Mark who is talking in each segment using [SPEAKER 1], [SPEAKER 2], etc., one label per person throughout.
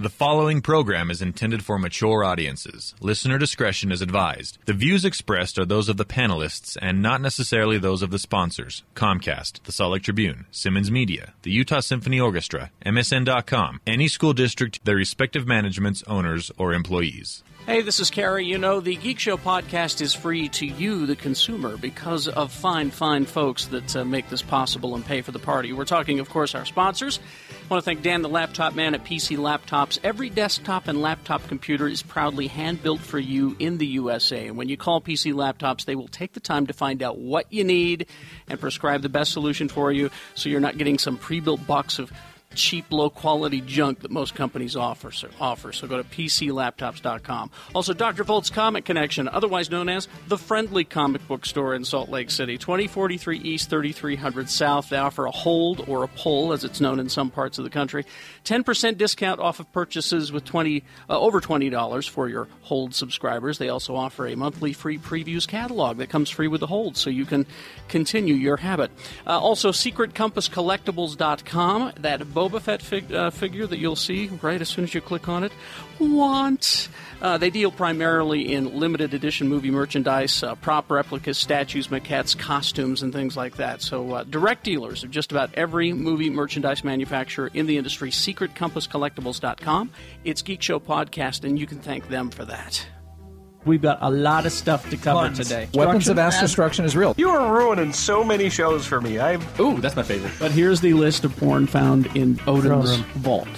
[SPEAKER 1] The following program is intended for mature audiences. Listener discretion is advised. The views expressed are those of the panelists and not necessarily those of the sponsors Comcast, the Salt Lake Tribune, Simmons Media, the Utah Symphony Orchestra, MSN.com, any school district, their respective managements, owners, or employees.
[SPEAKER 2] Hey, this is Carrie. You know, the Geek Show podcast is free to you, the consumer, because of fine, fine folks that uh, make this possible and pay for the party. We're talking, of course, our sponsors. I want to thank Dan, the laptop man at PC Laptops. Every desktop and laptop computer is proudly hand built for you in the USA. And when you call PC Laptops, they will take the time to find out what you need and prescribe the best solution for you so you're not getting some pre built box of cheap, low quality junk that most companies offer. So, offer. so go to PCLaptops.com. Also, Dr. Volt's Comic Connection, otherwise known as the Friendly Comic Book Store in Salt Lake City, 2043 East, 3300 South. They offer a hold or a pull, as it's known in some parts of the country. 10% discount off of purchases with 20 uh, over $20 for your hold subscribers. They also offer a monthly free previews catalog that comes free with the hold, so you can continue your habit. Uh, also, SecretCompassCollectibles.com, that Boba Fett fig- uh, figure that you'll see right as soon as you click on it. Want. Uh, they deal primarily in limited edition movie merchandise, uh, prop replicas, statues, maquettes, costumes, and things like that. So, uh, direct dealers of just about every movie merchandise manufacturer in the industry, secretcompasscollectibles.com. It's Geek Show Podcast, and you can thank them for that.
[SPEAKER 3] We've got a lot of stuff to cover today.
[SPEAKER 4] Weapons of Mass Destruction is real.
[SPEAKER 5] You are ruining so many shows for me. I
[SPEAKER 4] Ooh, that's my favorite.
[SPEAKER 2] But here's the list of porn found in Odin's vault.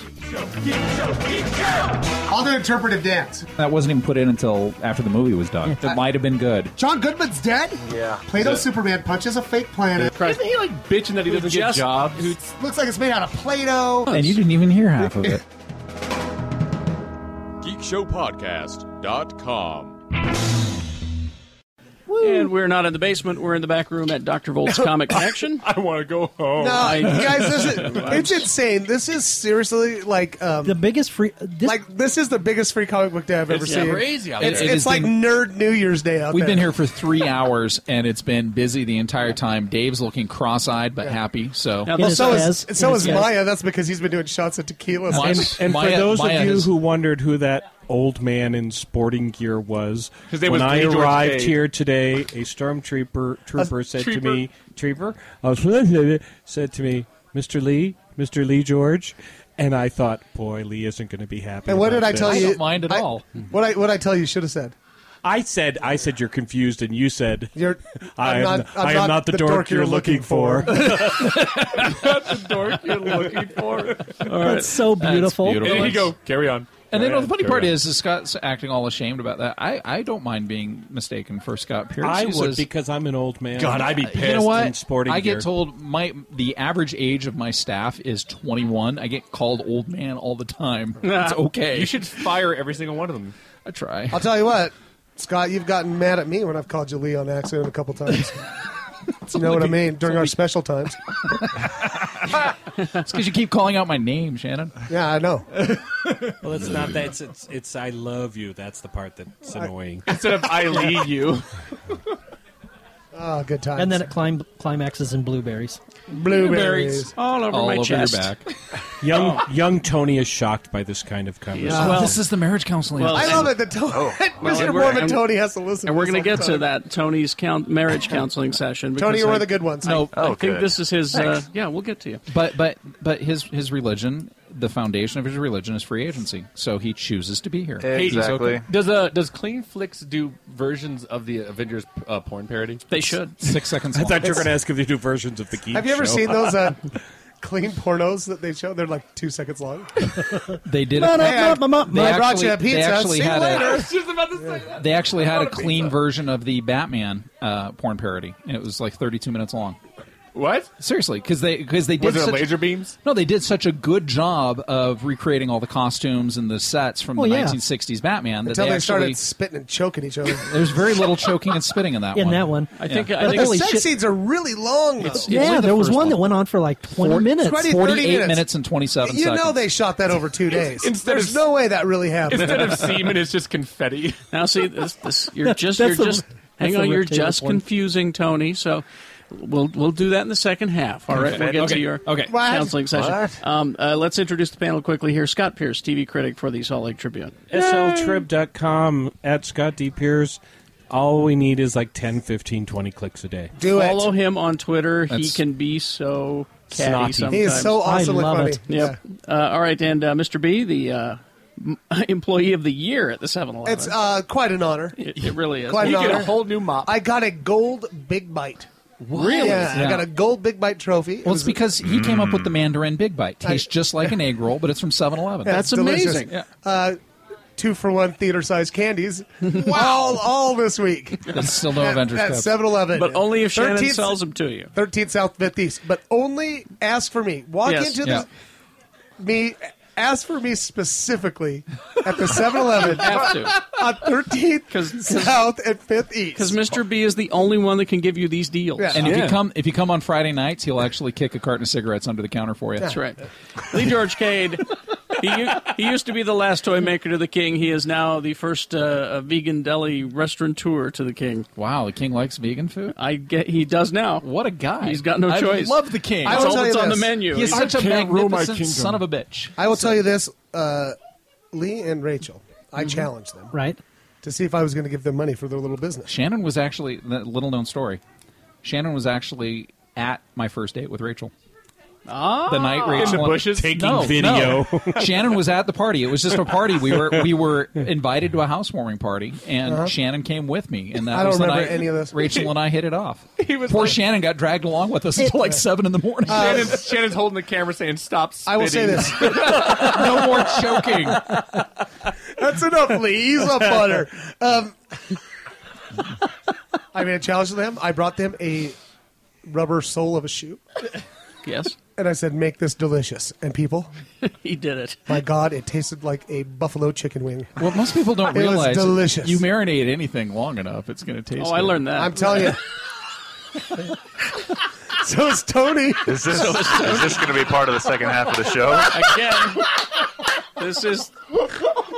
[SPEAKER 6] Other interpretive dance.
[SPEAKER 4] That wasn't even put in until after the movie was done. It might have been good.
[SPEAKER 6] John Goodman's dead?
[SPEAKER 5] Yeah.
[SPEAKER 6] Plato's Superman punches a fake planet.
[SPEAKER 7] Isn't he like bitching that he doesn't
[SPEAKER 2] just-
[SPEAKER 7] get jobs?
[SPEAKER 6] Looks like it's made out of Play-Doh.
[SPEAKER 4] And you didn't even hear half of it.
[SPEAKER 8] GeekShowPodcast.com.
[SPEAKER 2] And we're not in the basement, we're in the back room at Dr. Volt's Comic Connection.
[SPEAKER 7] I want to go home.
[SPEAKER 9] No,
[SPEAKER 2] I-
[SPEAKER 9] guys, this is, it's insane. This is seriously like, um,
[SPEAKER 3] The biggest free. This,
[SPEAKER 9] like this is the biggest free comic book day I've ever
[SPEAKER 7] It's
[SPEAKER 9] seen.
[SPEAKER 7] crazy out
[SPEAKER 9] It's,
[SPEAKER 7] there.
[SPEAKER 4] It
[SPEAKER 9] it's
[SPEAKER 4] has
[SPEAKER 9] like
[SPEAKER 4] been-
[SPEAKER 9] nerd New Year's Day out
[SPEAKER 4] We've
[SPEAKER 9] there.
[SPEAKER 4] been here for three hours, and it's been busy the entire time. Dave's looking cross-eyed but happy. So
[SPEAKER 2] Now,
[SPEAKER 3] It
[SPEAKER 2] this-
[SPEAKER 3] is
[SPEAKER 9] So
[SPEAKER 3] Yes,
[SPEAKER 9] is so
[SPEAKER 3] yes,
[SPEAKER 9] is
[SPEAKER 3] yes.
[SPEAKER 9] Maya. That's because he's been doing shots of tequila.
[SPEAKER 4] Maya-
[SPEAKER 7] And, and
[SPEAKER 4] Maya-
[SPEAKER 7] for those
[SPEAKER 4] Maya
[SPEAKER 7] of you
[SPEAKER 4] is-
[SPEAKER 7] who wondered who that old man in sporting gear was,
[SPEAKER 8] His name
[SPEAKER 7] when
[SPEAKER 8] was
[SPEAKER 7] I
[SPEAKER 8] Lee George
[SPEAKER 7] arrived
[SPEAKER 8] Cade.
[SPEAKER 7] here today, a stormtrooper trooper said to
[SPEAKER 8] trooper.
[SPEAKER 7] me, "Trooper," I was said to me, "Mr. Lee, Mr. Lee George," and I thought, "Boy, Lee isn't going to be happy."
[SPEAKER 9] And what
[SPEAKER 7] about
[SPEAKER 9] did I
[SPEAKER 7] this.
[SPEAKER 9] tell
[SPEAKER 4] I
[SPEAKER 9] you?
[SPEAKER 4] don't mind at
[SPEAKER 9] I-
[SPEAKER 4] all.
[SPEAKER 9] What I what I tell you should have said.
[SPEAKER 7] I said, "I said you're confused," and you said,
[SPEAKER 9] You're. I'm
[SPEAKER 7] I am,
[SPEAKER 9] not. I'm
[SPEAKER 7] I am not, the, dork, you're looking for.
[SPEAKER 3] That's so beautiful.
[SPEAKER 4] beautiful.
[SPEAKER 8] Here
[SPEAKER 4] There
[SPEAKER 8] you
[SPEAKER 4] you
[SPEAKER 8] go. Carry on.
[SPEAKER 4] And then well, the funny part is, is Scott's acting all ashamed about that. I, I don't mind being mistaken for Scott Pierce.
[SPEAKER 7] I
[SPEAKER 4] He
[SPEAKER 7] would
[SPEAKER 4] says,
[SPEAKER 7] because I'm an old man.
[SPEAKER 8] God, I'd be
[SPEAKER 4] you
[SPEAKER 8] pissed.
[SPEAKER 4] know
[SPEAKER 7] in
[SPEAKER 4] what?
[SPEAKER 7] sporting
[SPEAKER 4] I get
[SPEAKER 7] gear.
[SPEAKER 4] told my the average age of my staff is 21. I get called old man all the time. it's okay.
[SPEAKER 8] You should fire every single one of them.
[SPEAKER 4] I try.
[SPEAKER 9] I'll tell you what, Scott. You've gotten mad at me when I've called you Lee on accident a couple times. you know what I mean? During our special times.
[SPEAKER 4] It's because you keep calling out my name, Shannon.
[SPEAKER 9] Yeah, I know.
[SPEAKER 7] Well, it's not that. It's, it's it's I love you. That's the part that's annoying.
[SPEAKER 8] Instead of I lead you.
[SPEAKER 9] Oh, good times.
[SPEAKER 3] And then it clim- climaxes in blueberries.
[SPEAKER 9] blueberries.
[SPEAKER 2] all over
[SPEAKER 4] all
[SPEAKER 2] my
[SPEAKER 4] over
[SPEAKER 2] chest.
[SPEAKER 4] your back.
[SPEAKER 7] young young Tony is shocked by this kind of conversation.
[SPEAKER 2] Yeah. Well-
[SPEAKER 4] this is the marriage counseling.
[SPEAKER 2] Well,
[SPEAKER 4] episode.
[SPEAKER 9] I love it. Oh, The Tony, Mr.
[SPEAKER 2] and we're-
[SPEAKER 9] Mormon
[SPEAKER 2] and-
[SPEAKER 9] Tony has to listen.
[SPEAKER 2] And we're
[SPEAKER 9] going
[SPEAKER 2] going to get to that Tony's count, marriage counseling
[SPEAKER 9] Tony,
[SPEAKER 2] session. because
[SPEAKER 9] you're one
[SPEAKER 2] I-
[SPEAKER 9] of the good ones.
[SPEAKER 4] No,
[SPEAKER 2] I think this is his. Uh, yeah, we'll get to you.
[SPEAKER 4] but but but his his religion, the foundation of his religion is free agency. So he chooses to be here. He's okay.
[SPEAKER 8] Exactly.
[SPEAKER 7] Exactly.
[SPEAKER 8] Does
[SPEAKER 7] Does,
[SPEAKER 8] uh
[SPEAKER 7] uh,
[SPEAKER 8] does Clean Flicks do versions of the Avengers uh, porn parody?
[SPEAKER 2] They should.
[SPEAKER 4] Six seconds.
[SPEAKER 7] I
[SPEAKER 4] Long.
[SPEAKER 7] thought you were going to ask if they do versions of the geek.
[SPEAKER 9] Have you ever
[SPEAKER 7] show.
[SPEAKER 9] seen those uh, clean pornos that they show? They're like two seconds long.
[SPEAKER 4] They did.
[SPEAKER 3] No, no,
[SPEAKER 4] they
[SPEAKER 3] no, no, no.
[SPEAKER 4] they
[SPEAKER 9] I brought
[SPEAKER 4] actually-
[SPEAKER 9] you a pizza.
[SPEAKER 4] They actually
[SPEAKER 9] See you
[SPEAKER 4] had
[SPEAKER 9] later.
[SPEAKER 4] a. They actually had a clean version of the Batman uh, porn parody, and it was like 32 minutes long.
[SPEAKER 8] What?
[SPEAKER 4] Seriously, because they because they did
[SPEAKER 8] Was it
[SPEAKER 4] such,
[SPEAKER 8] laser beams?
[SPEAKER 4] No, they did such a good job of recreating all the costumes and the sets from
[SPEAKER 3] Oh,
[SPEAKER 4] the
[SPEAKER 3] yeah.
[SPEAKER 4] 1960s Batman that
[SPEAKER 9] Until they,
[SPEAKER 4] actually
[SPEAKER 9] started spitting and choking each other.
[SPEAKER 4] there's very little choking and spitting in that
[SPEAKER 3] In
[SPEAKER 4] one.
[SPEAKER 3] that one.
[SPEAKER 2] I think. I
[SPEAKER 3] But
[SPEAKER 2] think
[SPEAKER 9] The
[SPEAKER 3] holy
[SPEAKER 9] sex
[SPEAKER 3] shit.
[SPEAKER 9] scenes are really long. Though.
[SPEAKER 4] It's
[SPEAKER 3] yeah,
[SPEAKER 4] like the
[SPEAKER 3] there was
[SPEAKER 4] first
[SPEAKER 3] one, that
[SPEAKER 4] one.
[SPEAKER 3] went on for like 20
[SPEAKER 4] Four-
[SPEAKER 3] minutes.
[SPEAKER 9] 20
[SPEAKER 4] 48
[SPEAKER 9] minutes.
[SPEAKER 4] minutes. and 27
[SPEAKER 9] you
[SPEAKER 4] seconds.
[SPEAKER 9] know they shot that over two days.
[SPEAKER 8] Instead
[SPEAKER 9] There's
[SPEAKER 8] of-
[SPEAKER 9] no way that really happened.
[SPEAKER 8] Instead of semen, it's just confetti.
[SPEAKER 2] Now, see, this, this, you're just,
[SPEAKER 3] That's the-
[SPEAKER 2] you're just,
[SPEAKER 3] that's
[SPEAKER 2] hang
[SPEAKER 3] the
[SPEAKER 2] on, you're
[SPEAKER 3] reptilian
[SPEAKER 2] just
[SPEAKER 3] one.
[SPEAKER 2] confusing Tony. So, We'll we'll do that in the second half. All right, we'll get to
[SPEAKER 4] Okay.
[SPEAKER 2] your
[SPEAKER 4] Okay.
[SPEAKER 9] What?
[SPEAKER 2] counseling session. Um, uh, let's introduce the panel quickly here. Scott Pierce, TV critic for the Salt Lake Tribune.
[SPEAKER 7] sltrib.com at Scott D. Pierce. All we need is like 10, 15, 20 clicks a day.
[SPEAKER 9] Do it.
[SPEAKER 2] Follow him on Twitter. he
[SPEAKER 4] That's-
[SPEAKER 2] can be so catty
[SPEAKER 7] Snotty.
[SPEAKER 2] sometimes.
[SPEAKER 9] He is so awesomely
[SPEAKER 3] love
[SPEAKER 9] funny.
[SPEAKER 3] it.
[SPEAKER 2] Yep. Uh, all right, and uh, Mr. B, the uh, m- employee of the year at the 7-Eleven.
[SPEAKER 9] It's uh, quite an honor.
[SPEAKER 2] it, it really is.
[SPEAKER 9] quite
[SPEAKER 2] You
[SPEAKER 9] an
[SPEAKER 2] get a
[SPEAKER 9] honor.
[SPEAKER 2] whole new mop.
[SPEAKER 9] I got a gold Big Bite.
[SPEAKER 2] Really?
[SPEAKER 9] Yeah, I
[SPEAKER 4] Yeah.
[SPEAKER 9] got a gold Big Bite trophy. It
[SPEAKER 4] Well, it's
[SPEAKER 9] was-
[SPEAKER 4] because he came up with the Mandarin Big Bite. Tastes just like an egg roll, but it's from 7 Eleven.
[SPEAKER 2] That's
[SPEAKER 9] It's delicious.
[SPEAKER 2] amazing.
[SPEAKER 4] Yeah.
[SPEAKER 9] Uh, two for one theater sized candies. wow. All, all this week.
[SPEAKER 4] It's still no Avengers
[SPEAKER 9] At
[SPEAKER 4] Cup.
[SPEAKER 9] 7 Eleven.
[SPEAKER 2] But only if Shannon
[SPEAKER 9] 13th
[SPEAKER 2] sells them to you.
[SPEAKER 9] 13th South 5th East. But only ask for me. Walk
[SPEAKER 2] Yes.
[SPEAKER 9] into
[SPEAKER 4] Yeah.
[SPEAKER 9] the me. Ask for me specifically at the 7 Eleven
[SPEAKER 2] Have to.
[SPEAKER 9] on 13th
[SPEAKER 2] 'Cause-
[SPEAKER 9] South and 5th
[SPEAKER 2] Because
[SPEAKER 9] East.
[SPEAKER 2] Mr. B is the only one that can give you these deals.
[SPEAKER 9] Yeah.
[SPEAKER 4] And if
[SPEAKER 8] Yeah.
[SPEAKER 4] you come if you come on Friday nights, he'll actually kick a carton of cigarettes under the counter for you.
[SPEAKER 2] That's right. Lee George Cade. He, u- he used to be the last toy maker to the king. He is now the first uh, vegan deli restaurateur to the king.
[SPEAKER 4] Wow, the king likes vegan food.
[SPEAKER 2] I get he does now.
[SPEAKER 4] What a guy!
[SPEAKER 2] He's got no
[SPEAKER 4] I
[SPEAKER 2] choice.
[SPEAKER 4] Love the king.
[SPEAKER 9] I
[SPEAKER 2] That's
[SPEAKER 9] will
[SPEAKER 2] all
[SPEAKER 9] tell
[SPEAKER 2] that's
[SPEAKER 9] you
[SPEAKER 2] on the
[SPEAKER 9] this.
[SPEAKER 2] menu.
[SPEAKER 4] He is
[SPEAKER 2] He's-
[SPEAKER 4] such a
[SPEAKER 8] can't rule my
[SPEAKER 4] magnificent
[SPEAKER 8] kingdom.
[SPEAKER 4] son of a bitch.
[SPEAKER 9] I will tell you this uh, Lee and Rachel, I challenged them
[SPEAKER 3] Right?
[SPEAKER 9] to see if I was going to give them money for their little business.
[SPEAKER 4] Shannon was actually the little known story. Shannon was actually at my first date with Rachel. The
[SPEAKER 9] Oh.
[SPEAKER 4] night Rachel
[SPEAKER 8] In the bushes?
[SPEAKER 4] taking video. Ah. Shannon was at the party. It was just a party. We were we were invited to a housewarming party, and Shannon came with me. And that
[SPEAKER 9] Uh-huh. I don't
[SPEAKER 4] was the
[SPEAKER 9] remember
[SPEAKER 4] night
[SPEAKER 9] any of this.
[SPEAKER 4] Rachel and I hit it off.
[SPEAKER 8] He was
[SPEAKER 4] Poor
[SPEAKER 8] like-
[SPEAKER 4] Shannon got dragged along with us until like seven in the morning.
[SPEAKER 9] Uh,
[SPEAKER 8] Shannon's, Shannon's holding the camera saying, "Stop!" Spitting.
[SPEAKER 9] I will say this.
[SPEAKER 4] no more choking.
[SPEAKER 9] That's enough, Lee. He's up on her. Um, I made a challenge to them. I brought them a rubber sole of a shoe,
[SPEAKER 2] yes,
[SPEAKER 9] and I said, "Make this delicious." And people,
[SPEAKER 2] he did it.
[SPEAKER 9] my God, it tasted like a buffalo chicken wing.
[SPEAKER 4] Well, most people don't
[SPEAKER 9] It was
[SPEAKER 4] realize
[SPEAKER 9] delicious.
[SPEAKER 4] you marinate anything long enough, it's going to taste.
[SPEAKER 2] Oh, I
[SPEAKER 4] good.
[SPEAKER 2] learned that.
[SPEAKER 9] I'm telling you. so it's Tony.
[SPEAKER 10] Is this is this going to be part of the second half of the show?
[SPEAKER 2] again. this is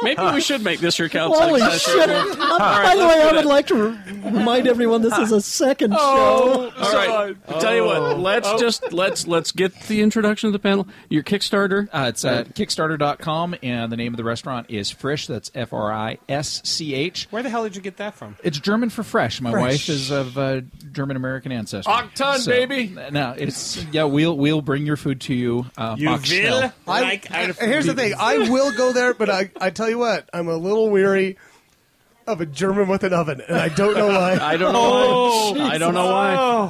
[SPEAKER 2] maybe we should make this your counseling
[SPEAKER 3] Holy
[SPEAKER 2] session.
[SPEAKER 3] shit!
[SPEAKER 2] We'll-
[SPEAKER 3] Um, by the way, I would like to re- remind everyone this is a second show.
[SPEAKER 2] All right. Oh, I'll tell you what. Let's just let's let's get the introduction of the panel. Your Kickstarter.
[SPEAKER 4] Uh, it's at Kickstarter.com, and the name of the restaurant is Frisch. That's F R I S C H.
[SPEAKER 7] Where the hell did you get that from?
[SPEAKER 4] It's German for fresh. My wife is of uh, German American ancestry.
[SPEAKER 8] Octan, baby!
[SPEAKER 4] No, it's yeah. We'll we'll bring your food to you. Uh,
[SPEAKER 7] You
[SPEAKER 4] Ochsnell.
[SPEAKER 7] will?
[SPEAKER 9] I,
[SPEAKER 7] Like
[SPEAKER 9] I-
[SPEAKER 7] our
[SPEAKER 9] here's the thing. I will go there, but I, I tell you what, I'm a little weary of a German with an oven, and I don't know why.
[SPEAKER 2] I don't know. why. I don't know why.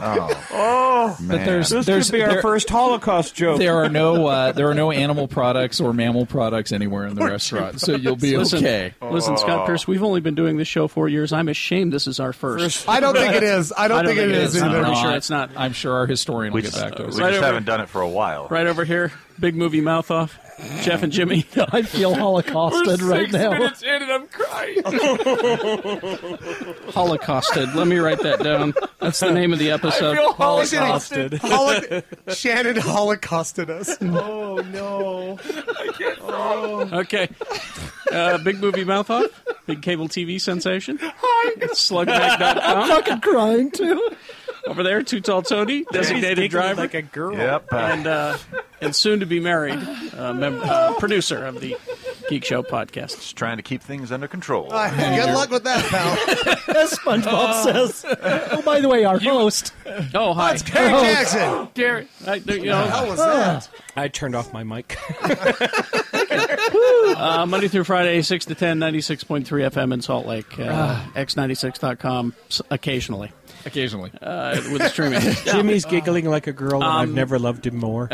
[SPEAKER 10] Oh.
[SPEAKER 4] But there's
[SPEAKER 7] Oh, This
[SPEAKER 4] there's
[SPEAKER 7] could be our
[SPEAKER 4] there,
[SPEAKER 7] first Holocaust joke.
[SPEAKER 4] there are no uh, there are no animal products or mammal products anywhere in the restaurant, so you'll be
[SPEAKER 2] Listen,
[SPEAKER 4] okay.
[SPEAKER 2] listen,
[SPEAKER 7] Oh.
[SPEAKER 2] Scott Pierce. We've only been doing this show four years. I'm ashamed. This is our first.
[SPEAKER 9] I don't think it is. I don't, think, it is,
[SPEAKER 2] I'm
[SPEAKER 9] either.
[SPEAKER 2] pretty sure it's not.
[SPEAKER 4] I'm sure our historian will
[SPEAKER 10] We
[SPEAKER 4] get
[SPEAKER 10] just,
[SPEAKER 4] back to us.
[SPEAKER 10] we
[SPEAKER 2] Right
[SPEAKER 10] just
[SPEAKER 2] over-
[SPEAKER 10] haven't done it for a while.
[SPEAKER 2] Right over here, big movie mouth off. Jeff and Jimmy.
[SPEAKER 3] I feel holocausted right
[SPEAKER 8] Six
[SPEAKER 3] now.
[SPEAKER 8] minutes in, and I'm crying.
[SPEAKER 2] Holocausted. Let me write that down. That's the name of the episode.
[SPEAKER 8] feel
[SPEAKER 2] Holocausted.
[SPEAKER 9] Holo- Shannon holocausted us.
[SPEAKER 7] Oh,
[SPEAKER 2] Okay. Uh, big movie mouth off. Big cable TV sensation. It's Slugback.com.
[SPEAKER 3] fucking crying too.
[SPEAKER 2] Over there, Too Tall Tony, designated driver.
[SPEAKER 7] like a girl.
[SPEAKER 10] Yep. uh,
[SPEAKER 2] and uh, and soon to be married uh, mem- uh, producer of the Geek Show podcast.
[SPEAKER 10] just trying to keep things under control.
[SPEAKER 9] All right, good luck with that, pal.
[SPEAKER 3] As SpongeBob says. Oh, by the way, our host.
[SPEAKER 2] Oh hi,
[SPEAKER 9] Harry Jackson.
[SPEAKER 2] Gary. I, you know,
[SPEAKER 9] How was that?
[SPEAKER 7] I turned off my mic.
[SPEAKER 2] uh, Monday through Friday, six to 10, 96.3 FM in Salt Lake, uh,
[SPEAKER 7] Ah.
[SPEAKER 2] x96.com s- occasionally
[SPEAKER 4] Occasionally,
[SPEAKER 2] uh, with streaming. uh,
[SPEAKER 7] Jimmy's Oh. giggling like a girl, and I've never loved him more.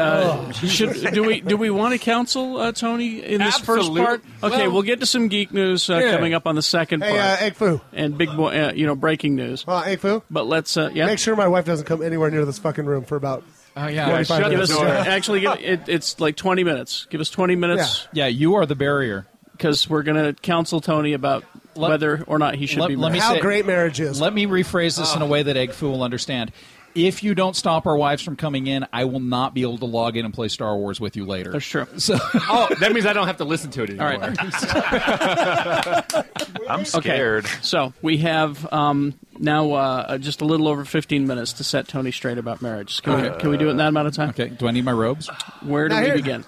[SPEAKER 2] Should, do we do we want to counsel uh, Tony in this
[SPEAKER 8] Absolute-
[SPEAKER 2] first part? Okay,
[SPEAKER 8] well-
[SPEAKER 2] we'll get to some geek news uh,
[SPEAKER 8] Yeah.
[SPEAKER 2] coming up on the second
[SPEAKER 9] Hey, uh,
[SPEAKER 2] part
[SPEAKER 9] Egg Foo.
[SPEAKER 2] and big boy, uh, you know, breaking news.
[SPEAKER 9] Uh, Egg Foo.
[SPEAKER 2] But let's uh, yeah.
[SPEAKER 9] Make sure my wife doesn't come anywhere near this fucking room for about.
[SPEAKER 4] oh yeah,
[SPEAKER 8] Yeah, shut
[SPEAKER 2] Give
[SPEAKER 8] the
[SPEAKER 2] us
[SPEAKER 8] door.
[SPEAKER 2] actually give, it, it's like twenty minutes. Give us twenty minutes
[SPEAKER 4] yeah. You are the barrier.
[SPEAKER 2] because we're going to counsel Tony about
[SPEAKER 4] Let-
[SPEAKER 2] whether or not he should
[SPEAKER 4] let-
[SPEAKER 2] be.
[SPEAKER 4] let me
[SPEAKER 2] married.
[SPEAKER 9] How
[SPEAKER 4] say-
[SPEAKER 9] great marriage is. Ah.
[SPEAKER 4] Let me rephrase this in a way that Egg Foo will understand. if you don't stop our wives from coming in, I will not be able to log in and play Star Wars with you later.
[SPEAKER 2] That's true.
[SPEAKER 4] So
[SPEAKER 8] Oh, that means I don't have to listen to it
[SPEAKER 2] All
[SPEAKER 8] anymore.
[SPEAKER 2] right.
[SPEAKER 10] I'm scared.
[SPEAKER 2] So we have um, now uh, just a little over 15 minutes to set Tony straight about marriage. Can, we, can we do it in that amount of time?
[SPEAKER 4] okay, do I need my robes?
[SPEAKER 2] Where do
[SPEAKER 6] Now
[SPEAKER 2] we
[SPEAKER 6] here-
[SPEAKER 2] begin?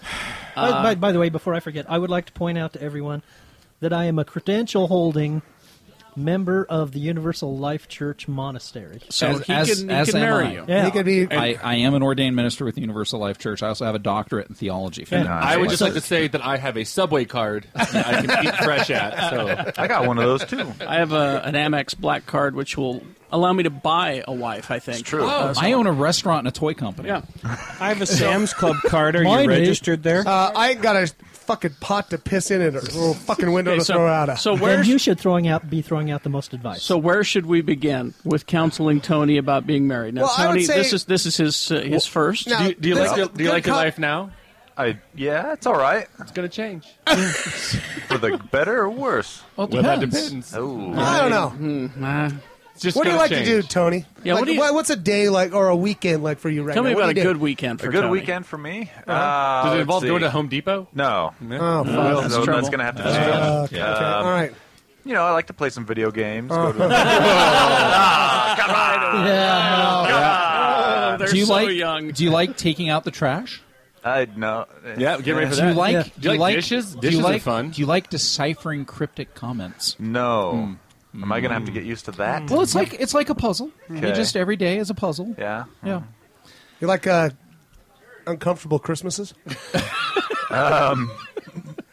[SPEAKER 3] by, by- by the way, before I forget, I would like to point out to everyone that I am a credential holding member of the Universal Life Church Monastery.
[SPEAKER 2] So
[SPEAKER 4] As-
[SPEAKER 2] he
[SPEAKER 4] as-
[SPEAKER 2] can,
[SPEAKER 4] as
[SPEAKER 2] he can
[SPEAKER 4] am
[SPEAKER 2] marry
[SPEAKER 4] I.
[SPEAKER 2] you.
[SPEAKER 3] Yeah.
[SPEAKER 9] He could be.
[SPEAKER 4] I, I am an ordained minister with Universal Life Church. I also have a doctorate in theology. If you
[SPEAKER 3] Yeah.
[SPEAKER 4] know.
[SPEAKER 8] I would just
[SPEAKER 3] So-
[SPEAKER 8] like to say that I have a Subway card that I can eat fresh
[SPEAKER 4] Uh,
[SPEAKER 8] at. So
[SPEAKER 10] I got one of those too.
[SPEAKER 2] I have a, an Amex black card, which will allow me to buy a wife, I think. Uh,
[SPEAKER 10] It's true.
[SPEAKER 4] Oh, I own a restaurant and a toy company.
[SPEAKER 2] Yeah.
[SPEAKER 7] I have a Sam's Club card. Are
[SPEAKER 3] Mine is-
[SPEAKER 7] you registered there?
[SPEAKER 9] Uh, I ain't got a fucking pot to piss in it or a little fucking window
[SPEAKER 2] Okay,
[SPEAKER 9] to throw out
[SPEAKER 2] so,
[SPEAKER 9] of.
[SPEAKER 2] so where
[SPEAKER 3] Then you should throwing out be throwing out the most advice.
[SPEAKER 2] so where should we begin with counseling Tony about being married? Now,
[SPEAKER 9] Well, I would
[SPEAKER 2] Tony,
[SPEAKER 9] say-
[SPEAKER 2] this is this is his uh, his first.
[SPEAKER 9] now-
[SPEAKER 8] do you, do you
[SPEAKER 9] This
[SPEAKER 8] like
[SPEAKER 9] is
[SPEAKER 8] your,
[SPEAKER 9] a
[SPEAKER 8] do you
[SPEAKER 9] good
[SPEAKER 8] like your
[SPEAKER 9] cop-
[SPEAKER 8] life now?
[SPEAKER 10] I yeah, it's all right.
[SPEAKER 8] It's going to change.
[SPEAKER 10] For the better or worse.
[SPEAKER 4] Well, it
[SPEAKER 8] Well, that
[SPEAKER 4] depends.
[SPEAKER 8] depends.
[SPEAKER 10] Oh,
[SPEAKER 9] I don't know.
[SPEAKER 2] Hmm, uh,
[SPEAKER 8] It's just
[SPEAKER 9] What do you
[SPEAKER 8] gonna
[SPEAKER 9] like to do,
[SPEAKER 8] change.
[SPEAKER 9] Tony?
[SPEAKER 2] Yeah,
[SPEAKER 9] Like,
[SPEAKER 2] what do you-
[SPEAKER 9] wha- what's a day like or a weekend like for you right
[SPEAKER 2] Tell
[SPEAKER 9] now?
[SPEAKER 2] me
[SPEAKER 9] What
[SPEAKER 2] about a
[SPEAKER 9] do you
[SPEAKER 2] good
[SPEAKER 9] do?
[SPEAKER 2] weekend for
[SPEAKER 10] a good
[SPEAKER 2] Tony.
[SPEAKER 10] weekend for me. Uh,
[SPEAKER 8] Uh-huh. Does it
[SPEAKER 10] let's
[SPEAKER 8] involve going
[SPEAKER 10] see.
[SPEAKER 8] to Home Depot?
[SPEAKER 9] Oh,
[SPEAKER 10] No.
[SPEAKER 9] fuck.
[SPEAKER 10] Well,
[SPEAKER 2] that's
[SPEAKER 10] no,
[SPEAKER 2] trouble.
[SPEAKER 10] that's going to have to be stretched.
[SPEAKER 9] Okay, okay. All right.
[SPEAKER 10] You know, I like to play some video games. Go to
[SPEAKER 2] They're
[SPEAKER 10] Oh,
[SPEAKER 4] Do you
[SPEAKER 2] so
[SPEAKER 4] like
[SPEAKER 2] young.
[SPEAKER 4] Do you like taking out the trash?
[SPEAKER 10] I no.
[SPEAKER 8] Yeah, get ready for
[SPEAKER 4] Do you
[SPEAKER 8] that.
[SPEAKER 4] like
[SPEAKER 3] Yeah.
[SPEAKER 8] Do you like dishes?
[SPEAKER 4] Do
[SPEAKER 8] Dishes
[SPEAKER 4] you
[SPEAKER 8] are
[SPEAKER 4] like,
[SPEAKER 8] fun.
[SPEAKER 4] Do you like deciphering cryptic comments?
[SPEAKER 10] No. Am I going to have to get used to that?
[SPEAKER 4] Well, it's like it's like a puzzle. You
[SPEAKER 10] Okay.
[SPEAKER 4] just every day is a puzzle.
[SPEAKER 10] Yeah.
[SPEAKER 4] Yeah.
[SPEAKER 9] You like uh, uncomfortable Christmases?
[SPEAKER 10] Um,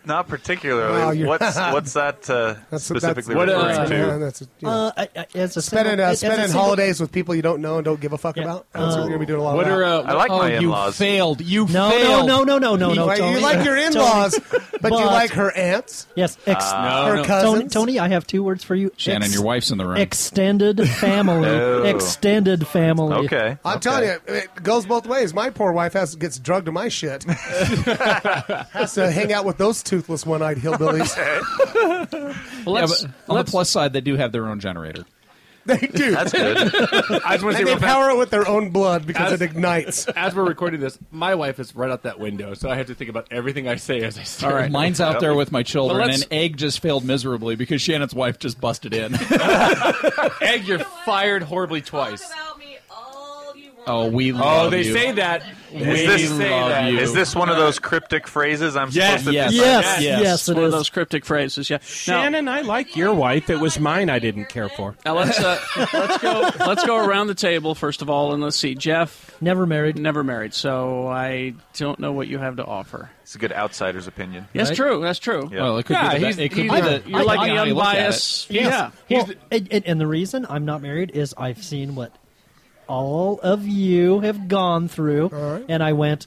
[SPEAKER 10] Not
[SPEAKER 9] Wow,
[SPEAKER 10] particularly.
[SPEAKER 9] you're-
[SPEAKER 10] what's what's that uh, specifically referring
[SPEAKER 9] that's-
[SPEAKER 10] to?
[SPEAKER 9] yeah, that's a- yeah.
[SPEAKER 3] uh, I- I- as a
[SPEAKER 9] spending
[SPEAKER 3] single,
[SPEAKER 9] uh,
[SPEAKER 3] as a
[SPEAKER 9] spending
[SPEAKER 3] single-
[SPEAKER 9] holidays with people you don't know and don't give a fuck
[SPEAKER 3] Yeah.
[SPEAKER 9] about. That's what
[SPEAKER 3] Uh,
[SPEAKER 9] we're gonna be doing a lot.
[SPEAKER 8] What
[SPEAKER 9] of
[SPEAKER 8] are
[SPEAKER 9] that.
[SPEAKER 8] uh,
[SPEAKER 10] I like
[SPEAKER 4] oh,
[SPEAKER 10] my
[SPEAKER 4] you
[SPEAKER 10] in-laws.
[SPEAKER 4] failed. You
[SPEAKER 3] No,
[SPEAKER 4] failed.
[SPEAKER 3] no, no, no, no, no, no.
[SPEAKER 9] Wait,
[SPEAKER 3] Tony.
[SPEAKER 9] you like your in-laws, but, you
[SPEAKER 3] But-
[SPEAKER 9] like her aunts,
[SPEAKER 3] Yes, ex-
[SPEAKER 9] her
[SPEAKER 8] no.
[SPEAKER 3] Tony,
[SPEAKER 9] cousins.
[SPEAKER 3] Tony, I have two words for you.
[SPEAKER 4] Uh, Shannon,
[SPEAKER 3] Ex-
[SPEAKER 4] your wife's in the room.
[SPEAKER 3] Extended family.
[SPEAKER 10] Oh.
[SPEAKER 3] Extended family.
[SPEAKER 10] Okay.
[SPEAKER 9] I'm telling you, it goes both ways. My poor wife has gets drugged to my shit. has to hang out with those toothless, one-eyed hillbillies.
[SPEAKER 2] Well,
[SPEAKER 4] Yeah,
[SPEAKER 2] let's,
[SPEAKER 4] but on the
[SPEAKER 2] let's-
[SPEAKER 4] plus side, they do have their own generator.
[SPEAKER 9] they do.
[SPEAKER 10] That's good.
[SPEAKER 8] I just want to
[SPEAKER 9] and
[SPEAKER 8] say
[SPEAKER 9] they
[SPEAKER 8] real fast,
[SPEAKER 9] power it with their own blood because
[SPEAKER 8] As-
[SPEAKER 9] it ignites.
[SPEAKER 8] as we're recording this, my wife is right out that window, so I have to think about everything I say as I start.
[SPEAKER 2] All right.
[SPEAKER 4] Mine's out there with my children,
[SPEAKER 2] Well, let's-
[SPEAKER 4] and Egg just failed miserably because Shannon's wife just busted in.
[SPEAKER 8] Egg, you're fired horribly twice.
[SPEAKER 4] oh, we
[SPEAKER 8] Oh,
[SPEAKER 4] love
[SPEAKER 8] they
[SPEAKER 4] you.
[SPEAKER 8] say that. We
[SPEAKER 10] this-
[SPEAKER 8] say
[SPEAKER 4] love
[SPEAKER 8] that.
[SPEAKER 4] you.
[SPEAKER 10] Is this one of those cryptic phrases I'm
[SPEAKER 8] Yes,
[SPEAKER 10] supposed to?
[SPEAKER 4] yes.
[SPEAKER 3] Yes, yes,
[SPEAKER 4] Yes.
[SPEAKER 3] it
[SPEAKER 2] one of
[SPEAKER 3] is.
[SPEAKER 2] those cryptic phrases. Yeah, Now-
[SPEAKER 7] Shannon, I like your wife. It was mine I didn't care for.
[SPEAKER 2] Now, let's uh, let's go let's go around the table first of all, and let's see. Jeff,
[SPEAKER 3] Never married.
[SPEAKER 2] never married, so I don't know what you have to offer.
[SPEAKER 10] It's a good outsider's opinion.
[SPEAKER 2] That's
[SPEAKER 4] Right?
[SPEAKER 2] true. That's true.
[SPEAKER 10] Yeah.
[SPEAKER 4] Well, it could
[SPEAKER 8] Yeah,
[SPEAKER 4] be the,
[SPEAKER 8] he's-
[SPEAKER 4] it could
[SPEAKER 8] he's
[SPEAKER 4] be
[SPEAKER 8] the-
[SPEAKER 4] the,
[SPEAKER 2] You're like
[SPEAKER 4] I
[SPEAKER 2] the
[SPEAKER 4] look at it.
[SPEAKER 2] unbiased. Yeah.
[SPEAKER 3] Well, and, and, and the reason I'm not married is I've seen what all of you have gone through, and I went,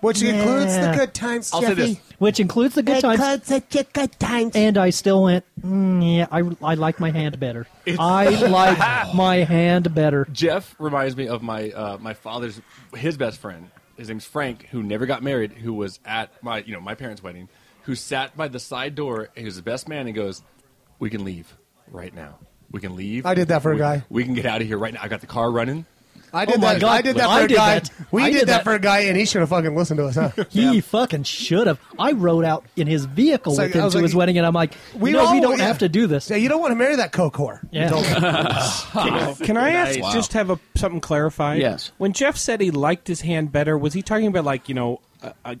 [SPEAKER 9] Which
[SPEAKER 3] Yeah.
[SPEAKER 9] includes the good times,
[SPEAKER 8] I'll say this.
[SPEAKER 9] Jeffy.
[SPEAKER 3] which includes the good times,
[SPEAKER 9] good times.
[SPEAKER 3] and I still went, mm, yeah, I, I like my hand better. I like my hand better.
[SPEAKER 8] Jeff reminds me of my uh, my father's his best friend. His name's Frank, who never got married, who was at my you know my parents' wedding, who sat by the side door. He was the best man, and goes, "We can leave right now. We can leave."
[SPEAKER 9] I did that for a
[SPEAKER 8] We-
[SPEAKER 9] guy.
[SPEAKER 8] We can get out of here right now. I got the car running.
[SPEAKER 9] I did
[SPEAKER 3] Oh my
[SPEAKER 9] that.
[SPEAKER 3] God.
[SPEAKER 9] I did that
[SPEAKER 3] I
[SPEAKER 9] for a
[SPEAKER 3] did
[SPEAKER 9] guy.
[SPEAKER 3] that.
[SPEAKER 9] We
[SPEAKER 3] I
[SPEAKER 9] did,
[SPEAKER 3] did
[SPEAKER 9] that
[SPEAKER 3] that.
[SPEAKER 9] for a guy, and he should have fucking listened to us. Huh?
[SPEAKER 3] He fucking should have. I rode out in his vehicle
[SPEAKER 9] It's like-
[SPEAKER 3] with
[SPEAKER 9] I
[SPEAKER 3] him
[SPEAKER 9] was
[SPEAKER 3] to
[SPEAKER 9] like,
[SPEAKER 3] his wedding, and I'm like,
[SPEAKER 9] we
[SPEAKER 3] we no, we
[SPEAKER 9] all-
[SPEAKER 3] don't
[SPEAKER 9] yeah.
[SPEAKER 3] have to do this.
[SPEAKER 9] Yeah, you don't want to marry that coke whore.
[SPEAKER 3] Yeah.
[SPEAKER 9] You don't.
[SPEAKER 7] Can I ask, just have a, something clarified?
[SPEAKER 2] Yes.
[SPEAKER 7] When Jeff said he liked his hand better, was he talking about like you know, uh, uh,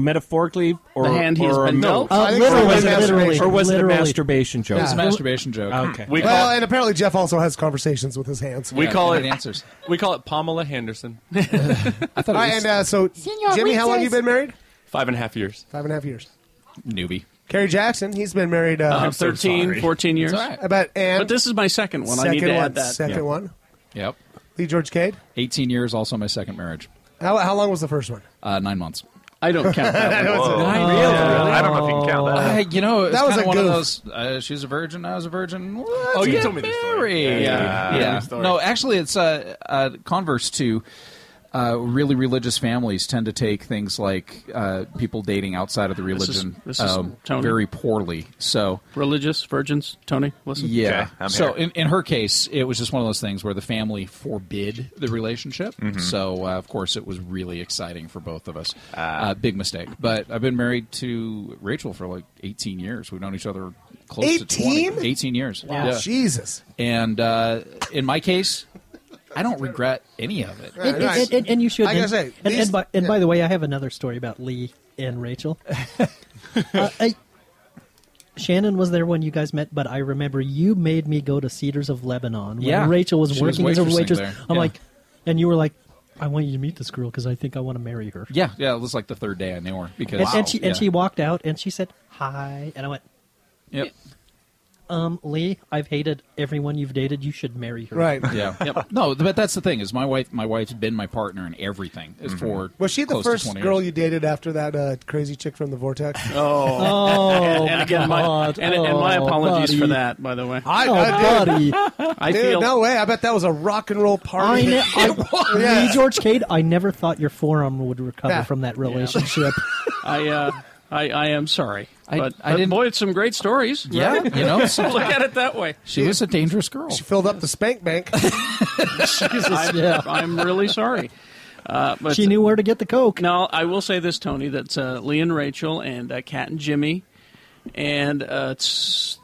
[SPEAKER 7] metaphorically or
[SPEAKER 2] The hand he's
[SPEAKER 7] or
[SPEAKER 2] been
[SPEAKER 7] no?
[SPEAKER 2] dealt?
[SPEAKER 3] Uh,
[SPEAKER 9] I think
[SPEAKER 3] literally,
[SPEAKER 9] so.
[SPEAKER 7] was it-
[SPEAKER 3] literally,
[SPEAKER 7] or was
[SPEAKER 3] literally.
[SPEAKER 7] it a masturbation joke?
[SPEAKER 9] Yeah.
[SPEAKER 4] It's a masturbation joke.
[SPEAKER 7] Okay.
[SPEAKER 8] We
[SPEAKER 9] Well,
[SPEAKER 8] call
[SPEAKER 9] and apparently Jeff also has conversations with his hands.
[SPEAKER 8] we
[SPEAKER 4] Yeah,
[SPEAKER 8] call
[SPEAKER 4] good
[SPEAKER 8] it
[SPEAKER 4] answers.
[SPEAKER 8] We call it Pamela Henderson.
[SPEAKER 4] I thought
[SPEAKER 9] All
[SPEAKER 4] it
[SPEAKER 9] right,
[SPEAKER 4] was
[SPEAKER 9] and uh, so Jimmy, how long you been married?
[SPEAKER 8] Five and a half years.
[SPEAKER 9] Five and a half years.
[SPEAKER 4] newbie.
[SPEAKER 9] Kerry Jackson, he's been married uh,
[SPEAKER 2] I'm 13, 14 years.
[SPEAKER 4] all right.
[SPEAKER 9] about and
[SPEAKER 2] But this is my second one.
[SPEAKER 9] second
[SPEAKER 2] I need to
[SPEAKER 9] one,
[SPEAKER 2] add that.
[SPEAKER 9] second
[SPEAKER 4] Yeah.
[SPEAKER 9] one.
[SPEAKER 4] Yep.
[SPEAKER 9] Lee George Cade.
[SPEAKER 4] 18 years, also my second marriage.
[SPEAKER 9] How, how long was the first one?
[SPEAKER 4] Uh, nine months.
[SPEAKER 2] I don't count that one.
[SPEAKER 10] Whoa. I don't know if you can count that.
[SPEAKER 4] Uh, you know, it
[SPEAKER 9] That was
[SPEAKER 4] kinda
[SPEAKER 9] a
[SPEAKER 4] one of
[SPEAKER 9] goof.
[SPEAKER 4] those. Uh, she was a virgin. I was a virgin.
[SPEAKER 8] Oh,
[SPEAKER 4] Let's
[SPEAKER 8] you
[SPEAKER 4] get
[SPEAKER 8] told me this story.
[SPEAKER 4] married.
[SPEAKER 8] Yeah,
[SPEAKER 4] Yeah.
[SPEAKER 8] yeah, yeah. Story.
[SPEAKER 4] No, actually, it's uh, uh, converse to. uh, really religious families tend to take things like uh, people dating outside of the
[SPEAKER 2] This is-
[SPEAKER 4] religion
[SPEAKER 2] this is
[SPEAKER 4] um,
[SPEAKER 2] Tony.
[SPEAKER 4] very poorly. So
[SPEAKER 2] religious virgins, Tony. Listen,
[SPEAKER 4] yeah. so in, in her case, it was just one of those things where the family forbid the relationship.
[SPEAKER 2] Mhm.
[SPEAKER 4] So uh, of course, it was really exciting for both of us. Uh, big mistake. But I've been married to Rachel for like 18 years. We've known each other close to 20.
[SPEAKER 9] 18?
[SPEAKER 4] 18 years.
[SPEAKER 9] Wow.
[SPEAKER 4] Yeah.
[SPEAKER 9] Jesus.
[SPEAKER 4] And uh, in my case, I don't regret any of it.
[SPEAKER 3] And, and- and- and you should.
[SPEAKER 9] Like I say,
[SPEAKER 3] and,
[SPEAKER 9] these-
[SPEAKER 3] and, by, and by the way, I have another story about Lee and Rachel. Uh, I- Shannon was there when you guys met, but I remember you made me go to Cedars of Lebanon when
[SPEAKER 4] Yeah.
[SPEAKER 3] Rachel was
[SPEAKER 4] She was
[SPEAKER 3] working as a
[SPEAKER 4] waitressing
[SPEAKER 3] waitress.
[SPEAKER 4] there.
[SPEAKER 3] I'm
[SPEAKER 4] Yeah.
[SPEAKER 3] like, and you were like, I want you to meet this girl because I think I want to marry her.
[SPEAKER 4] Yeah, yeah. It was like the third day I knew her because
[SPEAKER 3] And, and she
[SPEAKER 4] yeah.
[SPEAKER 3] and she walked out and she said hi, and I went,
[SPEAKER 4] Yep.
[SPEAKER 3] um, Lee, I've hated everyone you've dated. You should marry her.
[SPEAKER 4] Yeah. Yep. No, but that's the thing is my wife. My wife's been my partner in everything. Is for
[SPEAKER 9] Was she the
[SPEAKER 4] close to
[SPEAKER 9] first
[SPEAKER 4] 20
[SPEAKER 9] girl
[SPEAKER 4] years.
[SPEAKER 9] you dated after that uh, crazy chick from the Vortex?
[SPEAKER 2] Oh, and, and again, my,
[SPEAKER 9] God.
[SPEAKER 2] and, and my
[SPEAKER 9] Oh,
[SPEAKER 2] apologies for
[SPEAKER 9] buddy.
[SPEAKER 2] that. By the way,
[SPEAKER 9] I, I,
[SPEAKER 2] Oh,
[SPEAKER 9] dude,
[SPEAKER 2] I
[SPEAKER 9] dude,
[SPEAKER 2] feel
[SPEAKER 9] no way. I bet that was a rock and roll
[SPEAKER 3] I,
[SPEAKER 9] party.
[SPEAKER 3] ne- I
[SPEAKER 9] Yeah.
[SPEAKER 3] Lee George Cade, I never thought your forearm would recover
[SPEAKER 9] Yeah.
[SPEAKER 3] from that relationship.
[SPEAKER 2] I, uh, I, I am sorry,
[SPEAKER 4] I-
[SPEAKER 2] but,
[SPEAKER 4] I
[SPEAKER 2] but
[SPEAKER 4] didn't-
[SPEAKER 2] boy, it's some great stories.
[SPEAKER 4] Yeah,
[SPEAKER 2] right?
[SPEAKER 4] you know,
[SPEAKER 2] look at it that way.
[SPEAKER 4] She was a dangerous girl.
[SPEAKER 9] She filled up the spank bank.
[SPEAKER 2] I'm,
[SPEAKER 3] yeah.
[SPEAKER 2] I'm really sorry. Uh, but
[SPEAKER 3] she knew where to get the coke.
[SPEAKER 2] No, I will say this, Tony, that uh, Lee and Rachel and uh, Kat and Jimmy and uh, s-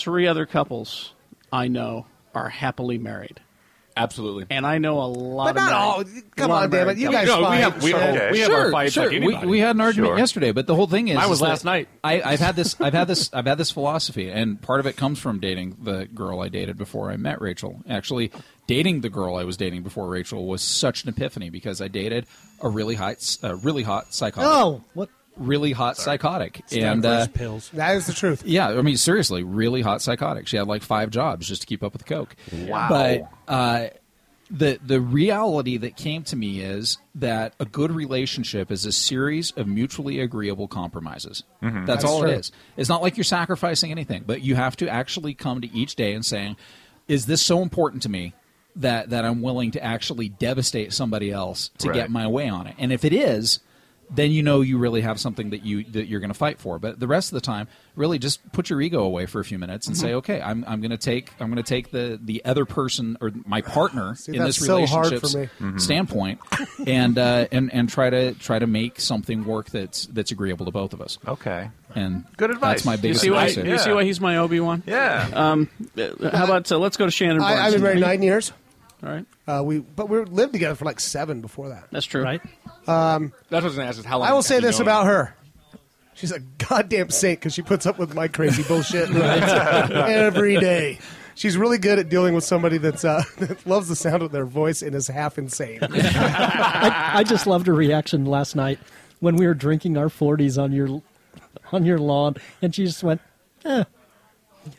[SPEAKER 2] three other couples I know are happily married.
[SPEAKER 8] Absolutely.
[SPEAKER 2] And I know a lot
[SPEAKER 9] But not all.
[SPEAKER 2] of married-
[SPEAKER 9] Come
[SPEAKER 2] lot
[SPEAKER 9] on,
[SPEAKER 2] of
[SPEAKER 9] damn
[SPEAKER 2] married
[SPEAKER 9] it. You guys
[SPEAKER 2] couples.
[SPEAKER 8] No, we
[SPEAKER 9] fight.
[SPEAKER 8] have- we
[SPEAKER 9] so-
[SPEAKER 8] have our fight.
[SPEAKER 4] sure,
[SPEAKER 8] our fights
[SPEAKER 4] sure.
[SPEAKER 8] like anybody.
[SPEAKER 4] we, we had an argument
[SPEAKER 10] Sure.
[SPEAKER 4] yesterday, but the whole thing is
[SPEAKER 8] Mine was
[SPEAKER 4] is that
[SPEAKER 8] last night.
[SPEAKER 4] I, I've had this. I've had this. I've had this philosophy, and part of it comes from dating the girl I dated before I met Rachel. Actually, dating the girl I was dating before Rachel was such an epiphany because I dated a really hot, a really hot psychotic,
[SPEAKER 3] Oh, what?
[SPEAKER 4] really hot psychotic, and uh,
[SPEAKER 7] Stanford's pills.
[SPEAKER 9] That is the truth.
[SPEAKER 4] yeah, I mean, seriously, really hot psychotic. She had like five jobs just to keep up with Coke. Wow. But uh, the the reality that came to me is that a good relationship is a series of mutually agreeable compromises. That's,
[SPEAKER 9] Mm-hmm.
[SPEAKER 8] Mm-hmm.
[SPEAKER 9] That's
[SPEAKER 4] all
[SPEAKER 9] true.
[SPEAKER 4] it is. It's not like you're sacrificing anything, but you have to actually come to each day and saying, "Is this so important to me?" That, that I'm willing to actually devastate somebody else to
[SPEAKER 10] Right.
[SPEAKER 4] get my way on it. And if it is, then you know you really have something that you that you're going to fight for. But the rest of the time, really just put your ego away for a few minutes
[SPEAKER 9] Mm-hmm.
[SPEAKER 4] and say, okay, I'm, I'm going to take I'm going to take the the other person or my partner
[SPEAKER 9] See,
[SPEAKER 4] in
[SPEAKER 9] that's
[SPEAKER 4] this
[SPEAKER 9] so hard
[SPEAKER 4] relationship
[SPEAKER 9] for me.
[SPEAKER 4] standpoint, and uh, and and try to try to make something work that's that's agreeable to both of us.
[SPEAKER 10] Okay.
[SPEAKER 4] And
[SPEAKER 10] Good advice.
[SPEAKER 4] That's my
[SPEAKER 10] You
[SPEAKER 2] You
[SPEAKER 4] biggest
[SPEAKER 2] see, why,
[SPEAKER 4] lesson.
[SPEAKER 2] you
[SPEAKER 10] Yeah.
[SPEAKER 2] see why he's my Obi Wan?
[SPEAKER 10] Yeah.
[SPEAKER 2] Um, uh, how about uh, let's go to Shannon.
[SPEAKER 9] I,
[SPEAKER 2] Barnes.
[SPEAKER 9] I've been married nine years.
[SPEAKER 2] All right,
[SPEAKER 9] Uh, we but we lived together for like seven before that. Um,
[SPEAKER 2] that's true.
[SPEAKER 3] Right?
[SPEAKER 8] That's what I was going to ask. Is how long
[SPEAKER 9] I will
[SPEAKER 8] have
[SPEAKER 9] say
[SPEAKER 8] you
[SPEAKER 9] this
[SPEAKER 8] known
[SPEAKER 9] about her. She's a goddamn saint because she puts up with my crazy bullshit every day. She's really good at dealing with somebody that's, uh, that loves the sound of their voice and is half insane.
[SPEAKER 3] I, I just loved her reaction last night when we were drinking our 40s on your on your lawn, and she just went,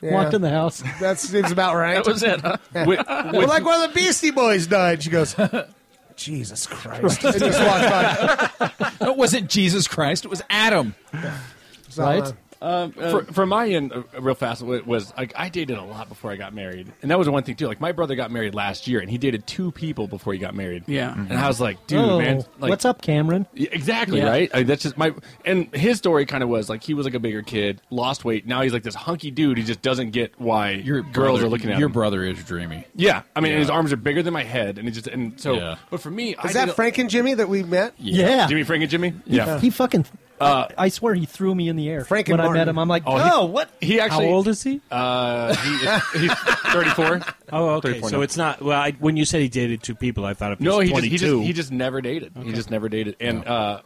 [SPEAKER 9] Yeah.
[SPEAKER 3] walked in the house.
[SPEAKER 9] That seems about right.
[SPEAKER 2] That was it. Huh?
[SPEAKER 9] We're like one of the Beastie Boys died. She goes, Jesus Christ. and just walks by.
[SPEAKER 4] No, it wasn't Jesus Christ; it was Adam.
[SPEAKER 9] It's not
[SPEAKER 3] Right?
[SPEAKER 9] mine.
[SPEAKER 4] Uh,
[SPEAKER 8] for, for my end, uh, real fast, it was like I dated a lot before I got married, and that was one thing too. Like my brother got married last year, and he dated two people before he got married.
[SPEAKER 2] Yeah.
[SPEAKER 8] Mm-hmm. and I was like, dude,
[SPEAKER 3] oh,
[SPEAKER 8] man, like,
[SPEAKER 3] what's up, Cameron?
[SPEAKER 8] Yeah, Exactly
[SPEAKER 2] Yeah.
[SPEAKER 8] right. Like, that's just my and his story kind of was like he was like a bigger kid, lost weight. Now he's like this hunky dude. He just doesn't get why
[SPEAKER 4] Your
[SPEAKER 8] girls
[SPEAKER 4] brother-
[SPEAKER 8] are looking at
[SPEAKER 4] your
[SPEAKER 8] him.
[SPEAKER 4] brother is dreamy.
[SPEAKER 8] Yeah, I mean,
[SPEAKER 4] Yeah.
[SPEAKER 8] and his arms are bigger than my head, and it just and so.
[SPEAKER 4] Yeah.
[SPEAKER 8] But for me, I
[SPEAKER 9] Is
[SPEAKER 8] did
[SPEAKER 9] that
[SPEAKER 8] a-
[SPEAKER 9] Frank and Jimmy that we met?
[SPEAKER 3] Yeah.
[SPEAKER 8] Jimmy Frank and Jimmy? Yeah. Uh,
[SPEAKER 3] He fucking, I swear he threw me in the air
[SPEAKER 9] Frank and
[SPEAKER 3] when I met
[SPEAKER 9] Martin.
[SPEAKER 3] him. I'm like,
[SPEAKER 8] Oh, he-
[SPEAKER 3] oh, what?
[SPEAKER 8] He
[SPEAKER 7] How
[SPEAKER 8] actually
[SPEAKER 7] old is he?
[SPEAKER 8] Uh, he, he's thirty-four.
[SPEAKER 7] oh, okay.
[SPEAKER 8] 34
[SPEAKER 7] So
[SPEAKER 8] now.
[SPEAKER 7] it's not. Well, I, when you said he dated two people, I thought it was
[SPEAKER 8] No, he just,
[SPEAKER 7] 22.
[SPEAKER 8] he just he just never dated. He just never dated, and uh,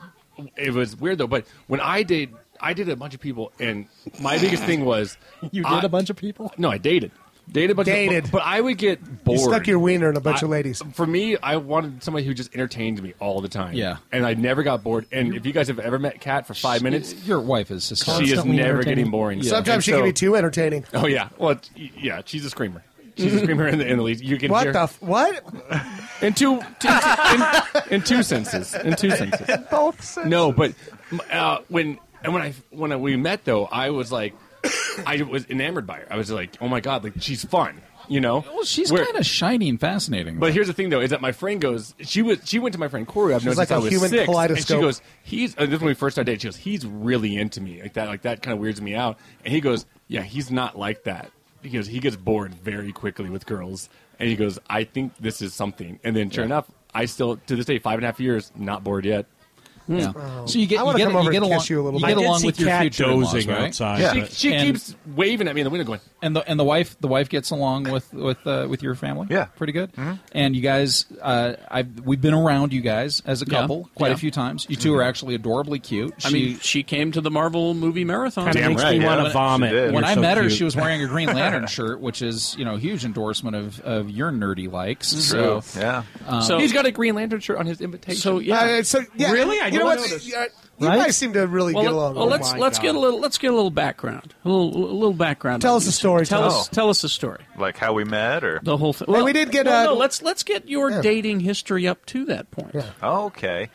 [SPEAKER 8] it was weird though. But when I did, I did a bunch of people, and my biggest thing was
[SPEAKER 3] You
[SPEAKER 8] I-
[SPEAKER 3] did a bunch of people?
[SPEAKER 8] No, I dated, dated a bunch.
[SPEAKER 9] Dated.
[SPEAKER 8] of, but, but I would get bored.
[SPEAKER 9] You stuck your wiener in a bunch
[SPEAKER 8] I-
[SPEAKER 9] of ladies.
[SPEAKER 8] For me, I wanted somebody who just entertained me all the time.
[SPEAKER 4] Yeah.
[SPEAKER 8] and I never got bored. And if you guys have ever met Kat for five minutes,
[SPEAKER 4] Your wife is hysterical.
[SPEAKER 8] she is
[SPEAKER 3] constantly
[SPEAKER 8] never
[SPEAKER 3] entertaining.
[SPEAKER 8] getting boring.
[SPEAKER 9] Sometimes
[SPEAKER 8] And
[SPEAKER 9] she can
[SPEAKER 8] so-
[SPEAKER 9] be too entertaining.
[SPEAKER 8] Oh yeah, well, it's- yeah, she's a screamer. She's a screamer in the, in the lead. You can
[SPEAKER 9] What
[SPEAKER 8] hear
[SPEAKER 9] the f- what?
[SPEAKER 8] in two, two in, in two senses. In two senses.
[SPEAKER 9] Both senses.
[SPEAKER 8] No, but m- uh, when and when I when I, we met though, I was like, I was enamored by her. I was like, oh my god, like she's fun. You know,
[SPEAKER 4] Well, she's
[SPEAKER 8] Where-
[SPEAKER 4] kind of shiny and fascinating.
[SPEAKER 8] But here's the thing, though, is that my friend goes. She was. She went to my friend Corey. I've
[SPEAKER 4] She's
[SPEAKER 8] known
[SPEAKER 4] like
[SPEAKER 8] since I
[SPEAKER 4] a
[SPEAKER 8] was
[SPEAKER 4] human
[SPEAKER 8] six,
[SPEAKER 4] kaleidoscope.
[SPEAKER 8] And she goes, "He's." Uh, this is when we first started dating. She goes, "He's really into me like that. Like that kind of weirds me out." And he goes, "Yeah, he's not like that." He goes, "He gets bored very quickly with girls." And he goes, "I think this is something." And then,
[SPEAKER 4] Yeah.
[SPEAKER 8] sure enough, I still to this day, five and a half years, not bored yet.
[SPEAKER 4] Yeah.
[SPEAKER 8] Uh,
[SPEAKER 4] So you get
[SPEAKER 8] I
[SPEAKER 4] you
[SPEAKER 8] wanna
[SPEAKER 4] get,
[SPEAKER 8] come over
[SPEAKER 4] you get
[SPEAKER 8] and
[SPEAKER 4] along,
[SPEAKER 8] kiss you a little bit.
[SPEAKER 4] get
[SPEAKER 8] I did
[SPEAKER 4] along
[SPEAKER 8] see
[SPEAKER 4] with your
[SPEAKER 8] Kat
[SPEAKER 4] future
[SPEAKER 8] dozing
[SPEAKER 4] in-laws, right?
[SPEAKER 8] outside, Yeah. but- She- she keeps waving at me in the window, going.
[SPEAKER 4] And the and the wife the wife gets along with with uh, with your family. Yeah, pretty good.
[SPEAKER 8] Mhm.
[SPEAKER 4] And you guys, uh, I've we've been around you guys as a
[SPEAKER 2] Yeah.
[SPEAKER 4] couple quite
[SPEAKER 2] Yeah. Mm-hmm.
[SPEAKER 4] a few times. You
[SPEAKER 8] Mm-hmm.
[SPEAKER 4] 2 are actually adorably cute.
[SPEAKER 2] I mean, she came to the Marvel movie marathon.
[SPEAKER 4] Damn right, yeah. When- When, I met her, she was wearing a Green Lantern
[SPEAKER 2] shirt.
[SPEAKER 4] shirt, which is you know a huge endorsement of, of your nerdy likes.
[SPEAKER 2] True.
[SPEAKER 4] So um,
[SPEAKER 10] yeah,
[SPEAKER 8] so he's got a Green Lantern shirt on his invitation.
[SPEAKER 2] So yeah,
[SPEAKER 8] really,
[SPEAKER 9] Uh,
[SPEAKER 8] I
[SPEAKER 9] you know
[SPEAKER 8] don't
[SPEAKER 9] what?
[SPEAKER 8] notice.
[SPEAKER 9] You you guys seem to really
[SPEAKER 2] well,
[SPEAKER 9] get
[SPEAKER 2] let-
[SPEAKER 9] along.
[SPEAKER 2] well, let's let's get a little let's get a little background, a little, a little background.
[SPEAKER 10] Tell
[SPEAKER 2] on
[SPEAKER 10] us
[SPEAKER 2] you
[SPEAKER 10] a
[SPEAKER 2] two.
[SPEAKER 10] story,
[SPEAKER 2] Tell
[SPEAKER 10] Tom.
[SPEAKER 2] us tell us a story.
[SPEAKER 10] like how we met or
[SPEAKER 2] the whole thing.
[SPEAKER 10] Well, we did get,
[SPEAKER 2] no,
[SPEAKER 10] uh,
[SPEAKER 2] no, let's let's get your dating history up to that point.
[SPEAKER 10] Okay.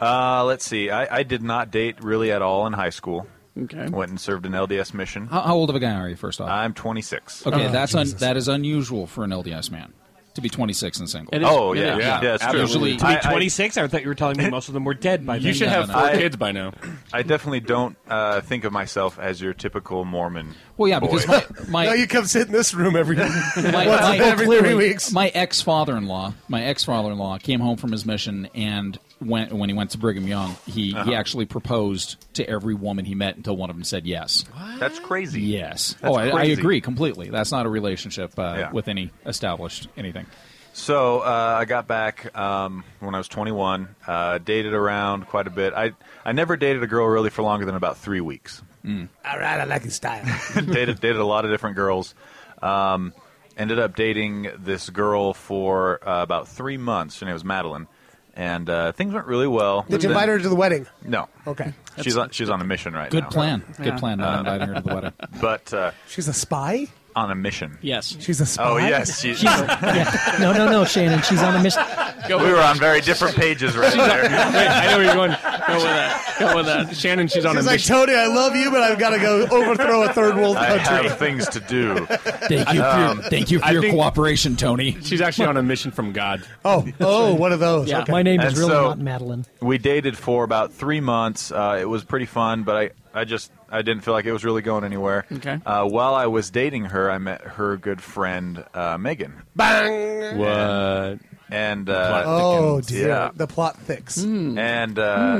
[SPEAKER 10] Uh, let's see. I, I did not date really at all in high school.
[SPEAKER 2] Okay.
[SPEAKER 10] Went and served an LDS mission.
[SPEAKER 4] How, how old of a guy are you, first off?
[SPEAKER 10] I'm 26.
[SPEAKER 4] Okay, that's un- that is unusual for an LDS man to be 26 and single.
[SPEAKER 10] It is- Oh, it yeah. is. Yeah, it's true.
[SPEAKER 4] Usually,
[SPEAKER 7] to be 26, I, thought you were telling me most of them were dead by then.
[SPEAKER 10] I-
[SPEAKER 8] by now.
[SPEAKER 10] I definitely don't uh, think of myself as your typical Mormon.
[SPEAKER 4] Well, yeah,
[SPEAKER 10] boy.
[SPEAKER 4] because my, my
[SPEAKER 9] Now you come sit in this room every once
[SPEAKER 4] my,
[SPEAKER 9] every three weeks.
[SPEAKER 4] ex father in law, my ex father in law came home from his mission and went when he went to Brigham Young, he,
[SPEAKER 10] Uh-huh.
[SPEAKER 4] he actually proposed to every woman he met until one of them said yes.
[SPEAKER 10] That's crazy.
[SPEAKER 4] Yes.
[SPEAKER 10] That's
[SPEAKER 4] oh, I, I
[SPEAKER 10] crazy.
[SPEAKER 4] agree completely. That's not a relationship uh,
[SPEAKER 10] Yeah.
[SPEAKER 4] with any established anything.
[SPEAKER 10] So uh, I got back um, when I was 21. Uh, dated around quite a bit. I I never dated a girl really for longer than about three weeks.
[SPEAKER 4] Hmm.
[SPEAKER 9] All right, I like his style.
[SPEAKER 10] dated dated a lot of different girls. Um, ended up dating this girl for uh, about three months. Her name was Madeline, and uh, things went really well.
[SPEAKER 9] Did you invite her to the wedding?
[SPEAKER 10] No.
[SPEAKER 9] Okay.
[SPEAKER 10] She's on, she's on a mission right
[SPEAKER 4] Good
[SPEAKER 10] now. Uh,
[SPEAKER 4] plan. Good Yeah. plan, not inviting her to the wedding.
[SPEAKER 10] But uh,
[SPEAKER 9] She's a spy.
[SPEAKER 10] on a mission.
[SPEAKER 2] Yes.
[SPEAKER 9] She's a spy.
[SPEAKER 10] Oh yes, she's.
[SPEAKER 3] No, no, no, Shannon. She's on a mission.
[SPEAKER 10] we were on very different pages right there.
[SPEAKER 8] Wait, I know where you're going. Go with that. Go with that. Shannon, she's on
[SPEAKER 9] She's
[SPEAKER 8] a
[SPEAKER 9] like,
[SPEAKER 8] mission.
[SPEAKER 9] Tony, I love you, but I've got to go overthrow a third world
[SPEAKER 10] I
[SPEAKER 9] country.
[SPEAKER 10] have things to do. Um,
[SPEAKER 4] Thank you for your, thank you for
[SPEAKER 8] I
[SPEAKER 4] your
[SPEAKER 8] think-
[SPEAKER 4] cooperation, Tony.
[SPEAKER 8] She's actually on a mission from God.
[SPEAKER 9] Oh, oh, one of those.
[SPEAKER 3] Yeah, my name is
[SPEAKER 10] And
[SPEAKER 3] really
[SPEAKER 10] so-
[SPEAKER 3] not Madeline.
[SPEAKER 10] We dated for about three months. Uh, it was pretty fun, but I, I just I didn't feel like it was really going anywhere.
[SPEAKER 2] Okay.
[SPEAKER 10] Uh, while I was dating her, I met her good friend uh, Megan.
[SPEAKER 9] Bang!
[SPEAKER 10] What? And uh,
[SPEAKER 9] oh dear,
[SPEAKER 10] Yeah.
[SPEAKER 9] the plot thicks.
[SPEAKER 10] And uh,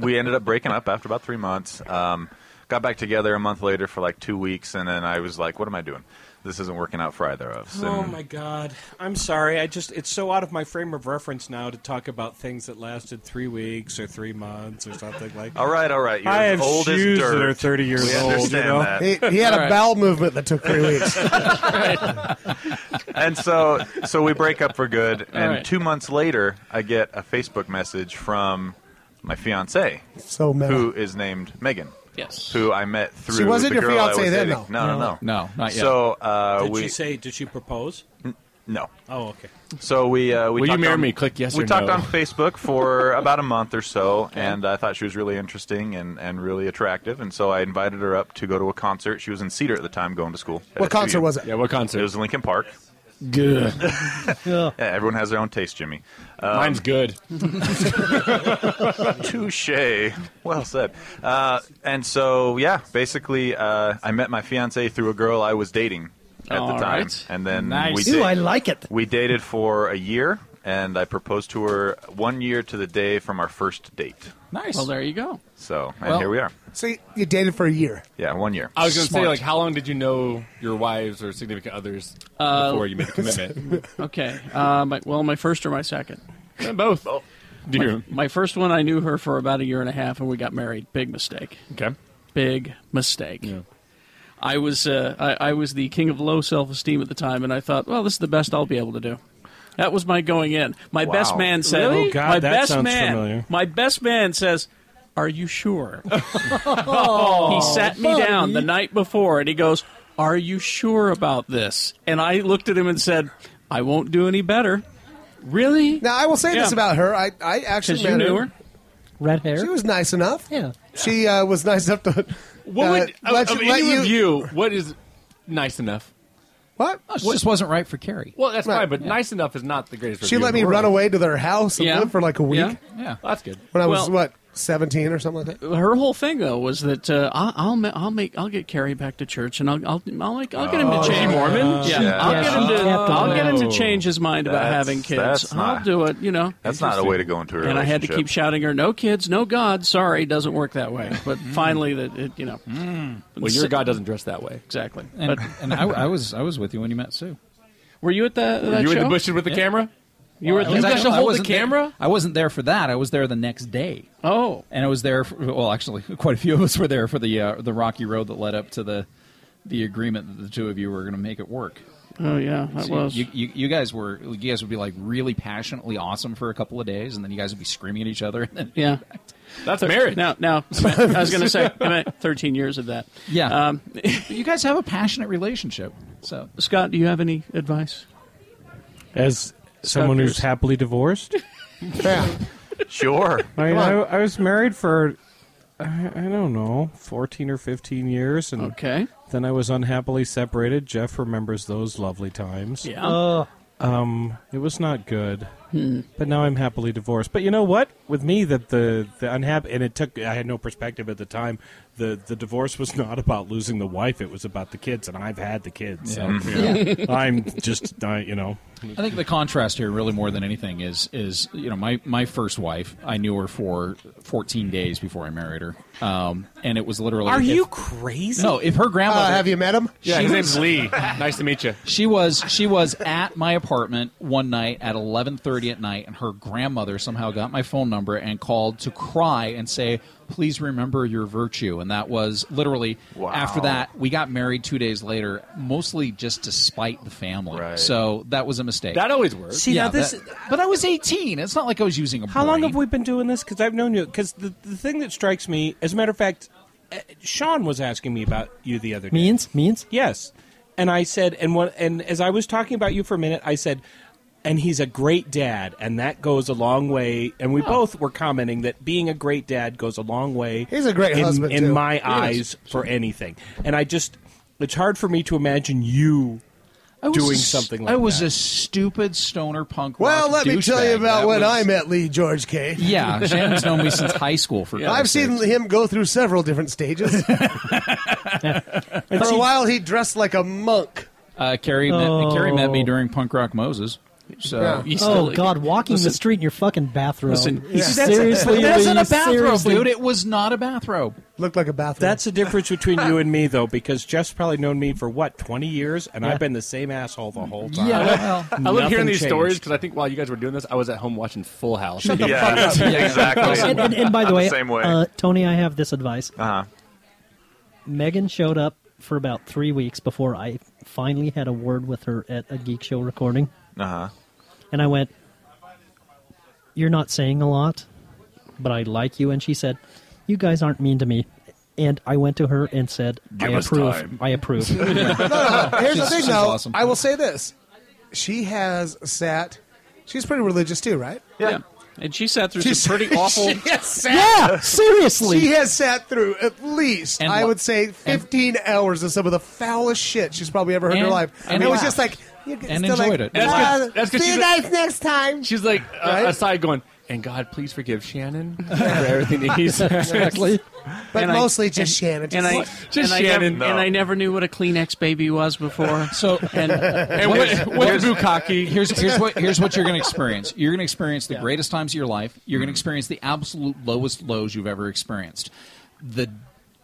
[SPEAKER 10] we ended up breaking up after about three months. Um, got back together a month later for like two weeks, and then I was like, "What am I doing? This isn't working out for either of us."
[SPEAKER 7] Oh
[SPEAKER 10] And-
[SPEAKER 7] my god! I'm sorry. I just it's so out of my frame of reference now to talk about things that lasted three weeks or three months or something like.
[SPEAKER 10] All right, all right. You're
[SPEAKER 7] I
[SPEAKER 10] as
[SPEAKER 7] have
[SPEAKER 10] old as
[SPEAKER 7] shoes that
[SPEAKER 10] dirt.
[SPEAKER 7] are 30 years
[SPEAKER 10] We
[SPEAKER 7] old, you
[SPEAKER 10] understand
[SPEAKER 7] know?
[SPEAKER 10] that. Uh,
[SPEAKER 9] He, he had a bowel movement that took three weeks.
[SPEAKER 10] and so so we break up for good and
[SPEAKER 9] right.
[SPEAKER 10] two months later i get a facebook message from my fiance
[SPEAKER 9] So meta.
[SPEAKER 10] who is named megan
[SPEAKER 2] yes
[SPEAKER 10] who i met through
[SPEAKER 9] She wasn't
[SPEAKER 10] the
[SPEAKER 9] your
[SPEAKER 10] girl I
[SPEAKER 9] fiancée
[SPEAKER 10] was
[SPEAKER 9] then,
[SPEAKER 10] dating.
[SPEAKER 9] though.
[SPEAKER 10] no no
[SPEAKER 4] No, not yet.
[SPEAKER 10] so uh
[SPEAKER 7] did
[SPEAKER 10] we
[SPEAKER 7] she say? Did she propose?
[SPEAKER 10] N- no
[SPEAKER 7] Oh, okay.
[SPEAKER 10] so we uh, we
[SPEAKER 8] Will you
[SPEAKER 10] talked
[SPEAKER 8] marry
[SPEAKER 10] on-
[SPEAKER 8] me? Click yes
[SPEAKER 10] We
[SPEAKER 8] or
[SPEAKER 10] talked
[SPEAKER 8] no.
[SPEAKER 10] on Facebook for about a month or so, and I thought she was really interesting and, and really attractive, and so I invited her up to go to a concert. She was in Cedar at the time, going to school. at
[SPEAKER 9] What
[SPEAKER 10] SUU.
[SPEAKER 9] concert was it?
[SPEAKER 8] Yeah, what concert?
[SPEAKER 10] It was Lincoln Park.
[SPEAKER 8] Good.
[SPEAKER 10] yeah, everyone has their own taste, Jimmy. Um,
[SPEAKER 8] Mine's good.
[SPEAKER 10] Touche. Well said. Uh, and so, yeah, basically, uh, I met my fiance through a girl I was dating at
[SPEAKER 2] All
[SPEAKER 10] the time,
[SPEAKER 2] right.
[SPEAKER 10] and then
[SPEAKER 2] Nice.
[SPEAKER 10] we
[SPEAKER 2] Ooh,
[SPEAKER 10] da-
[SPEAKER 2] I like it.
[SPEAKER 10] We dated for a year, and I proposed to her one year to the day from our first date.
[SPEAKER 4] Nice.
[SPEAKER 2] Well, there you go.
[SPEAKER 10] So, and
[SPEAKER 8] Well-
[SPEAKER 10] here we are.
[SPEAKER 9] So you, you dated for a year.
[SPEAKER 10] Yeah, one year.
[SPEAKER 8] I was going to say, like, how long did you know your wives or significant others
[SPEAKER 2] Uh,
[SPEAKER 8] before you made a commitment?
[SPEAKER 2] Okay. Uh, my, well, my first or my second? Uh, Both. My, my first one, I knew her for about a year and a half, and we got married. Big mistake.
[SPEAKER 8] Okay.
[SPEAKER 2] Big mistake. I was uh, I, I was the king of low self esteem at the time, and I thought, well, this is the best I'll be able to do. That was my going in. My
[SPEAKER 7] Wow.
[SPEAKER 2] best man said,
[SPEAKER 7] Really? Oh, God,
[SPEAKER 2] my
[SPEAKER 7] that
[SPEAKER 2] best
[SPEAKER 7] sounds
[SPEAKER 2] man,
[SPEAKER 7] familiar.
[SPEAKER 2] my best man says, are you sure?
[SPEAKER 11] Oh,
[SPEAKER 2] he sat me
[SPEAKER 11] buddy.
[SPEAKER 2] down the night before and he goes, Are you sure about this? And I looked at him and said, I won't do any better. Really?
[SPEAKER 9] Now I will say this
[SPEAKER 2] Yeah.
[SPEAKER 9] about her. I, I actually
[SPEAKER 2] 'Cause you
[SPEAKER 9] met
[SPEAKER 2] knew her.
[SPEAKER 3] Red hair.
[SPEAKER 9] She was nice enough.
[SPEAKER 3] Yeah.
[SPEAKER 9] She uh, was nice enough to.
[SPEAKER 8] What
[SPEAKER 9] uh,
[SPEAKER 8] would,
[SPEAKER 9] let you-
[SPEAKER 8] of, of
[SPEAKER 9] let
[SPEAKER 8] any
[SPEAKER 9] you-
[SPEAKER 8] of you, what is nice enough?
[SPEAKER 9] What?
[SPEAKER 4] No, she just wasn't right for Carrie.
[SPEAKER 8] Well, that's
[SPEAKER 9] Right.
[SPEAKER 8] fine, but
[SPEAKER 9] Yeah.
[SPEAKER 8] nice enough is not the greatest.
[SPEAKER 9] She
[SPEAKER 8] review
[SPEAKER 9] let
[SPEAKER 8] in the
[SPEAKER 9] me
[SPEAKER 8] world.
[SPEAKER 9] run away to their house and
[SPEAKER 2] Yeah.
[SPEAKER 9] live for like a week
[SPEAKER 2] Yeah.
[SPEAKER 4] Yeah.
[SPEAKER 8] That's good.
[SPEAKER 9] when I was
[SPEAKER 2] Well-
[SPEAKER 9] what seventeen or something like that.
[SPEAKER 2] her whole thing though was that uh, I- I'll ma- I'll make I'll get Carrie back to church and I'll I'll I'll, make, I'll get him to change
[SPEAKER 8] Mormon?
[SPEAKER 2] Yeah,
[SPEAKER 10] Oh, Yeah.
[SPEAKER 2] I'll
[SPEAKER 10] Yeah,
[SPEAKER 2] get him
[SPEAKER 3] she
[SPEAKER 2] to
[SPEAKER 3] kept
[SPEAKER 2] I'll get him to
[SPEAKER 8] Oh.
[SPEAKER 2] change his mind about
[SPEAKER 10] That's-
[SPEAKER 2] having kids.
[SPEAKER 10] that's
[SPEAKER 2] I'll
[SPEAKER 10] not-
[SPEAKER 2] do it. You know.
[SPEAKER 10] That's not a way to go into a
[SPEAKER 2] and
[SPEAKER 10] relationship.
[SPEAKER 2] I had to keep shouting her, "No kids, no God." Sorry, doesn't work that way. But
[SPEAKER 10] Mm.
[SPEAKER 2] finally, that it, you know,
[SPEAKER 8] Well, your God doesn't dress that way.
[SPEAKER 2] exactly.
[SPEAKER 4] And,
[SPEAKER 2] but
[SPEAKER 4] and I, I was I was with you when you met Sue.
[SPEAKER 2] were you at that? that
[SPEAKER 8] you in
[SPEAKER 2] show?
[SPEAKER 8] the bushes with the camera?
[SPEAKER 2] You were.
[SPEAKER 4] I
[SPEAKER 2] you
[SPEAKER 4] was
[SPEAKER 2] got
[SPEAKER 4] actually-
[SPEAKER 2] to
[SPEAKER 4] I
[SPEAKER 2] hold the
[SPEAKER 4] wasn't there-
[SPEAKER 2] camera.
[SPEAKER 4] I wasn't there for that. I was there the next day.
[SPEAKER 2] Oh,
[SPEAKER 4] and I was there. For, well, actually, quite a few of us were there for the uh, the rocky road that led up to the the agreement that the two of you were going to make it work.
[SPEAKER 2] oh yeah, that
[SPEAKER 4] So
[SPEAKER 2] was.
[SPEAKER 4] you, you, you guys were you guys would be like really passionately awesome for a couple of days, and then you guys would be screaming at each other. And then,
[SPEAKER 2] yeah.
[SPEAKER 8] That's marriage.
[SPEAKER 2] Now, now, I was going to say, I meant 13 years of that.
[SPEAKER 4] Yeah.
[SPEAKER 2] Um,
[SPEAKER 4] you guys have a passionate relationship. So
[SPEAKER 2] Scott, do you have any advice?
[SPEAKER 7] As someone who's happily divorced,
[SPEAKER 10] Sure.
[SPEAKER 7] I, mean, I, I was married for I, I don't know, fourteen or fifteen years, and
[SPEAKER 2] Okay.
[SPEAKER 7] then I was unhappily separated. Jeff remembers those lovely times. Um,
[SPEAKER 2] Yeah. Hmm.
[SPEAKER 3] Oh,
[SPEAKER 7] It was not good. But now I'm happily divorced. But you know what? With me, that the the unhappy and it took. I had no perspective at the time. the The divorce was not about losing the wife. It was about the kids, and I've had the kids. So,
[SPEAKER 2] Mm-hmm.
[SPEAKER 7] you know, I'm just, I, you know,
[SPEAKER 4] I think the contrast here, really more than anything, is is you know my my first wife. I knew her for 14 days before I married her, um, and it was literally. if-
[SPEAKER 7] crazy?
[SPEAKER 4] No, if her grandmother.
[SPEAKER 9] Uh, have you met him?
[SPEAKER 8] Yeah, his name's Lee. Nice to meet you.
[SPEAKER 4] She was she was at my apartment one night at eleven thirty at night, and her grandmother somehow got my phone number and called to cry and say, "Please remember your virtue." And that was literally after that we got married two days later, mostly just to spite the family.
[SPEAKER 10] Right.
[SPEAKER 4] So that was a mistake.
[SPEAKER 8] That always works.
[SPEAKER 7] See,
[SPEAKER 4] yeah,
[SPEAKER 7] now this.
[SPEAKER 4] that- but I was eighteen. It's not like I was using a.
[SPEAKER 7] How long
[SPEAKER 4] brain.
[SPEAKER 7] have we been doing this? Because I've known you. Because the, the thing that strikes me, as a matter of fact, uh, Sean was asking me about you the other day.
[SPEAKER 3] means means.
[SPEAKER 7] Yes. And I said, and what, and as I was talking about you for a minute, I said, and he's a great dad, and that goes a long way. And
[SPEAKER 9] Oh.
[SPEAKER 7] we both were commenting that being a great dad goes a long way.
[SPEAKER 9] He's a great
[SPEAKER 7] in,
[SPEAKER 9] husband,
[SPEAKER 7] in
[SPEAKER 9] too.
[SPEAKER 7] my eyes for anything. And I just, it's hard for me to imagine you
[SPEAKER 4] I was
[SPEAKER 7] doing
[SPEAKER 4] a s-
[SPEAKER 7] something like
[SPEAKER 4] I was
[SPEAKER 7] that.
[SPEAKER 4] a stupid stoner punk.
[SPEAKER 9] Well,
[SPEAKER 4] rock
[SPEAKER 9] let me tell you
[SPEAKER 4] douchebag.
[SPEAKER 9] about
[SPEAKER 4] That
[SPEAKER 9] when
[SPEAKER 4] was-
[SPEAKER 9] I met Lee George K.
[SPEAKER 4] Yeah, Shannon's known me since high school. For
[SPEAKER 9] I've
[SPEAKER 4] God's
[SPEAKER 9] seen
[SPEAKER 4] sakes.
[SPEAKER 9] him go through several different stages. For a while, he dressed like a monk.
[SPEAKER 4] Uh, Carrie, met,
[SPEAKER 3] Oh.
[SPEAKER 4] Carrie met me during Punk Rock Moses. So
[SPEAKER 9] Yeah.
[SPEAKER 4] You
[SPEAKER 3] Oh
[SPEAKER 4] still-
[SPEAKER 3] God, walking
[SPEAKER 4] Listen.
[SPEAKER 3] the street in your fucking bathrobe.
[SPEAKER 2] Listen,
[SPEAKER 3] You
[SPEAKER 9] that's-
[SPEAKER 3] seriously,
[SPEAKER 4] It wasn't
[SPEAKER 3] Lee,
[SPEAKER 4] a bathrobe,
[SPEAKER 3] seriously.
[SPEAKER 4] dude. It was not a bathrobe.
[SPEAKER 9] Looked like a bathroom.
[SPEAKER 7] That's the difference between you and me, though, because Jeff's probably known me for what twenty years, and I've been the same asshole the whole time.
[SPEAKER 4] Yeah,
[SPEAKER 8] I love hearing
[SPEAKER 7] Nothing
[SPEAKER 8] these
[SPEAKER 7] changed.
[SPEAKER 8] stories because I think while you guys were doing this, I was at home watching Full House.
[SPEAKER 10] yeah, exactly.
[SPEAKER 3] And, and, and by the
[SPEAKER 10] I'm
[SPEAKER 3] way,
[SPEAKER 10] same way.
[SPEAKER 3] Uh, Tony, I have this advice. Uh-huh. Megan showed up for about three weeks before I finally had a word with her at a geek show recording,
[SPEAKER 10] uh-huh.
[SPEAKER 3] and I went, "You're not saying a lot, but I like you." And she said, "You guys aren't mean to me." And I went to her and said, "I
[SPEAKER 8] us
[SPEAKER 3] approve.
[SPEAKER 8] time."
[SPEAKER 3] I approve."
[SPEAKER 9] No, no, Here's the
[SPEAKER 4] She's-
[SPEAKER 9] thing,
[SPEAKER 4] she's
[SPEAKER 9] though.
[SPEAKER 4] awesome.
[SPEAKER 9] I will say this: she has sat. She's pretty religious too, right?
[SPEAKER 2] Yeah. And she sat through
[SPEAKER 9] She's
[SPEAKER 2] some pretty awful.
[SPEAKER 9] She has sat.
[SPEAKER 3] yeah, seriously.
[SPEAKER 9] She has sat through at least,
[SPEAKER 4] And
[SPEAKER 9] I
[SPEAKER 4] la-
[SPEAKER 9] would say, 15 hours of some of the foulest shit she's probably ever heard in her
[SPEAKER 4] And-
[SPEAKER 9] life.
[SPEAKER 4] and
[SPEAKER 9] it was
[SPEAKER 4] laughed.
[SPEAKER 9] just like, you
[SPEAKER 4] And
[SPEAKER 9] still like,
[SPEAKER 4] enjoyed it.
[SPEAKER 8] That's
[SPEAKER 9] "Ah,
[SPEAKER 8] 'cause- that's 'cause
[SPEAKER 9] see you
[SPEAKER 8] she's a-
[SPEAKER 9] guys next time.
[SPEAKER 8] She's like uh,
[SPEAKER 9] Right?
[SPEAKER 8] aside going, and God, please forgive Shannon for everything that he's
[SPEAKER 4] exactly.
[SPEAKER 9] but
[SPEAKER 2] and I-
[SPEAKER 9] mostly just Shannon.
[SPEAKER 2] And I,
[SPEAKER 8] Just
[SPEAKER 2] and, I never,
[SPEAKER 8] Shannon.
[SPEAKER 2] and I never knew what a Kleenex baby was before.
[SPEAKER 4] So
[SPEAKER 2] and
[SPEAKER 8] and what, what's Bukaki?
[SPEAKER 4] here's here's what here's what you're going to experience. You're going to experience the greatest times of your life. You're going to experience the absolute lowest lows you've ever experienced. The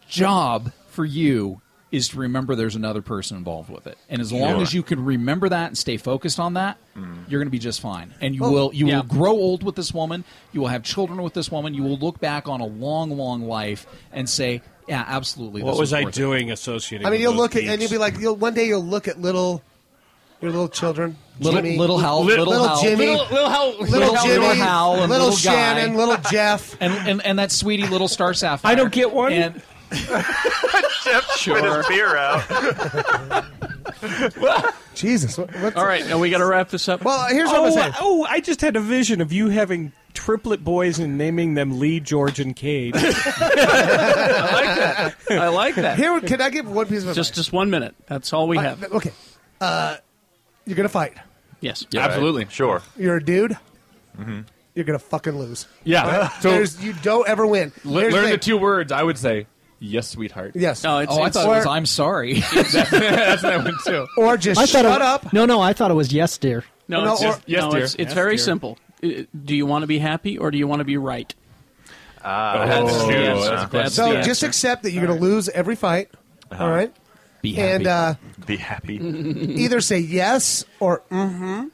[SPEAKER 4] job for you is to remember there's another person involved with it. And as long
[SPEAKER 10] Sure.
[SPEAKER 4] as you can remember that and stay focused on that,
[SPEAKER 9] Mm.
[SPEAKER 4] you're going to be just fine. And
[SPEAKER 9] Oh,
[SPEAKER 4] you will you
[SPEAKER 2] yeah.
[SPEAKER 4] will grow old with this woman. You will have children with this woman. You will look back on a long long life and say, yeah, absolutely.
[SPEAKER 7] What
[SPEAKER 4] this
[SPEAKER 7] was I
[SPEAKER 4] worth it."
[SPEAKER 7] doing associating?
[SPEAKER 9] I mean,
[SPEAKER 7] with
[SPEAKER 9] you'll
[SPEAKER 7] those
[SPEAKER 9] look at,
[SPEAKER 7] geeks?
[SPEAKER 9] and you'll be like, you'll one day you'll look at little, your little children,
[SPEAKER 4] Little
[SPEAKER 9] Jimmy,
[SPEAKER 4] little Hal,
[SPEAKER 9] little,
[SPEAKER 4] little, Hal,
[SPEAKER 9] Jimmy,
[SPEAKER 8] Little, little Hal,
[SPEAKER 9] little,
[SPEAKER 4] Hal,
[SPEAKER 9] Jimmy,
[SPEAKER 4] little Hal, and
[SPEAKER 9] little,
[SPEAKER 4] little guy.
[SPEAKER 9] Shannon, little Jeff.
[SPEAKER 4] and, and and that sweetie little star sapphire.
[SPEAKER 7] I don't get one.
[SPEAKER 4] And,
[SPEAKER 10] Put his beer out.
[SPEAKER 9] Jesus, what, what's
[SPEAKER 2] all right, now we got to wrap this up.
[SPEAKER 9] Well, here's what I'm
[SPEAKER 7] Oh,
[SPEAKER 9] saying.
[SPEAKER 7] I- oh, I just had a vision of you having triplet boys and naming them Lee, George, and Cade.
[SPEAKER 2] I like that.
[SPEAKER 9] Here, can I give one piece of advice?
[SPEAKER 2] Just just one minute. That's all we
[SPEAKER 9] I-
[SPEAKER 2] have.
[SPEAKER 9] okay. Uh, you're gonna fight.
[SPEAKER 2] Yes.
[SPEAKER 9] Yeah,
[SPEAKER 8] Absolutely.
[SPEAKER 10] Sure.
[SPEAKER 9] You're a dude.
[SPEAKER 4] Mm-hmm.
[SPEAKER 9] You're gonna fucking lose.
[SPEAKER 8] Yeah. Uh,
[SPEAKER 9] Right?
[SPEAKER 8] So-
[SPEAKER 9] There's- you don't ever win.
[SPEAKER 8] L-
[SPEAKER 9] Here's
[SPEAKER 8] learn the
[SPEAKER 9] thing.
[SPEAKER 8] two words. I would say, yes, sweetheart.
[SPEAKER 9] Yes.
[SPEAKER 4] No, it's- Oh, I it's- thought it was, I'm sorry.
[SPEAKER 8] That's what I went to.
[SPEAKER 9] Or just
[SPEAKER 3] I thought it-
[SPEAKER 9] shut up.
[SPEAKER 3] No, no, I thought it was yes, dear.
[SPEAKER 2] No,
[SPEAKER 9] No,
[SPEAKER 2] it's,
[SPEAKER 9] or-
[SPEAKER 2] just-
[SPEAKER 8] yes,
[SPEAKER 2] no,
[SPEAKER 8] dear.
[SPEAKER 2] it's, it's
[SPEAKER 8] Yes,
[SPEAKER 2] very
[SPEAKER 8] dear.
[SPEAKER 2] simple. Uh, Do you want to be happy or do you want to be right?
[SPEAKER 10] Ah,
[SPEAKER 8] Oh,
[SPEAKER 10] that's- that's
[SPEAKER 8] yes.
[SPEAKER 10] a
[SPEAKER 8] That's
[SPEAKER 10] question.
[SPEAKER 9] So
[SPEAKER 2] the
[SPEAKER 9] just
[SPEAKER 2] answer.
[SPEAKER 9] accept that you're gonna lose every fight.
[SPEAKER 10] Uh-huh.
[SPEAKER 9] all right.
[SPEAKER 4] Be happy.
[SPEAKER 9] And uh,
[SPEAKER 10] Be happy.
[SPEAKER 9] either say yes or mm-hmm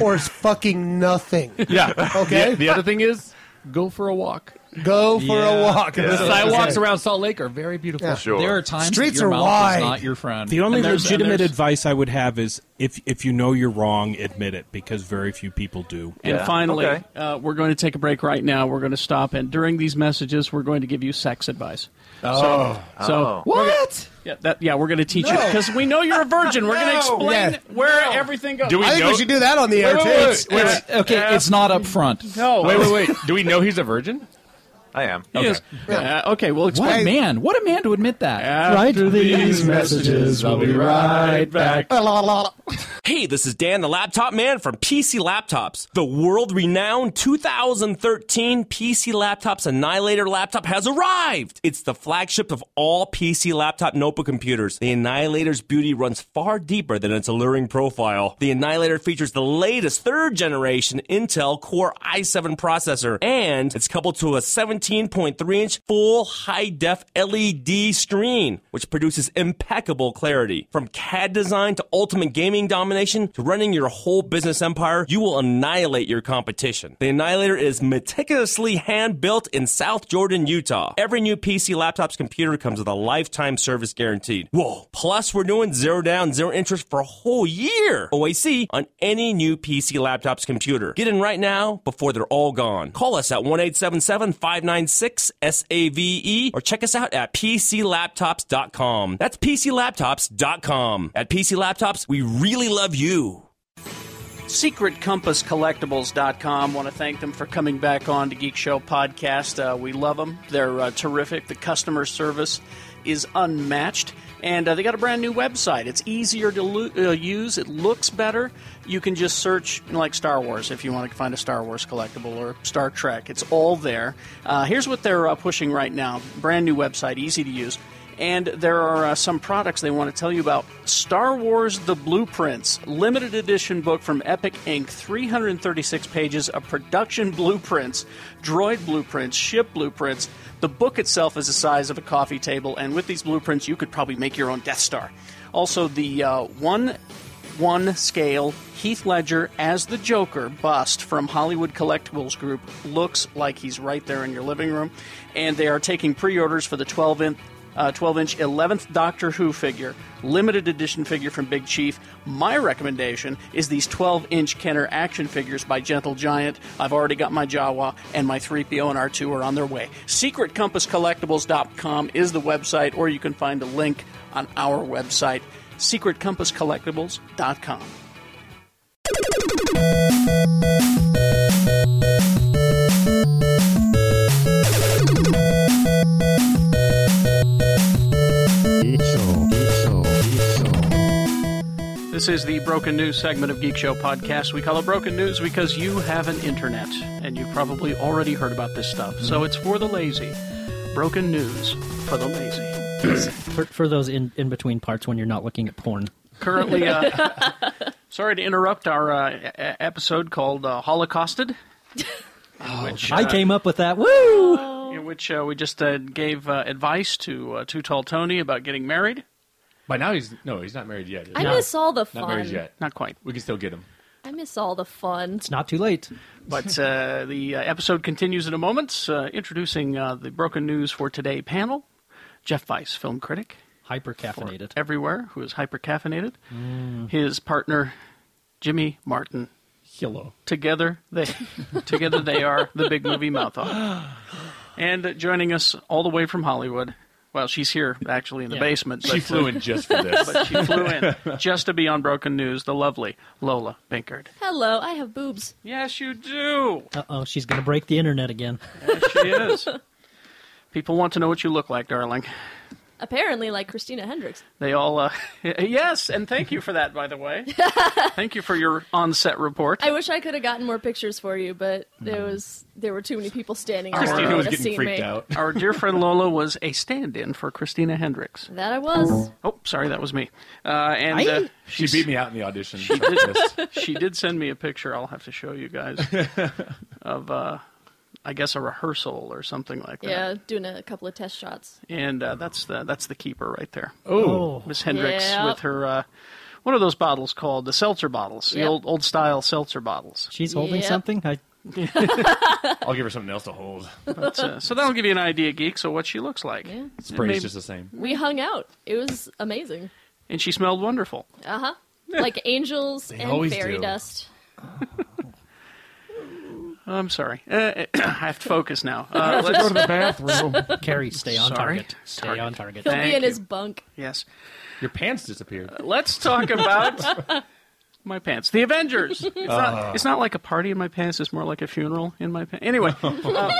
[SPEAKER 9] or it's fucking nothing.
[SPEAKER 8] Yeah.
[SPEAKER 9] Okay.
[SPEAKER 8] The, the other thing is, go for a walk.
[SPEAKER 9] Go for a walk.
[SPEAKER 8] The
[SPEAKER 9] That's what I'm
[SPEAKER 8] sidewalks
[SPEAKER 9] saying.
[SPEAKER 8] around Salt Lake are very beautiful.
[SPEAKER 9] Yeah.
[SPEAKER 10] Sure.
[SPEAKER 4] there are times
[SPEAKER 9] Streets
[SPEAKER 4] that your
[SPEAKER 9] are
[SPEAKER 4] mouth
[SPEAKER 9] wide.
[SPEAKER 4] is not your friend.
[SPEAKER 7] The only
[SPEAKER 4] And there's- and
[SPEAKER 7] legitimate
[SPEAKER 4] there's-
[SPEAKER 7] advice I would have is if if you know you're wrong, admit it because very few people do.
[SPEAKER 2] And
[SPEAKER 10] Yeah.
[SPEAKER 2] finally,
[SPEAKER 10] Okay.
[SPEAKER 2] uh, we're going to take a break right now. We're going to stop, and during these messages, we're going to give you sex advice. Oh, so,
[SPEAKER 10] Oh.
[SPEAKER 9] What?
[SPEAKER 2] yeah, that, yeah, we're going to teach you
[SPEAKER 9] No.
[SPEAKER 2] because we know you're a virgin. We're going to
[SPEAKER 9] No.
[SPEAKER 2] explain
[SPEAKER 9] Yeah.
[SPEAKER 2] where everything goes.
[SPEAKER 8] Do we
[SPEAKER 9] I think
[SPEAKER 8] know?
[SPEAKER 9] we should do that on the air
[SPEAKER 8] Wait,
[SPEAKER 9] too.
[SPEAKER 8] wait,
[SPEAKER 9] It's-
[SPEAKER 8] wait,
[SPEAKER 9] it's-
[SPEAKER 8] wait.
[SPEAKER 4] Okay, it's not up front.
[SPEAKER 2] no,
[SPEAKER 8] Wait, wait, wait. Do we know he's a virgin?
[SPEAKER 10] I am.
[SPEAKER 2] He is- Uh, okay, we'll explain.
[SPEAKER 4] What a man! What a man to admit that.
[SPEAKER 3] Right? These
[SPEAKER 8] messages, I'll be right back.
[SPEAKER 9] la, la, la, la.
[SPEAKER 11] Hey, this is Dan the Laptop Man from PC Laptops. The world renowned 2013 PC Laptops Annihilator laptop has arrived! It's the flagship of all PC laptop notebook computers. The Annihilator's beauty runs far deeper than its alluring profile. The Annihilator features the latest third generation Intel Core i7 processor, and it's coupled to a 17.3 inch full high def LED screen, which produces impeccable clarity. From CAD design to ultimate gaming domination to running your whole business empire, you will annihilate your competition. The Annihilator is meticulously hand built in South Jordan, Utah. Every new PC laptop's computer comes with a lifetime service guaranteed. Whoa! Plus, we're doing zero down, zero interest for a whole year OAC on any new PC laptop's computer. Get in right now before they're all gone. Call us at 1 877 596 SAVE E or check us out at PCLaptops.com. That's PCLaptops.com. At PC Laptops, we really love you.
[SPEAKER 2] SecretCompassCollectibles.com. Want to thank them for coming back on to Geek Show Podcast. Uh, we love them. They're uh, terrific. The customer service is unmatched. And uh, they got a brand new website. It's easier to lo- uh, use, it looks better. You can just search you know, like Star Wars if you want to find a Star Wars collectible or Star Trek. It's all there. Uh, here's what they're uh, pushing right now brand new website, easy to use. And there are uh, some products they want to tell you about. Star Wars The Blueprints, limited edition book from Epic Inc., 336 pages of production blueprints, droid blueprints, ship blueprints. The book itself is the size of a coffee table, and with these blueprints, you could probably make your own Death Star. Also, the uh, 1 1 scale Heath Ledger as the Joker bust from Hollywood Collectibles Group looks like he's right there in your living room. And they are taking pre orders for the 12 inch. Uh, 12 inch 11th Doctor Who figure, limited edition figure from Big Chief. My recommendation is these 12 inch Kenner action figures by Gentle Giant. I've already got my Jawa, and my 3PO and R2 are on their way. SecretCompassCollectibles.com is the website, or you can find a link on our website secretcompasscollectibles.com. This is the Broken News segment of Geek Show Podcast. We call it Broken News because you have an internet, and you've probably already heard about this stuff. So it's for the lazy. Broken News for the lazy.
[SPEAKER 3] For, for those in, in between parts when you're not looking at porn.
[SPEAKER 2] currently uh, sorry to interrupt our uh, e- episode called uh, holocausted in which,
[SPEAKER 3] I
[SPEAKER 2] uh,
[SPEAKER 3] came up with that. Woo!
[SPEAKER 12] Oh.
[SPEAKER 2] in which uh, we just uh, gave uh, advice to uh, Too Tall Tony about getting married.
[SPEAKER 8] By now he's no, he's not married yet.
[SPEAKER 12] I miss all the
[SPEAKER 8] Not married
[SPEAKER 12] fun.
[SPEAKER 8] yet.
[SPEAKER 2] Not quite,
[SPEAKER 8] We can still get him.
[SPEAKER 12] I miss all the fun.
[SPEAKER 3] It's not too late.
[SPEAKER 2] but uh, the uh, episode continues in a moment. Uh, introducing uh, the broken news for today panel: Jeff Weiss, film critic
[SPEAKER 3] Hyper
[SPEAKER 2] for
[SPEAKER 3] caffeinated.
[SPEAKER 2] everywhere, who is hyper caffeinated.
[SPEAKER 3] Mm.
[SPEAKER 2] His partner, Jimmy Martin.
[SPEAKER 8] Hello.
[SPEAKER 2] Together they together they are the big movie mouth off. And joining us all the way from Hollywood. Well, she's here actually in the
[SPEAKER 3] Yeah.
[SPEAKER 2] basement. But, uh,
[SPEAKER 8] She flew in just for this.
[SPEAKER 2] but she flew in just to be on Broken News. The lovely Lola Binkard.
[SPEAKER 12] Hello, I have boobs.
[SPEAKER 2] Yes, you do.
[SPEAKER 3] Uh oh, she's going to break the internet again.
[SPEAKER 2] Yes, she is. People want to know what you look like, darling.
[SPEAKER 12] Apparently, like Christina Hendricks.
[SPEAKER 2] They all, uh, yes, and thank you for that, by the way. thank you for your on-set report.
[SPEAKER 12] I wish I could have gotten more pictures for you, but there was there were too many people standing. around.
[SPEAKER 2] Mm. Christina
[SPEAKER 12] They
[SPEAKER 2] was
[SPEAKER 12] would've
[SPEAKER 2] getting
[SPEAKER 12] seen
[SPEAKER 2] freaked
[SPEAKER 12] me.
[SPEAKER 2] out. uh, Our dear friend Lola was a stand-in for Christina Hendricks.
[SPEAKER 12] That I was.
[SPEAKER 2] Oh, sorry, that was me. Uh, and
[SPEAKER 12] Aye.
[SPEAKER 2] uh,
[SPEAKER 8] She
[SPEAKER 2] she's-
[SPEAKER 8] beat me out in the audition.
[SPEAKER 2] She did, she did send me a picture. I'll have to show you guys of, uh, I guess, a rehearsal or something like that.
[SPEAKER 12] Yeah, doing a couple of test shots.
[SPEAKER 2] And uh, that's the that's the keeper right there.
[SPEAKER 12] Oh.
[SPEAKER 2] Miss Hendricks
[SPEAKER 12] Yep.
[SPEAKER 2] with her. Uh, what are those bottles called? The seltzer bottles, the
[SPEAKER 12] Yep.
[SPEAKER 2] old old style seltzer bottles.
[SPEAKER 3] She's holding something. I
[SPEAKER 8] I'll give her something else to hold.
[SPEAKER 2] But, uh, so that'll give you an idea, geeks, of what she looks like. Yeah.
[SPEAKER 8] Spring's just the same.
[SPEAKER 12] We hung out. It was amazing.
[SPEAKER 2] And she smelled wonderful.
[SPEAKER 12] Uh huh. Like angels and
[SPEAKER 2] always
[SPEAKER 12] fairy
[SPEAKER 2] do.
[SPEAKER 12] dust.
[SPEAKER 2] I'm sorry. Uh, I have to focus now. Uh,
[SPEAKER 3] I have to
[SPEAKER 2] let's-
[SPEAKER 3] go to the bathroom. Carrie, stay on
[SPEAKER 2] Sorry.
[SPEAKER 3] target. Stay on target.
[SPEAKER 12] He'll
[SPEAKER 2] Thank
[SPEAKER 12] be in
[SPEAKER 2] you.
[SPEAKER 12] his bunk.
[SPEAKER 2] Yes.
[SPEAKER 8] Your pants disappeared.
[SPEAKER 2] Let's talk about my pants. The Avengers. It's,
[SPEAKER 8] Ah.
[SPEAKER 2] not, it's not like a party in my pants. It's more like a funeral in my pants. Anyway, uh,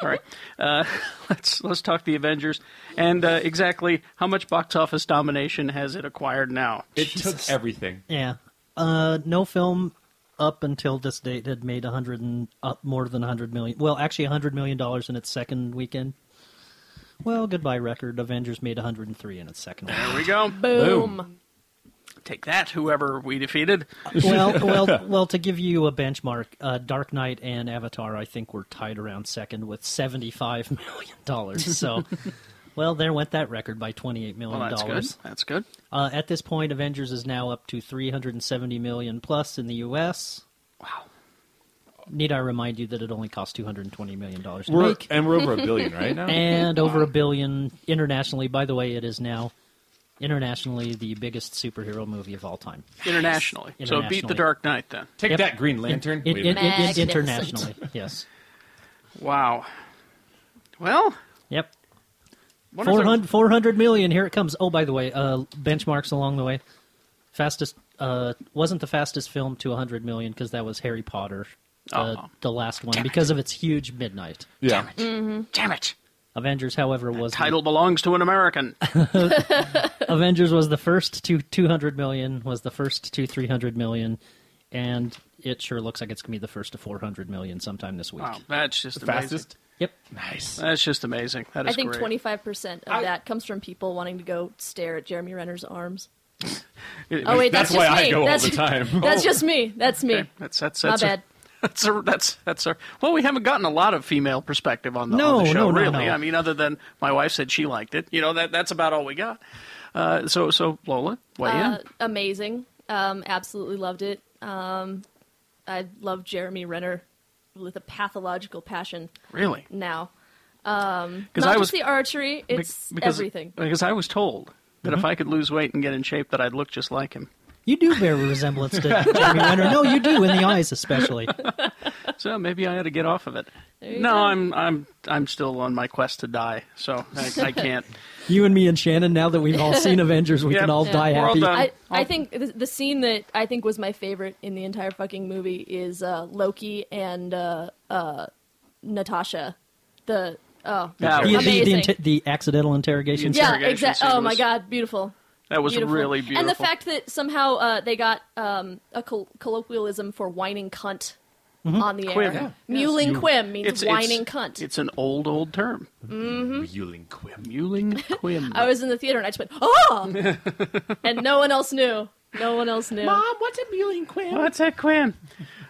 [SPEAKER 2] sorry. Uh, let's let's talk the Avengers and uh, exactly how much box office domination has it acquired now?
[SPEAKER 8] It took everything.
[SPEAKER 3] Yeah. Uh, no film up until this date had made 100 and up more than 100 million. Well, actually 100 million dollars in its second weekend. Well, goodbye record. Avengers made 103 in its second. weekend.
[SPEAKER 2] There we go.
[SPEAKER 12] Boom.
[SPEAKER 2] Take that, whoever we defeated.
[SPEAKER 3] well, well, well. To give you a benchmark, uh, Dark Knight and Avatar, I think, were tied around second with seventy-five million dollars. So, well, there went that record by twenty-eight million
[SPEAKER 2] Well, that's good.
[SPEAKER 3] dollars.
[SPEAKER 2] That's good.
[SPEAKER 3] Uh, at this point, Avengers is now up to three hundred and seventy million plus in the U.S. Wow. Need I remind you that it only cost two hundred and twenty million dollars to
[SPEAKER 8] We're-
[SPEAKER 3] make?
[SPEAKER 8] and we're over a billion right now?
[SPEAKER 3] and over a billion internationally. By the way, it is now internationally the biggest superhero movie of all time.
[SPEAKER 2] Internationally. So beat the
[SPEAKER 3] Internationally.
[SPEAKER 2] Dark Knight then.
[SPEAKER 3] Yep. In- in- in- in- in- internationally, yes.
[SPEAKER 2] Wow. Well.
[SPEAKER 3] Yep.
[SPEAKER 2] What is
[SPEAKER 3] 400, 400 million. Here it comes. Oh, by the way, uh, benchmarks along the way. Fastest uh, wasn't the fastest film to 100 million because that was Harry Potter, uh,
[SPEAKER 2] Oh.
[SPEAKER 3] the last one, because of its huge midnight.
[SPEAKER 8] Yeah.
[SPEAKER 2] Mm-hmm. Damn it.
[SPEAKER 3] Avengers, however, was
[SPEAKER 2] Title belongs to an American.
[SPEAKER 3] Avengers was the first to 200 million, was the first to 300 million, and it sure looks like it's gonna be the first to 400 million sometime this week.
[SPEAKER 2] Wow, that's just
[SPEAKER 3] The
[SPEAKER 2] amazing.
[SPEAKER 3] fastest? Yep.
[SPEAKER 8] Nice.
[SPEAKER 2] That's just amazing. That is
[SPEAKER 12] I think
[SPEAKER 2] great.
[SPEAKER 12] twenty five percent of that comes from people wanting to go stare at Jeremy Renner's arms.
[SPEAKER 2] It-
[SPEAKER 12] Oh wait, that's,
[SPEAKER 2] that's why
[SPEAKER 12] just
[SPEAKER 2] I
[SPEAKER 12] me.
[SPEAKER 2] go all
[SPEAKER 12] that's,
[SPEAKER 2] the time.
[SPEAKER 12] That's
[SPEAKER 2] Oh.
[SPEAKER 12] just me. That's me.
[SPEAKER 2] Okay, That's that's
[SPEAKER 12] My
[SPEAKER 2] that's
[SPEAKER 12] bad.
[SPEAKER 2] A, that's a, that's that's a, well, we haven't gotten a lot of female perspective on the,
[SPEAKER 3] No,
[SPEAKER 2] on the show,
[SPEAKER 3] no, no,
[SPEAKER 2] really.
[SPEAKER 3] no.
[SPEAKER 2] I mean, other than my wife said she liked it. You know, that that's about all we got. Uh, so so Lola, weigh
[SPEAKER 12] Uh,
[SPEAKER 2] in.
[SPEAKER 12] amazing. Um, absolutely loved it. Um, I love Jeremy Renner with a pathological passion.
[SPEAKER 2] Really?
[SPEAKER 12] Now. Um,
[SPEAKER 2] 'Cause
[SPEAKER 12] not
[SPEAKER 2] I
[SPEAKER 12] just
[SPEAKER 2] was-
[SPEAKER 12] the archery, it's
[SPEAKER 2] Bec- because,
[SPEAKER 12] everything.
[SPEAKER 2] Because I was told that
[SPEAKER 3] Mm-hmm.
[SPEAKER 2] if I could lose weight and get in shape, that I'd look just like him.
[SPEAKER 3] You do bear a resemblance to Jeremy Renner. No, you do in the eyes, especially.
[SPEAKER 2] So maybe I ought to get off of it.
[SPEAKER 12] you
[SPEAKER 2] No,
[SPEAKER 12] go.
[SPEAKER 2] I'm I'm I'm still on my quest to die, so I, I can't.
[SPEAKER 3] You and me and Shannon. Now that we've all seen Avengers, we
[SPEAKER 2] Yep.
[SPEAKER 3] can all
[SPEAKER 2] Yeah.
[SPEAKER 3] die
[SPEAKER 2] We're all
[SPEAKER 3] happy.
[SPEAKER 2] done.
[SPEAKER 12] I, I think the, the scene that I think was my favorite in the entire fucking movie is uh, Loki and uh, uh, Natasha. The oh,
[SPEAKER 3] The- the,
[SPEAKER 12] amazing.
[SPEAKER 3] the, inter- the accidental interrogation.
[SPEAKER 12] yeah,
[SPEAKER 3] scene.
[SPEAKER 12] exactly. Oh my god, beautiful.
[SPEAKER 3] That was really
[SPEAKER 12] And the
[SPEAKER 3] beautiful.
[SPEAKER 12] fact that somehow uh, they got um, a col- colloquialism for whining cunt
[SPEAKER 2] Mhm.
[SPEAKER 12] on the
[SPEAKER 2] Quim.
[SPEAKER 12] air. Mewling
[SPEAKER 2] Yes.
[SPEAKER 12] quim means
[SPEAKER 2] It's- it's-
[SPEAKER 12] whining cunt.
[SPEAKER 2] It's an old old term.
[SPEAKER 12] hmm
[SPEAKER 8] Muling quim.
[SPEAKER 2] Muling quim.
[SPEAKER 12] I was in the theater and I just went, oh! and no one else knew. No one else knew. Mom,
[SPEAKER 2] what's a mewling quim?
[SPEAKER 12] What's
[SPEAKER 2] a quim?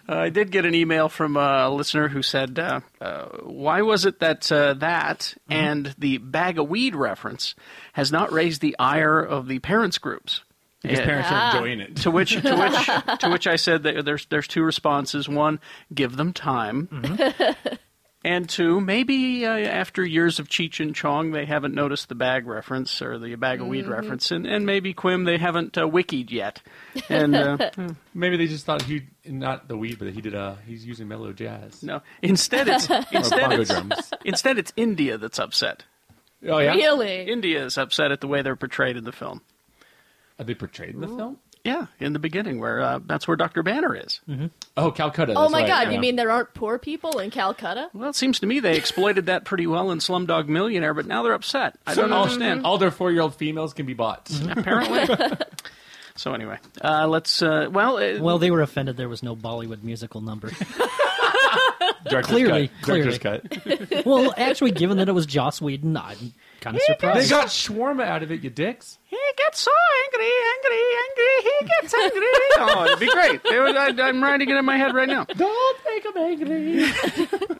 [SPEAKER 2] Uh, I did get an email from a listener who said, uh, uh, "Why was it that uh, that
[SPEAKER 8] Mm-hmm.
[SPEAKER 2] and the bag of weed reference has not raised the ire of the parents groups?"
[SPEAKER 8] Because
[SPEAKER 2] Uh,
[SPEAKER 8] parents are enjoying it.
[SPEAKER 2] To which, to which, to which I said that there's there's two responses. One, give them time. And two, maybe uh, after years of Cheech and Chong, they haven't noticed the bag reference or the bag of weed
[SPEAKER 8] Mhm.
[SPEAKER 2] reference, and, and maybe Quim they haven't uh, wikied yet. And uh,
[SPEAKER 8] Maybe they just thought he not the weed, but he did. Uh, he's using mellow jazz.
[SPEAKER 2] No, instead it's
[SPEAKER 8] Or
[SPEAKER 2] instead
[SPEAKER 8] bongo
[SPEAKER 2] it's,
[SPEAKER 8] drums.
[SPEAKER 2] instead it's India that's upset.
[SPEAKER 8] Oh yeah,
[SPEAKER 12] Really?
[SPEAKER 2] India is upset at the way they're portrayed in the film.
[SPEAKER 8] Are they portrayed in the film?
[SPEAKER 2] Yeah, in the beginning, where uh, that's where Dr. Banner is. Mm-hmm.
[SPEAKER 8] Oh, Calcutta.
[SPEAKER 12] oh my God! You mean there aren't poor people in Calcutta?
[SPEAKER 2] Well, it seems to me they exploited that pretty well in Slumdog Millionaire, but now they're upset. I don't understand.
[SPEAKER 8] All their four-year-old females can be bots.
[SPEAKER 2] Apparently. so anyway, uh, let's. Uh, well, uh,
[SPEAKER 3] Well, they were offended there was no Bollywood musical number. clearly, clearly. well, actually, given that it was Joss Whedon, I'm kind of surprised.
[SPEAKER 8] They got shawarma out of it, you dicks.
[SPEAKER 2] He gets so angry, angry, angry. He gets angry. oh, it'd be great. It was, I, I'm writing it in my head right now.
[SPEAKER 8] Uh. Don't make them angry.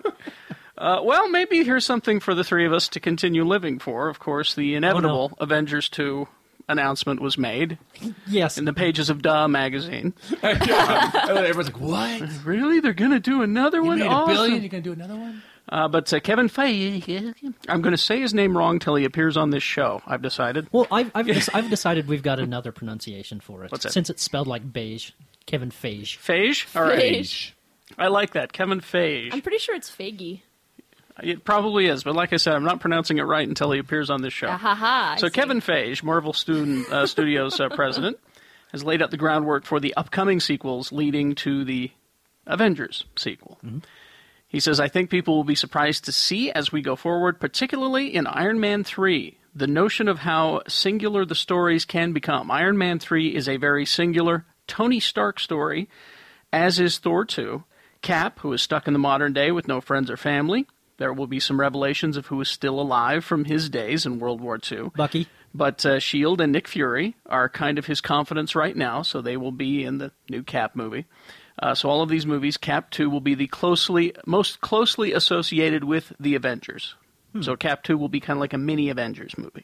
[SPEAKER 2] Uh, well, maybe here's something for the three of us to continue living for. Of course, the inevitable Avengers 2 announcement was made.
[SPEAKER 3] Yes.
[SPEAKER 2] In the pages of Duh magazine.
[SPEAKER 8] Everyone's like, what?
[SPEAKER 2] Really? They're going to do another one?
[SPEAKER 8] made a
[SPEAKER 2] Awesome.
[SPEAKER 8] billion, you're going to do another one?
[SPEAKER 2] Uh, but uh, Kevin Feige, I'm going to say his name wrong till he appears on this show, I've decided.
[SPEAKER 3] Well, I've, I've, dec- I've decided we've got another pronunciation for it.
[SPEAKER 2] What's that?
[SPEAKER 3] Since it's spelled like beige, Kevin Feige.
[SPEAKER 2] Feige? All right.
[SPEAKER 12] Feige.
[SPEAKER 2] I like that. Kevin Feige.
[SPEAKER 12] I'm pretty sure it's Faggy.
[SPEAKER 2] It probably is, but like I said, I'm not pronouncing it right until he appears on this show.
[SPEAKER 12] Ah, ha, ha, I
[SPEAKER 2] so
[SPEAKER 12] see.
[SPEAKER 2] Kevin Feige, Marvel student, uh, Studios uh, president, has laid out the groundwork for the upcoming sequels leading to the Avengers sequel. He says, I think people will be surprised to see as we go forward, particularly in Iron Man 3, the notion of how singular the stories can become. Iron Man 3 is a very singular Tony Stark story, as is Thor 2. Cap, who is stuck in the modern day with no friends or family. There will be some revelations of who is still alive from his days in World War II.
[SPEAKER 3] Bucky.
[SPEAKER 2] But uh, Shield and Nick Fury are kind of his confidence right now, so they will be in the new Cap movie. Uh, so all of these movies, Cap Two will be the closely most closely associated with the Avengers. So Cap Two will be kind of like a mini Avengers movie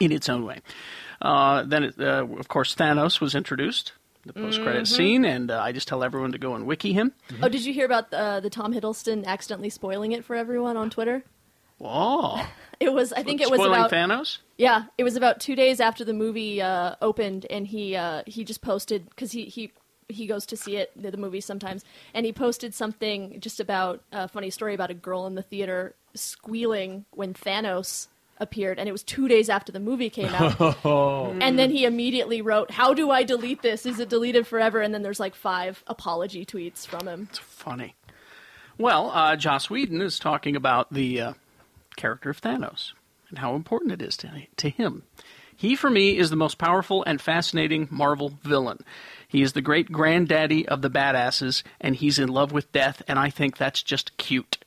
[SPEAKER 2] in its own way. Uh, then, it, uh, of course, Thanos was introduced. The post-credit
[SPEAKER 12] Mhm.
[SPEAKER 2] scene, and uh, I just tell everyone to go and wiki him.
[SPEAKER 12] Oh, did you hear about uh, the Tom Hiddleston accidentally spoiling it for everyone on Twitter?
[SPEAKER 2] Whoa!
[SPEAKER 12] It was, I think it was
[SPEAKER 2] Spoiling
[SPEAKER 12] about
[SPEAKER 2] Thanos.
[SPEAKER 12] Yeah, it was about two days after the movie uh, opened, and he uh, he just posted because he he he goes to see it the, the movie sometimes, and he posted something just about a funny story about a girl in the theater squealing when Thanos appeared, and it was two days after the movie came out.
[SPEAKER 2] Oh.
[SPEAKER 12] And then he immediately wrote, "How do I delete this? Is it deleted forever?" And then there's like five apology tweets from him.
[SPEAKER 2] Funny. Well, uh, Joss Whedon is talking about the uh, character of Thanos and how important it is to, to him. He, for me, is the most powerful and fascinating Marvel villain. He is the great granddaddy of the badasses, and he's in love with death, and I think that's just cute.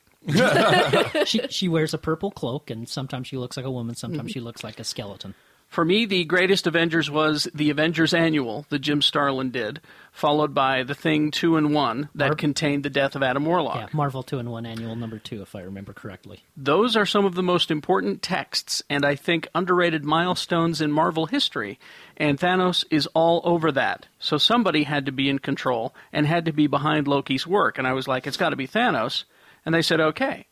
[SPEAKER 3] she, she wears a purple cloak, and sometimes she looks like a woman, sometimes she looks like a skeleton.
[SPEAKER 2] For me, the greatest Avengers was the Avengers Annual that Jim Starlin did, followed by The Thing 2 and 1 that contained the death of Adam Warlock.
[SPEAKER 3] Yeah, Marvel 2 in 1 annual number 2, if I remember correctly.
[SPEAKER 2] Those are some of the most important texts and I think underrated milestones in Marvel history, and Thanos is all over that. So somebody had to be in control and had to be behind Loki's work, and I was like, it's got to be Thanos, and they said, okay.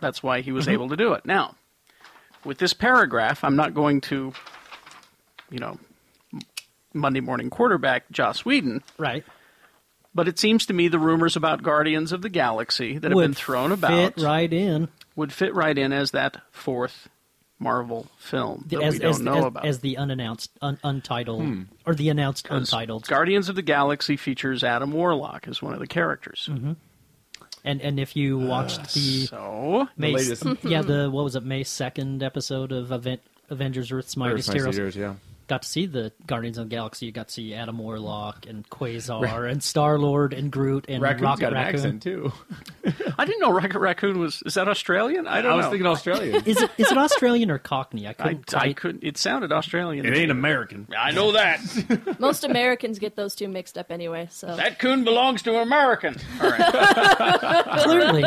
[SPEAKER 2] That's why he was
[SPEAKER 3] Mm-hmm.
[SPEAKER 2] able to do it. Now, with this paragraph, I'm not going to, you know, m- Monday morning quarterback Joss Whedon.
[SPEAKER 3] Right.
[SPEAKER 2] But it seems to me the rumors about Guardians of the Galaxy that have
[SPEAKER 3] Would
[SPEAKER 2] been thrown about
[SPEAKER 3] Fit right in.
[SPEAKER 2] would fit right in as that fourth Marvel film that
[SPEAKER 3] as,
[SPEAKER 2] we don't
[SPEAKER 3] as-
[SPEAKER 2] know
[SPEAKER 3] as-
[SPEAKER 2] about.
[SPEAKER 3] as the unannounced, un, untitled,
[SPEAKER 2] Hmm.
[SPEAKER 3] or the announced
[SPEAKER 2] 'Cause
[SPEAKER 3] untitled.
[SPEAKER 2] Guardians of the Galaxy features Adam Warlock as one of the characters.
[SPEAKER 3] hmm And and if you
[SPEAKER 8] Uh,
[SPEAKER 3] watched the
[SPEAKER 2] so
[SPEAKER 3] May,
[SPEAKER 2] The latest.
[SPEAKER 3] yeah the what was it May second episode of Event, Avengers Earth's Mightiest
[SPEAKER 8] Mightiest
[SPEAKER 3] Heroes,
[SPEAKER 8] Heroes, yeah.
[SPEAKER 3] got to see the Guardians of the Galaxy. You got to see Adam Warlock and Quasar
[SPEAKER 8] Ra-
[SPEAKER 3] and Star Lord and Groot and
[SPEAKER 8] Raccoon's
[SPEAKER 3] Rocket
[SPEAKER 8] got an
[SPEAKER 3] Raccoon.
[SPEAKER 8] accent, too.
[SPEAKER 2] I didn't know Rocket Raccoon was is that Australian? I don't
[SPEAKER 8] I was
[SPEAKER 2] know.
[SPEAKER 8] thinking Australian.
[SPEAKER 3] is it is it Australian or Cockney? I
[SPEAKER 2] I,
[SPEAKER 3] couldn't.
[SPEAKER 2] I couldn't. It sounded Australian.
[SPEAKER 8] It ain't American.
[SPEAKER 2] I know that.
[SPEAKER 12] Most Americans get those two mixed up anyway. So
[SPEAKER 2] that coon belongs to American. All right.
[SPEAKER 3] Clearly.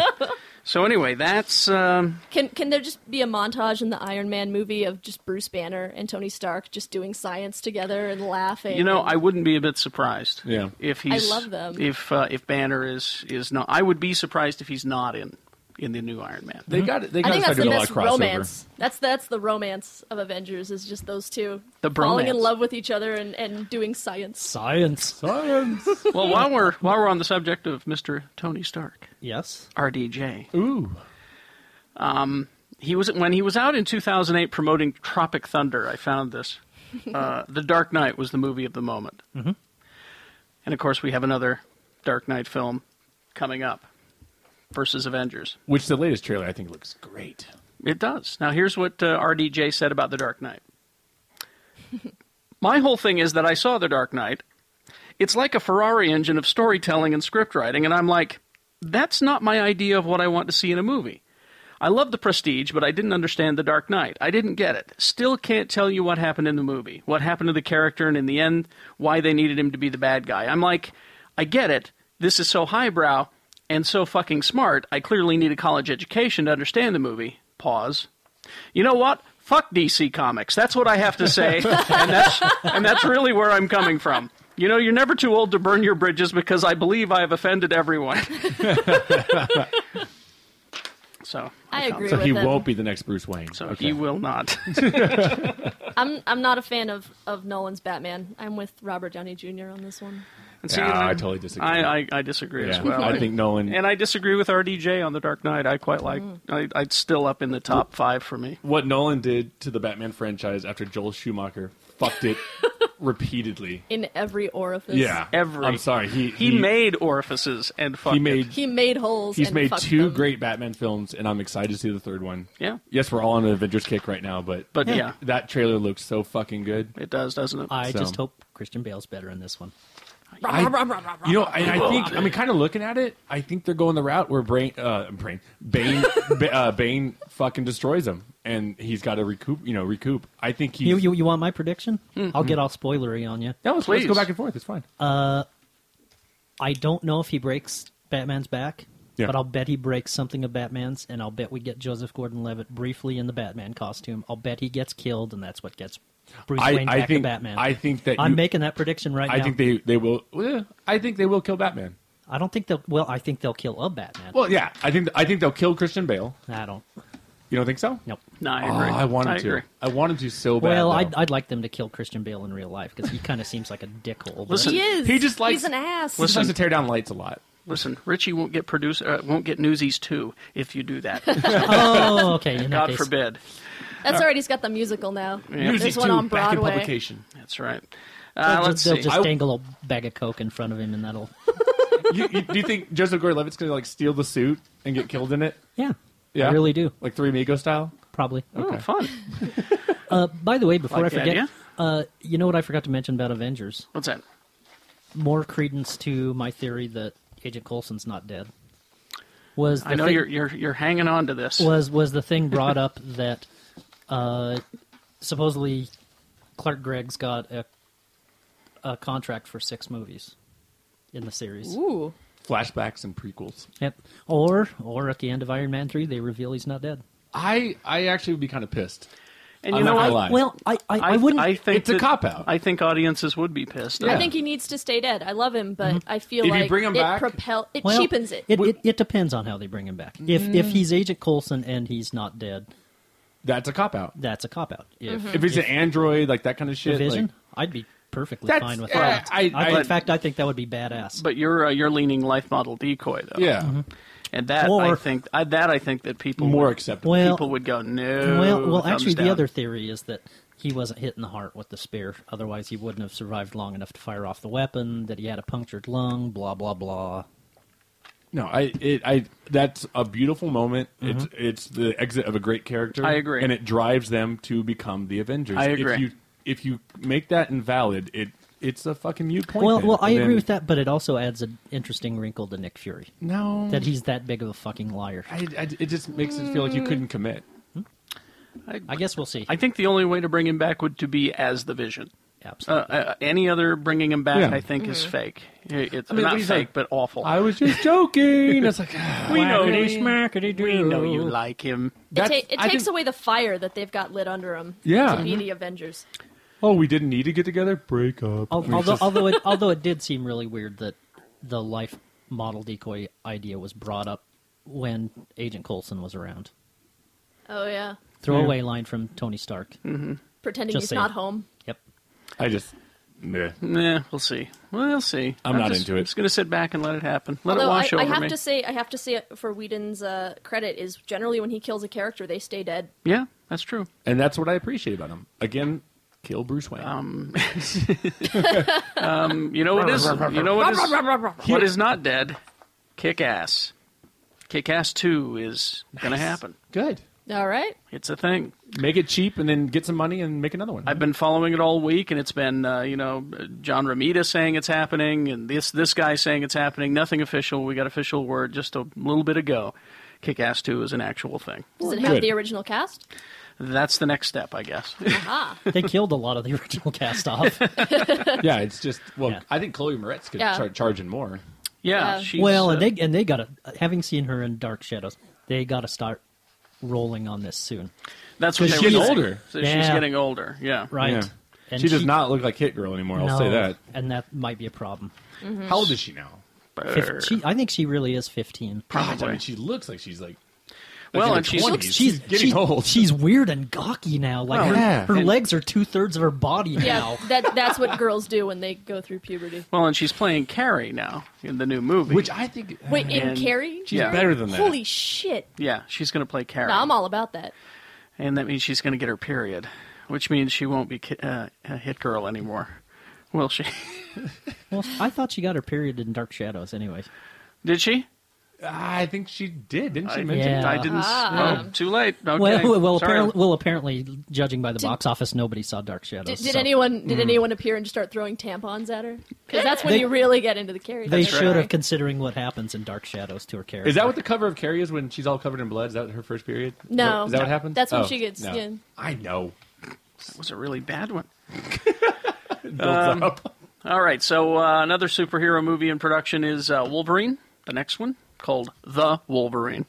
[SPEAKER 2] So anyway, that's um,
[SPEAKER 12] Can can there just be a montage in the Iron Man movie of just Bruce Banner and Tony Stark just doing science together and laughing?
[SPEAKER 2] you know I wouldn't be a bit surprised.
[SPEAKER 8] Yeah.
[SPEAKER 2] If
[SPEAKER 12] I
[SPEAKER 2] he's
[SPEAKER 12] love them.
[SPEAKER 2] If uh, if Banner is is not, I would be surprised if he's not in in the new Iron Man.
[SPEAKER 8] They got it. They
[SPEAKER 12] Mm-hmm. I
[SPEAKER 8] got
[SPEAKER 12] think
[SPEAKER 8] to start
[SPEAKER 12] that's the
[SPEAKER 8] doing a lot
[SPEAKER 12] best
[SPEAKER 8] of crossover.
[SPEAKER 12] romance. That's that's the romance of Avengers is just those two
[SPEAKER 2] The
[SPEAKER 12] falling in
[SPEAKER 2] bromance.
[SPEAKER 12] love with each other and, and doing science.
[SPEAKER 3] Science.
[SPEAKER 8] Science.
[SPEAKER 2] well, while we're while we're on the subject of Mr. Tony Stark,
[SPEAKER 3] yes,
[SPEAKER 2] RDJ.
[SPEAKER 8] Ooh.
[SPEAKER 2] Um, he was when he was out in 2008 promoting Tropic Thunder. I found this. Uh, the Dark Knight was the movie of the moment.
[SPEAKER 9] Mm-hmm.
[SPEAKER 3] Mhm.
[SPEAKER 2] And of course, we have another Dark Knight film coming up versus Avengers.
[SPEAKER 8] Which the latest trailer I think looks great.
[SPEAKER 2] It does. Now, here's what uh, RDJ said about The Dark Knight. My whole thing is that I saw The Dark Knight. It's like a Ferrari engine of storytelling and script writing, and I'm like, that's not my idea of what I want to see in a movie. I love The Prestige, but I didn't understand The Dark Knight. I didn't get it. Still can't tell you what happened in the movie, what happened to the character, and in the end, why they needed him to be the bad guy. I'm like, I get it. This is so highbrow and so fucking smart. I clearly need a college education to understand the movie. Pause. You know what? Fuck DC Comics. That's what I have to say, and that's and that's really where I'm coming from. You know, you're never too old to burn your bridges because I believe I have offended everyone. so
[SPEAKER 12] I agree
[SPEAKER 8] So
[SPEAKER 12] with
[SPEAKER 8] he
[SPEAKER 12] him.
[SPEAKER 8] won't be the next Bruce Wayne. So
[SPEAKER 2] he will not.
[SPEAKER 12] I'm I'm not a fan of, of Nolan's Batman. I'm with Robert Downey Jr. on this one.
[SPEAKER 2] And see,
[SPEAKER 8] Nah,
[SPEAKER 2] and
[SPEAKER 8] I totally disagree.
[SPEAKER 2] I, I, I disagree as
[SPEAKER 8] Yeah,
[SPEAKER 2] well.
[SPEAKER 8] I think Nolan-
[SPEAKER 2] and I disagree with RDJ on the Dark Knight. I quite like.
[SPEAKER 3] Mm.
[SPEAKER 2] I, I'd still up in the top five for me.
[SPEAKER 8] What Nolan did to the Batman franchise after Joel Schumacher fucked it repeatedly.
[SPEAKER 12] In every orifice.
[SPEAKER 8] Yeah.
[SPEAKER 2] Every.
[SPEAKER 8] I'm sorry, he-
[SPEAKER 2] he,
[SPEAKER 8] he-
[SPEAKER 2] made orifices and fucked
[SPEAKER 8] He
[SPEAKER 2] it.
[SPEAKER 8] made
[SPEAKER 12] He made holes.
[SPEAKER 8] He's
[SPEAKER 12] and
[SPEAKER 8] made
[SPEAKER 12] fucked
[SPEAKER 8] two
[SPEAKER 12] them.
[SPEAKER 8] great Batman films, and I'm excited to see the third one.
[SPEAKER 2] Yeah.
[SPEAKER 8] Yes, we're all on an Avengers kick right now, but
[SPEAKER 2] But Yeah. yeah.
[SPEAKER 8] that trailer looks so fucking good.
[SPEAKER 2] It does, doesn't it?
[SPEAKER 3] I
[SPEAKER 8] So-
[SPEAKER 3] just hope Christian Bale's better in this one.
[SPEAKER 8] I- you know, and I think I mean, kind of looking at it, I think they're going the route where Brain, uh, Brain, Bane, Ba- uh, Bane fucking destroys him, and he's got to recoup. You know, recoup. I think he's.
[SPEAKER 3] You, you, you want my prediction? I'll
[SPEAKER 8] Mhm.
[SPEAKER 3] get all spoilery on you.
[SPEAKER 8] No, let's, let's go back and forth. It's fine.
[SPEAKER 3] Uh, I don't know if he breaks Batman's back,
[SPEAKER 8] Yeah.
[SPEAKER 3] but I'll bet he breaks something of Batman's, and I'll bet we get Joseph Gordon-Levitt briefly in the Batman costume. I'll bet he gets killed, and that's what gets Bruce
[SPEAKER 8] I-
[SPEAKER 3] Wayne
[SPEAKER 8] I
[SPEAKER 3] back to
[SPEAKER 8] think-
[SPEAKER 3] Batman.
[SPEAKER 8] I think that
[SPEAKER 3] I'm
[SPEAKER 8] you-
[SPEAKER 3] making that prediction right
[SPEAKER 8] I
[SPEAKER 3] now.
[SPEAKER 8] think they they will. well, yeah, I think they will kill Batman.
[SPEAKER 3] I don't think they'll. Well, I think they'll kill a Batman.
[SPEAKER 8] Well, yeah, I think I think they'll kill Christian Bale.
[SPEAKER 3] I don't.
[SPEAKER 8] You don't think so?
[SPEAKER 3] Nope.
[SPEAKER 2] No, I
[SPEAKER 8] Oh,
[SPEAKER 2] agree.
[SPEAKER 8] I want him
[SPEAKER 2] I
[SPEAKER 8] to.
[SPEAKER 2] agree.
[SPEAKER 8] I want him to so bad.
[SPEAKER 3] well,
[SPEAKER 8] though.
[SPEAKER 3] I'd, I'd like them to kill Christian Bale in real life because he kind of seems like a dickhole. but-
[SPEAKER 2] Listen,
[SPEAKER 12] He is.
[SPEAKER 8] He just likes-
[SPEAKER 12] He's an ass.
[SPEAKER 8] He just likes to tear down lights a lot.
[SPEAKER 2] Listen, Richie won't get producer uh, won't get Newsies two if you do that.
[SPEAKER 3] Oh, okay, in that
[SPEAKER 2] God
[SPEAKER 3] case.
[SPEAKER 2] forbid. Uh,
[SPEAKER 12] That's all right. He's got the musical now.
[SPEAKER 2] Yeah.
[SPEAKER 12] There's one on Broadway.
[SPEAKER 2] That's right.
[SPEAKER 3] they'll
[SPEAKER 2] Uh,
[SPEAKER 3] ju-
[SPEAKER 2] let's
[SPEAKER 3] they'll
[SPEAKER 2] see.
[SPEAKER 3] just dangle a bag of coke in front of him, and that'll.
[SPEAKER 8] you, you, do you think Joseph Gordon-Levitt's going to like steal the suit and get killed in it?
[SPEAKER 3] Yeah,
[SPEAKER 8] yeah,
[SPEAKER 3] I really do.
[SPEAKER 8] Like Three Amigos style. Oh,
[SPEAKER 3] Probably.
[SPEAKER 8] Okay.
[SPEAKER 2] fun.
[SPEAKER 3] Uh, by the way, before
[SPEAKER 2] Like
[SPEAKER 3] I
[SPEAKER 2] the
[SPEAKER 3] forget,
[SPEAKER 2] idea?
[SPEAKER 3] uh, you know what I forgot to mention about Avengers?
[SPEAKER 2] What's that?
[SPEAKER 3] More credence to my theory that Agent Coulson's not dead. Was the
[SPEAKER 2] I know
[SPEAKER 3] thing-
[SPEAKER 2] you're you're you're hanging on to this.
[SPEAKER 3] was was the thing brought up that uh, supposedly Clark Gregg's got a a contract for six movies in the series.
[SPEAKER 12] Ooh.
[SPEAKER 8] Flashbacks and prequels.
[SPEAKER 3] Yep. Or or at the end of Iron Man three, they reveal he's not dead.
[SPEAKER 8] I I actually would be kind of pissed.
[SPEAKER 2] And
[SPEAKER 8] I'm
[SPEAKER 2] you know
[SPEAKER 8] not gonna
[SPEAKER 2] what?
[SPEAKER 8] lie.
[SPEAKER 3] Well, I I, I wouldn't.
[SPEAKER 2] I think
[SPEAKER 8] It's a
[SPEAKER 2] that-
[SPEAKER 8] cop-out.
[SPEAKER 2] I think audiences would be pissed.
[SPEAKER 12] I think he needs to stay dead. I love him, but I feel
[SPEAKER 2] Mm-hmm. If you
[SPEAKER 12] like
[SPEAKER 2] bring him
[SPEAKER 12] it
[SPEAKER 2] back-
[SPEAKER 12] propel it
[SPEAKER 3] Well,
[SPEAKER 12] cheapens it.
[SPEAKER 3] It, it it depends on how they bring him back. If if
[SPEAKER 12] Mm.
[SPEAKER 3] he's Agent Coulson and he's not dead,
[SPEAKER 8] that's a cop out.
[SPEAKER 3] That's a cop out. If
[SPEAKER 8] If it's an android, like that kind of shit,
[SPEAKER 3] Division,
[SPEAKER 8] like,
[SPEAKER 3] I'd be perfectly
[SPEAKER 8] That's-
[SPEAKER 3] fine with
[SPEAKER 8] yeah,
[SPEAKER 3] that.
[SPEAKER 8] I-
[SPEAKER 3] I-
[SPEAKER 8] I-
[SPEAKER 3] in fact, I think that would be badass.
[SPEAKER 2] But you're uh, you're leaning life model decoy though.
[SPEAKER 3] Yeah. Mhm.
[SPEAKER 2] And that I
[SPEAKER 3] Or-
[SPEAKER 2] think I, that I think that people
[SPEAKER 3] More
[SPEAKER 2] would,
[SPEAKER 3] acceptable. Well-
[SPEAKER 2] people would go no.
[SPEAKER 3] Well, well,
[SPEAKER 2] thumbs
[SPEAKER 3] actually, the
[SPEAKER 2] down."
[SPEAKER 3] other theory is that he wasn't hit in the heart with the spear. Otherwise, he wouldn't have survived long enough to fire off the weapon. That he had a punctured lung. Blah blah blah.
[SPEAKER 8] no, I it I that's a beautiful moment. It's it's the exit of a great character.
[SPEAKER 2] I agree.
[SPEAKER 8] and it drives them to become the Avengers.
[SPEAKER 2] I agree.
[SPEAKER 8] If you if you make that invalid, it it's a fucking mute point.
[SPEAKER 3] Well,
[SPEAKER 8] then.
[SPEAKER 3] well, I
[SPEAKER 8] And
[SPEAKER 3] agree
[SPEAKER 8] then-
[SPEAKER 3] with that, but it also adds an interesting wrinkle to Nick Fury.
[SPEAKER 8] No.
[SPEAKER 3] that he's that big of a fucking liar.
[SPEAKER 8] I, I, it just makes it feel like you couldn't commit.
[SPEAKER 2] I,
[SPEAKER 3] guess we'll see.
[SPEAKER 2] I think the only way to bring him back would to be as the Vision.
[SPEAKER 3] Absolutely.
[SPEAKER 2] Uh, uh, any other bringing him back,
[SPEAKER 8] Yeah.
[SPEAKER 2] I think, is
[SPEAKER 8] Mhm.
[SPEAKER 2] fake. It- It's
[SPEAKER 8] I mean,
[SPEAKER 2] not
[SPEAKER 8] he's
[SPEAKER 2] fake,
[SPEAKER 8] like,
[SPEAKER 2] but awful.
[SPEAKER 8] I was just joking. It's like
[SPEAKER 2] we know
[SPEAKER 8] whackity
[SPEAKER 2] you- We know you like him.
[SPEAKER 12] It, ta- it takes away the fire that they've got lit under him
[SPEAKER 8] Yeah.
[SPEAKER 12] to be
[SPEAKER 8] Mhm.
[SPEAKER 12] the Avengers.
[SPEAKER 8] Oh, we didn't need to get together. Break up.
[SPEAKER 3] Al-
[SPEAKER 8] We
[SPEAKER 3] Although,
[SPEAKER 8] just-
[SPEAKER 3] although, it, although it did seem really weird that the life model decoy idea was brought up when Agent Coulson was around.
[SPEAKER 12] Oh yeah,
[SPEAKER 3] Throwaway line from Tony Stark. Mm-hmm.
[SPEAKER 12] pretending
[SPEAKER 3] Just
[SPEAKER 12] he's
[SPEAKER 3] saying.
[SPEAKER 12] not home.
[SPEAKER 3] Yep.
[SPEAKER 8] I just, meh.
[SPEAKER 2] Nah, we'll see. We'll see.
[SPEAKER 8] I'm not
[SPEAKER 2] just,
[SPEAKER 8] into it.
[SPEAKER 2] I'm just going to sit back and let it happen. Let
[SPEAKER 12] Although
[SPEAKER 2] it wash
[SPEAKER 12] I,
[SPEAKER 2] over
[SPEAKER 12] I have
[SPEAKER 2] me.
[SPEAKER 12] to say, I have to say, for Whedon's uh, credit, is generally when he kills a character, they stay dead.
[SPEAKER 2] yeah, that's true.
[SPEAKER 8] and that's what I appreciate about him. Again, Kill Bruce Wayne.
[SPEAKER 2] Um, um, you know what is you know what is what is not dead? Kick ass. Kick ass two is gonna happen.
[SPEAKER 8] Good.
[SPEAKER 12] All right.
[SPEAKER 2] It's a thing.
[SPEAKER 8] Make it cheap and then get some money and make another one.
[SPEAKER 2] I've been following it all week, and it's been uh, you know John Ramita saying it's happening, and this this guy saying it's happening. Nothing official. We got official word just a little bit ago. Kick ass two is an actual thing.
[SPEAKER 12] Does it have the original cast?
[SPEAKER 2] That's the next step, I guess.
[SPEAKER 12] Aha.
[SPEAKER 3] They killed a lot of the original cast off.
[SPEAKER 8] yeah, it's just well, I think Chloe Moretz could
[SPEAKER 3] Yeah.
[SPEAKER 8] start charging more.
[SPEAKER 2] Yeah,
[SPEAKER 3] well,
[SPEAKER 2] uh,
[SPEAKER 3] and they and they got to having seen her in Dark Shadows, they got to start rolling on this soon.
[SPEAKER 2] That's what
[SPEAKER 3] 'Cause
[SPEAKER 2] they were
[SPEAKER 3] she's-
[SPEAKER 2] saying. So she's
[SPEAKER 3] Yeah.
[SPEAKER 2] getting older. Yeah,
[SPEAKER 3] Right.
[SPEAKER 8] Yeah.
[SPEAKER 3] And
[SPEAKER 8] she does not look like Hit Girl anymore. I'll say
[SPEAKER 3] No,
[SPEAKER 8] that.
[SPEAKER 3] and that might be a problem.
[SPEAKER 2] Mhm.
[SPEAKER 8] How old is she now?
[SPEAKER 3] Fif- she, I think she really is fifteen.
[SPEAKER 8] God, I mean, she looks like she's like. like
[SPEAKER 2] Well,
[SPEAKER 8] in her
[SPEAKER 2] and she's-
[SPEAKER 8] 20s.
[SPEAKER 2] She's-
[SPEAKER 3] she's
[SPEAKER 8] getting
[SPEAKER 3] she's-
[SPEAKER 8] old.
[SPEAKER 3] She's weird and gawky now. Like
[SPEAKER 2] Well,
[SPEAKER 3] her,
[SPEAKER 2] yeah.
[SPEAKER 3] her
[SPEAKER 2] and-
[SPEAKER 3] legs are two thirds of her body now.
[SPEAKER 12] Yeah, that that's what girls do when they go through puberty.
[SPEAKER 2] Well, and she's playing Carrie now in the new movie, which
[SPEAKER 8] I think.
[SPEAKER 12] Wait, in Carrie?
[SPEAKER 2] yeah.
[SPEAKER 12] Holy shit!
[SPEAKER 2] yeah, she's going to play Carrie,
[SPEAKER 12] No, I'm all about that.
[SPEAKER 2] and that means she's going to get her period, which means she won't be ki- uh, a hit girl anymore, will she?
[SPEAKER 3] Well, I thought she got her period in Dark Shadows. Anyways,
[SPEAKER 2] Did she?
[SPEAKER 8] I think she did, didn't
[SPEAKER 2] I,
[SPEAKER 8] she? mention it?
[SPEAKER 2] I didn't. s-
[SPEAKER 12] Ah.
[SPEAKER 2] oh, too late. Okay.
[SPEAKER 3] well, well,
[SPEAKER 2] Sorry.
[SPEAKER 3] apparently, well, apparently, judging by the
[SPEAKER 12] Did-
[SPEAKER 3] box office, nobody saw Dark
[SPEAKER 12] Did,
[SPEAKER 3] Shadows.
[SPEAKER 12] did
[SPEAKER 3] so-
[SPEAKER 12] anyone
[SPEAKER 2] Hmm.
[SPEAKER 12] did
[SPEAKER 3] Mm.
[SPEAKER 12] anyone appear and just start throwing tampons at her? Because that's when
[SPEAKER 3] They-
[SPEAKER 12] you really get into the Carrie.
[SPEAKER 3] They
[SPEAKER 12] territory.
[SPEAKER 3] should have, considering what happens in Dark Shadows to her character.
[SPEAKER 8] Is that what the cover of Carrie is when she's all covered in blood? Is that her first period? Is that-
[SPEAKER 12] No.
[SPEAKER 8] Is that what happened? Oh,
[SPEAKER 12] That's when she gets-
[SPEAKER 8] no.
[SPEAKER 12] yeah.
[SPEAKER 8] I know.
[SPEAKER 2] That was a really bad one.
[SPEAKER 8] Um,
[SPEAKER 2] All right, so uh, another superhero movie in production is uh, Wolverine. The next one called The Wolverine.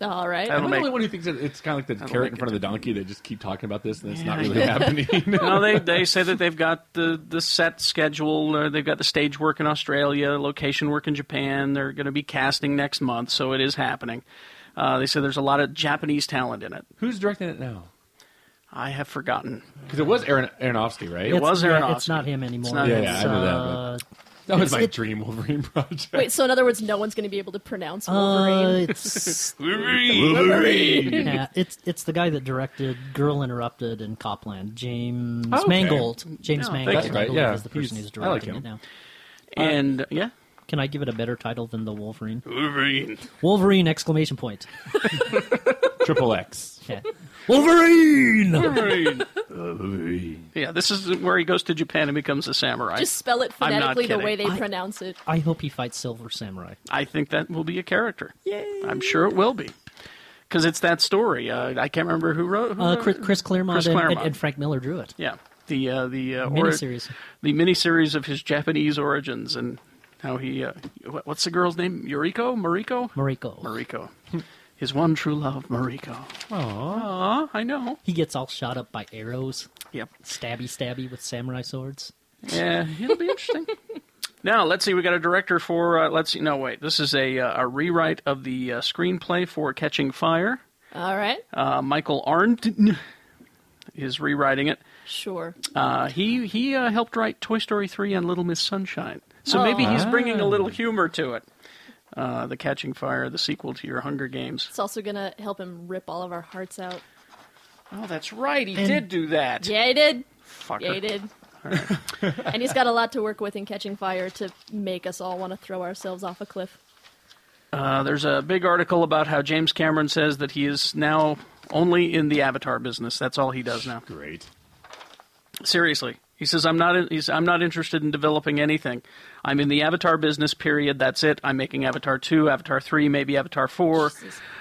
[SPEAKER 12] All right.
[SPEAKER 8] I'm the only one who thinks that it's kind of like the carrot in front of the donkey. They just keep talking about this and it's not
[SPEAKER 2] Yeah,
[SPEAKER 8] really
[SPEAKER 2] yeah.
[SPEAKER 8] happening.
[SPEAKER 2] no, they they say that they've got the the set schedule. Or they've got the stage work in Australia, location work in Japan. They're going to be casting next month, so it is happening. Uh, they said there's a lot of Japanese talent in it.
[SPEAKER 8] Who's directing it now?
[SPEAKER 2] I have forgotten.
[SPEAKER 8] Because it was Aaron Aronofsky, right?
[SPEAKER 2] It It's- was yeah, Aronofsky.
[SPEAKER 3] It's not him anymore.
[SPEAKER 2] It's not
[SPEAKER 8] yeah,
[SPEAKER 2] him.
[SPEAKER 8] yeah, I know that. but that was
[SPEAKER 3] it's-
[SPEAKER 8] my
[SPEAKER 3] it-
[SPEAKER 8] dream Wolverine project.
[SPEAKER 12] Wait, so in other words, no one's going to be able to pronounce
[SPEAKER 3] Uh,
[SPEAKER 12] Wolverine.
[SPEAKER 3] it's
[SPEAKER 8] Wolverine. Wolverine.
[SPEAKER 3] Yeah, it's it's the guy that directed Girl Interrupted and Copland, James
[SPEAKER 2] Oh, okay.
[SPEAKER 3] Mangold. James
[SPEAKER 2] No,
[SPEAKER 3] Mangold,
[SPEAKER 2] thank you.
[SPEAKER 3] I believe,
[SPEAKER 2] Yeah,
[SPEAKER 3] is the person
[SPEAKER 2] he's-
[SPEAKER 3] who's
[SPEAKER 2] I like
[SPEAKER 3] directing
[SPEAKER 2] him.
[SPEAKER 3] it now. Uh,
[SPEAKER 2] And yeah,
[SPEAKER 3] Can I give it a better title than the Wolverine?
[SPEAKER 2] Wolverine.
[SPEAKER 3] Wolverine! Exclamation point.
[SPEAKER 8] Triple X.
[SPEAKER 3] Yeah. Wolverine.
[SPEAKER 2] Wolverine. Yeah, this is where he goes to Japan and becomes a samurai.
[SPEAKER 12] Just spell it
[SPEAKER 2] I'm not
[SPEAKER 12] phonetically the
[SPEAKER 2] kidding.
[SPEAKER 12] way they pronounce it.
[SPEAKER 3] I hope he fights Silver Samurai.
[SPEAKER 2] I think that will be a character. I'm sure it will be. Because it's that story. Uh, I can't remember who wrote. Who
[SPEAKER 3] Uh,
[SPEAKER 2] wrote
[SPEAKER 3] Chris,
[SPEAKER 2] it.
[SPEAKER 3] Chris Claremont,
[SPEAKER 2] Chris
[SPEAKER 3] and- and-
[SPEAKER 2] Claremont.
[SPEAKER 3] And, Frank Miller drew it.
[SPEAKER 2] Yeah, the uh, the uh,
[SPEAKER 3] Miniseries.
[SPEAKER 2] the miniseries of his Japanese origins and how he. Uh, wh- what's the girl's name? Yuriko, Mariko,
[SPEAKER 3] Mariko,
[SPEAKER 2] Mariko. His one true love, Mariko. Aww, I know.
[SPEAKER 3] He gets all shot up by arrows.
[SPEAKER 2] Yep.
[SPEAKER 3] Stabby, stabby with samurai swords.
[SPEAKER 2] Yeah, it'll be interesting. Now let's see. We got a director for. Uh, let's see. No, wait. This is a uh, a rewrite of the uh, screenplay for Catching Fire.
[SPEAKER 12] All right.
[SPEAKER 2] Uh, Michael Arndt is rewriting it.
[SPEAKER 12] Sure.
[SPEAKER 2] Uh, he he uh, helped write Toy Story 3 and Little Miss Sunshine. So
[SPEAKER 12] Oh.
[SPEAKER 2] maybe he's
[SPEAKER 12] Ah.
[SPEAKER 2] bringing a little humor to it. Uh, the Catching Fire, the sequel to your Hunger Games.
[SPEAKER 12] It's also going to help him rip all of our hearts out.
[SPEAKER 2] Oh, that's right. He did do that.
[SPEAKER 12] Yeah, he did.
[SPEAKER 2] Fucker.
[SPEAKER 12] Yeah, he did. and he's got a lot to work with in Catching Fire to make us all want to throw ourselves off a cliff.
[SPEAKER 2] Uh, there's a big article about how James Cameron says that he is now only in the Avatar business. That's all he does now.
[SPEAKER 8] Great.
[SPEAKER 2] Seriously. He says, I'm not, in, he's, I'm not interested in developing anything. I'm in the Avatar business, period. That's it. I'm making Avatar 2, Avatar 3, maybe Avatar 4.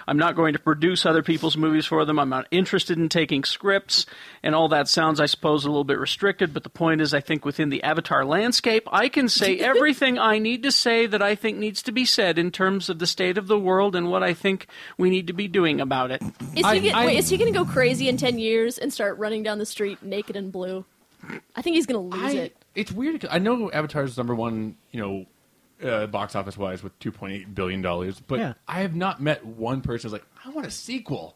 [SPEAKER 2] I'm not going to produce other people's movies for them. I'm not interested in taking scripts. And all that sounds, I suppose, a little bit restricted. But the point is, I think within the Avatar landscape, I can say everything I need to say that I think needs to be said in terms of the state of the world and what I think we need to be doing about it.
[SPEAKER 12] Is he gonna, wait, is he going to go crazy in 10 years and start running down the street naked and blue? I think he's going to lose
[SPEAKER 8] I,
[SPEAKER 12] it.
[SPEAKER 8] it's weird. 'cause I know Avatar's number one, you know, uh, box office wise with two point eight billion dollars, but
[SPEAKER 12] Yeah.
[SPEAKER 8] I have not met one person who's like, I want a sequel.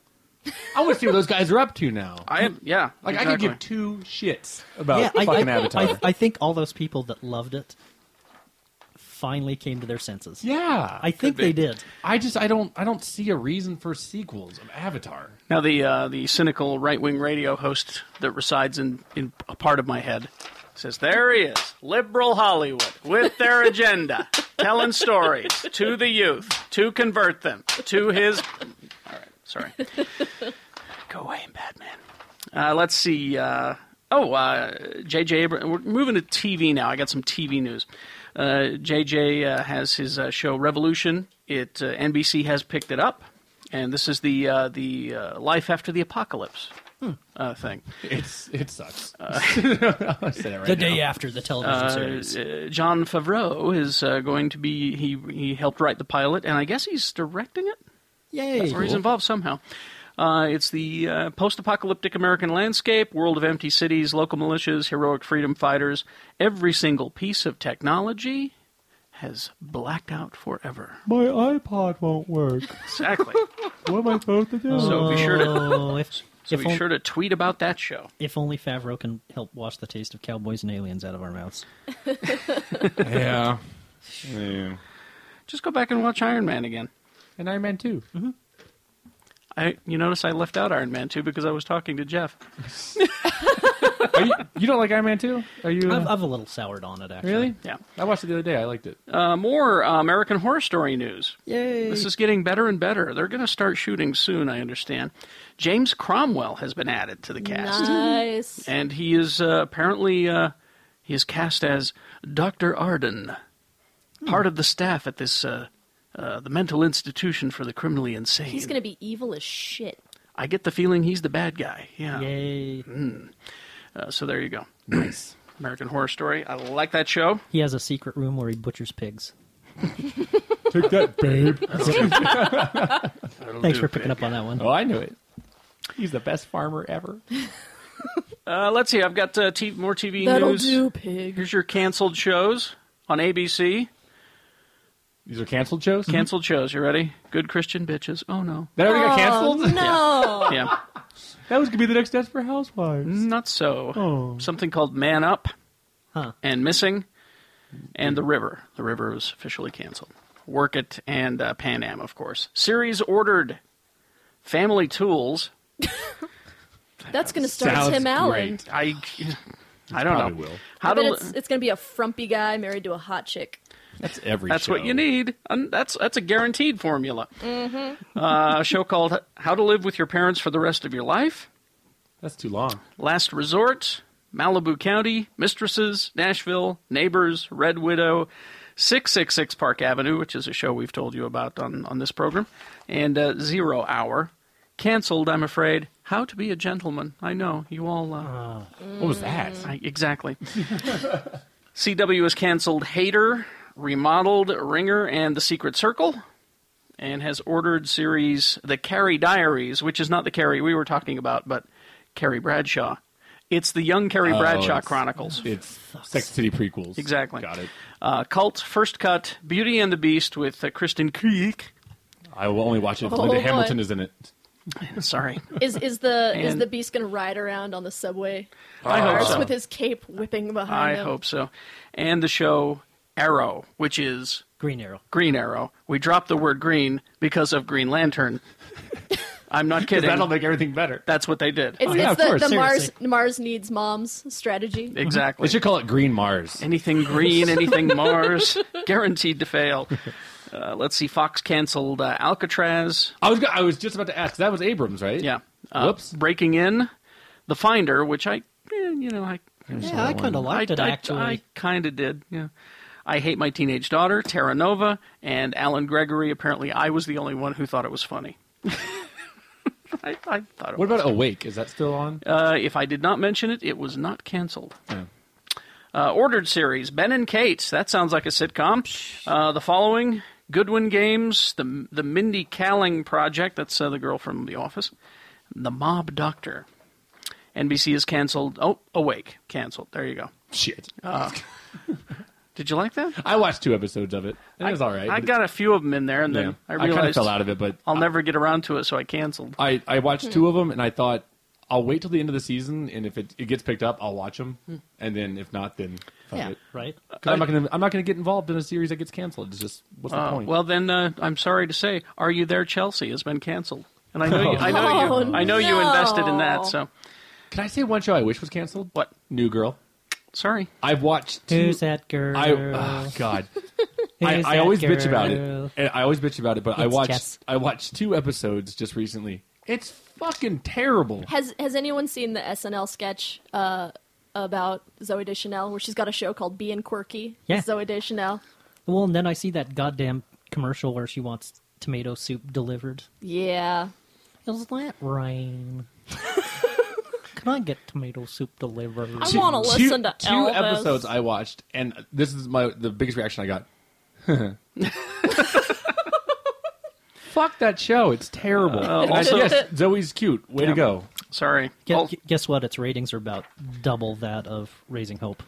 [SPEAKER 8] I want to see what those guys are up to now.
[SPEAKER 2] I am, yeah.
[SPEAKER 8] Like I could
[SPEAKER 2] exactly.
[SPEAKER 8] give two shits about
[SPEAKER 3] I,
[SPEAKER 8] fucking
[SPEAKER 3] I,
[SPEAKER 8] Avatar.
[SPEAKER 3] I, I think all those people that loved it finally came to their senses.
[SPEAKER 8] Yeah,
[SPEAKER 3] I think
[SPEAKER 8] could be.
[SPEAKER 3] they did.
[SPEAKER 8] I just I don't I don't see a reason for sequels of Avatar.
[SPEAKER 2] Now the uh, the cynical right wing radio host that resides in, in a part of my head says there he is, liberal Hollywood with their agenda, telling stories to the youth to convert them to his. All right, sorry. Go away, Batman. Uh, let's see. Uh, oh, uh, J.J. Abrams. We're moving to TV now. I got some TV news. Uh, J.J. Uh, has his uh, show Revolution. It uh, NBC has picked it up, and this is the uh, the uh, life after the apocalypse uh, thing.
[SPEAKER 8] It's it sucks.
[SPEAKER 3] Uh, the day after the television series.
[SPEAKER 2] Uh, John Favreau is uh, going to be he he helped write the pilot, and I guess he's directing it.
[SPEAKER 3] Yay!
[SPEAKER 2] Or he's
[SPEAKER 3] Cool.
[SPEAKER 2] involved somehow. Uh, it's the uh, post-apocalyptic American landscape, world of empty cities, local militias, heroic freedom fighters. Every single piece of technology has blacked out forever.
[SPEAKER 7] My iPod won't work.
[SPEAKER 2] Exactly.
[SPEAKER 7] what am I supposed to do?
[SPEAKER 2] So be
[SPEAKER 9] Uh,
[SPEAKER 2] sure to
[SPEAKER 3] Oh, if-
[SPEAKER 2] so
[SPEAKER 3] if
[SPEAKER 2] be
[SPEAKER 3] on-
[SPEAKER 2] sure to tweet about that show.
[SPEAKER 3] If only Favreau can help wash the taste of cowboys and aliens out of our mouths.
[SPEAKER 8] Yeah.
[SPEAKER 2] Just go back and watch Iron Man again. Mm-hmm.
[SPEAKER 8] And Iron Man 2
[SPEAKER 2] I you notice I left out Iron Man two because I was talking to Jeff.
[SPEAKER 8] you, you don't like Iron Man two? Are you? uh,
[SPEAKER 3] I've, I've a little soured on it, actually.
[SPEAKER 8] Really?
[SPEAKER 2] Yeah.
[SPEAKER 8] I watched it the other day. I liked it.
[SPEAKER 2] Uh, more uh, American Horror Story news.
[SPEAKER 3] Yay.
[SPEAKER 2] This is getting better and better. They're going to start shooting soon, I understand. James Cromwell has been added to the cast.
[SPEAKER 12] Nice.
[SPEAKER 2] And he is uh, apparently uh, he is cast as Dr. Arden,
[SPEAKER 12] Hmm.
[SPEAKER 2] part of the staff at this uh, uh, the mental institution for the criminally insane.
[SPEAKER 12] He's gonna be evil as shit.
[SPEAKER 2] I get the feeling he's the bad guy. Yeah.
[SPEAKER 3] Yay.
[SPEAKER 2] Uh, so there you go. Nice. American Horror Story. I like that show.
[SPEAKER 3] He has a secret room where he butchers pigs.
[SPEAKER 8] Take that, babe.
[SPEAKER 3] Thanks for picking up on that one.
[SPEAKER 8] Oh, I knew it. He's the best farmer ever.
[SPEAKER 2] Uh, let's see. I've got uh, t- more TV
[SPEAKER 12] That'll
[SPEAKER 2] news.
[SPEAKER 12] do, pig.
[SPEAKER 2] Here's your canceled shows on ABC.
[SPEAKER 8] These are canceled shows.
[SPEAKER 2] Canceled shows. You ready? Good Christian bitches. Oh no.
[SPEAKER 8] That already got canceled.
[SPEAKER 12] No.
[SPEAKER 2] Yeah.
[SPEAKER 8] That was gonna be the next Desperate Housewives. Oh.
[SPEAKER 2] Not so. Something called Man Up
[SPEAKER 3] Huh.
[SPEAKER 2] and Missing and The River. The River was officially canceled. Work It and uh, Pan Am, of course. Series ordered. Family Tools.
[SPEAKER 12] That's gonna start
[SPEAKER 8] Sounds
[SPEAKER 12] Tim Allen.
[SPEAKER 8] great.
[SPEAKER 2] I, I don't know.
[SPEAKER 8] Probably will.
[SPEAKER 2] How
[SPEAKER 12] I bet
[SPEAKER 2] to,
[SPEAKER 12] it's, it's gonna be a frumpy guy married to a hot chick.
[SPEAKER 8] That's every.
[SPEAKER 2] that's
[SPEAKER 8] show.
[SPEAKER 2] what you need. And that's, that's a guaranteed formula. Mm-hmm. Uh, a show called How to Live with Your Parents for the Rest of Your Life.
[SPEAKER 8] That's too long.
[SPEAKER 2] Last Resort, Malibu County, Mistresses, Nashville, Neighbors, Red Widow, 666 Park Avenue, which is a show we've told you about on, on this program, and uh, Zero Hour. Canceled, I'm afraid. How to be a gentleman. I know, you all. Uh,
[SPEAKER 8] Ah, What was that?
[SPEAKER 2] I- exactly. CW has canceled Hater, remodeled Ringer, and The Secret Circle, and has ordered series The Carrie Diaries, which is not the Carrie we were talking about, but Carrie Bradshaw. It's the young Carrie
[SPEAKER 8] Oh,
[SPEAKER 2] Bradshaw
[SPEAKER 8] it's-
[SPEAKER 2] Chronicles.
[SPEAKER 8] It's Sex City prequels.
[SPEAKER 2] Exactly.
[SPEAKER 8] Got it.
[SPEAKER 2] Uh, Cult, First Cut, Beauty and the Beast with uh, Kristen Kreek.
[SPEAKER 8] I will only watch it if
[SPEAKER 12] Oh,
[SPEAKER 8] Linda
[SPEAKER 12] boy.
[SPEAKER 8] Hamilton is in it.
[SPEAKER 2] Sorry.
[SPEAKER 12] Is is the is
[SPEAKER 2] And-
[SPEAKER 12] the beast gonna ride around on the subway?
[SPEAKER 2] I hope
[SPEAKER 12] Cars
[SPEAKER 2] so.
[SPEAKER 12] With his cape whipping behind
[SPEAKER 2] I
[SPEAKER 12] him.
[SPEAKER 2] hope so. And the show Arrow, which is
[SPEAKER 3] Green Arrow.
[SPEAKER 2] Green Arrow. We dropped the word green because of Green Lantern. I'm not kidding.
[SPEAKER 8] That'll make everything better. Oh,
[SPEAKER 2] That's what they did.
[SPEAKER 12] It's, it's
[SPEAKER 8] yeah, of
[SPEAKER 12] the,
[SPEAKER 8] course,
[SPEAKER 12] the Mars
[SPEAKER 3] seriously.
[SPEAKER 12] Mars needs moms strategy.
[SPEAKER 2] exactly.
[SPEAKER 8] They should call it Green Mars.
[SPEAKER 2] Mm-hmm. anything green, anything Mars, guaranteed to fail. Uh, let's see. Fox canceled uh, Alcatraz.
[SPEAKER 8] I was go- I was just about to ask. That was Abrams, right?
[SPEAKER 2] Yeah. Uh,
[SPEAKER 8] Whoops.
[SPEAKER 2] Breaking in, The Finder, which I, eh, you know, I,
[SPEAKER 3] Yeah, I kind of liked it,
[SPEAKER 2] I,
[SPEAKER 3] actually.
[SPEAKER 2] kind of did. Yeah. I hate my teenage daughter, Terra Nova, and Alan Gregory. Apparently, I was the only one who thought it was funny. I, I thought it
[SPEAKER 8] What
[SPEAKER 2] was.
[SPEAKER 3] Oh,
[SPEAKER 8] about Awake? Is that still on? Oh,
[SPEAKER 2] Uh, if I did not mention it, it was not canceled. Uh, ordered series Ben and Kate. That sounds like a sitcom. Uh, the following Goodwin Games, the the Mindy Kaling Project. That's uh, the girl from The Office. The Mob Doctor. NBC is canceled. Oh, Awake canceled. There you go.
[SPEAKER 8] Shit.
[SPEAKER 2] Uh, Did you like that?
[SPEAKER 8] I watched two episodes of it. and It was all right.
[SPEAKER 2] I
[SPEAKER 8] but-
[SPEAKER 2] got a few of them in there, and
[SPEAKER 8] yeah.
[SPEAKER 2] then I
[SPEAKER 8] kind of
[SPEAKER 2] realized
[SPEAKER 8] fell out of it, but
[SPEAKER 2] I'll never get around to it, so I canceled.
[SPEAKER 8] I, I watched two of them and I thought I'll wait till the end of the season, and if it, it gets picked up, I'll watch them,
[SPEAKER 3] Hmm.
[SPEAKER 8] and then if not, then fuck
[SPEAKER 3] Yeah,
[SPEAKER 8] it.
[SPEAKER 3] right.
[SPEAKER 8] 'Cause I'm not gonna I'm not gonna get involved in a series that gets canceled. It's just what's the
[SPEAKER 2] Oh,
[SPEAKER 8] point?
[SPEAKER 2] Well, then uh, I'm sorry to say, "Are You There, Chelsea?" has been canceled, and I know you, I know you,
[SPEAKER 8] Oh,
[SPEAKER 2] I know you invested in
[SPEAKER 8] no.
[SPEAKER 2] that. So,
[SPEAKER 8] can I say one show I wish was canceled? What New Girl?
[SPEAKER 2] Sorry,
[SPEAKER 8] I've watched. Two,
[SPEAKER 3] Who's that girl?
[SPEAKER 8] I oh, God. I,
[SPEAKER 3] Who's
[SPEAKER 8] I
[SPEAKER 3] that
[SPEAKER 8] always bitch about
[SPEAKER 3] girl?
[SPEAKER 8] it. And I always bitch about it, but I
[SPEAKER 3] It's
[SPEAKER 8] watched
[SPEAKER 3] Jess.
[SPEAKER 8] I watched two episodes just recently. It's fucking terrible.
[SPEAKER 12] Has Has anyone seen the SNL sketch uh, about Zoe Deschanel, where she's got a show called Being Quirky?
[SPEAKER 3] Yeah.
[SPEAKER 12] Zoe Deschanel.
[SPEAKER 3] Well, and then I see that goddamn commercial where she wants tomato soup delivered.
[SPEAKER 12] Yeah.
[SPEAKER 3] Is that Rain. Can I get tomato soup delivered?
[SPEAKER 12] I want to
[SPEAKER 8] Two-
[SPEAKER 12] listen to
[SPEAKER 8] two
[SPEAKER 12] Elvis.
[SPEAKER 8] episodes I watched, and this is my the biggest reaction I got. Fuck that show! It's terrible.
[SPEAKER 2] Uh,
[SPEAKER 8] And I-
[SPEAKER 2] also-
[SPEAKER 8] yes, Zoe's cute. Way to
[SPEAKER 2] Yeah.
[SPEAKER 8] go.
[SPEAKER 2] sorry.
[SPEAKER 3] Gu- gu- Guess what? Its ratings are about double that of Raising Hope.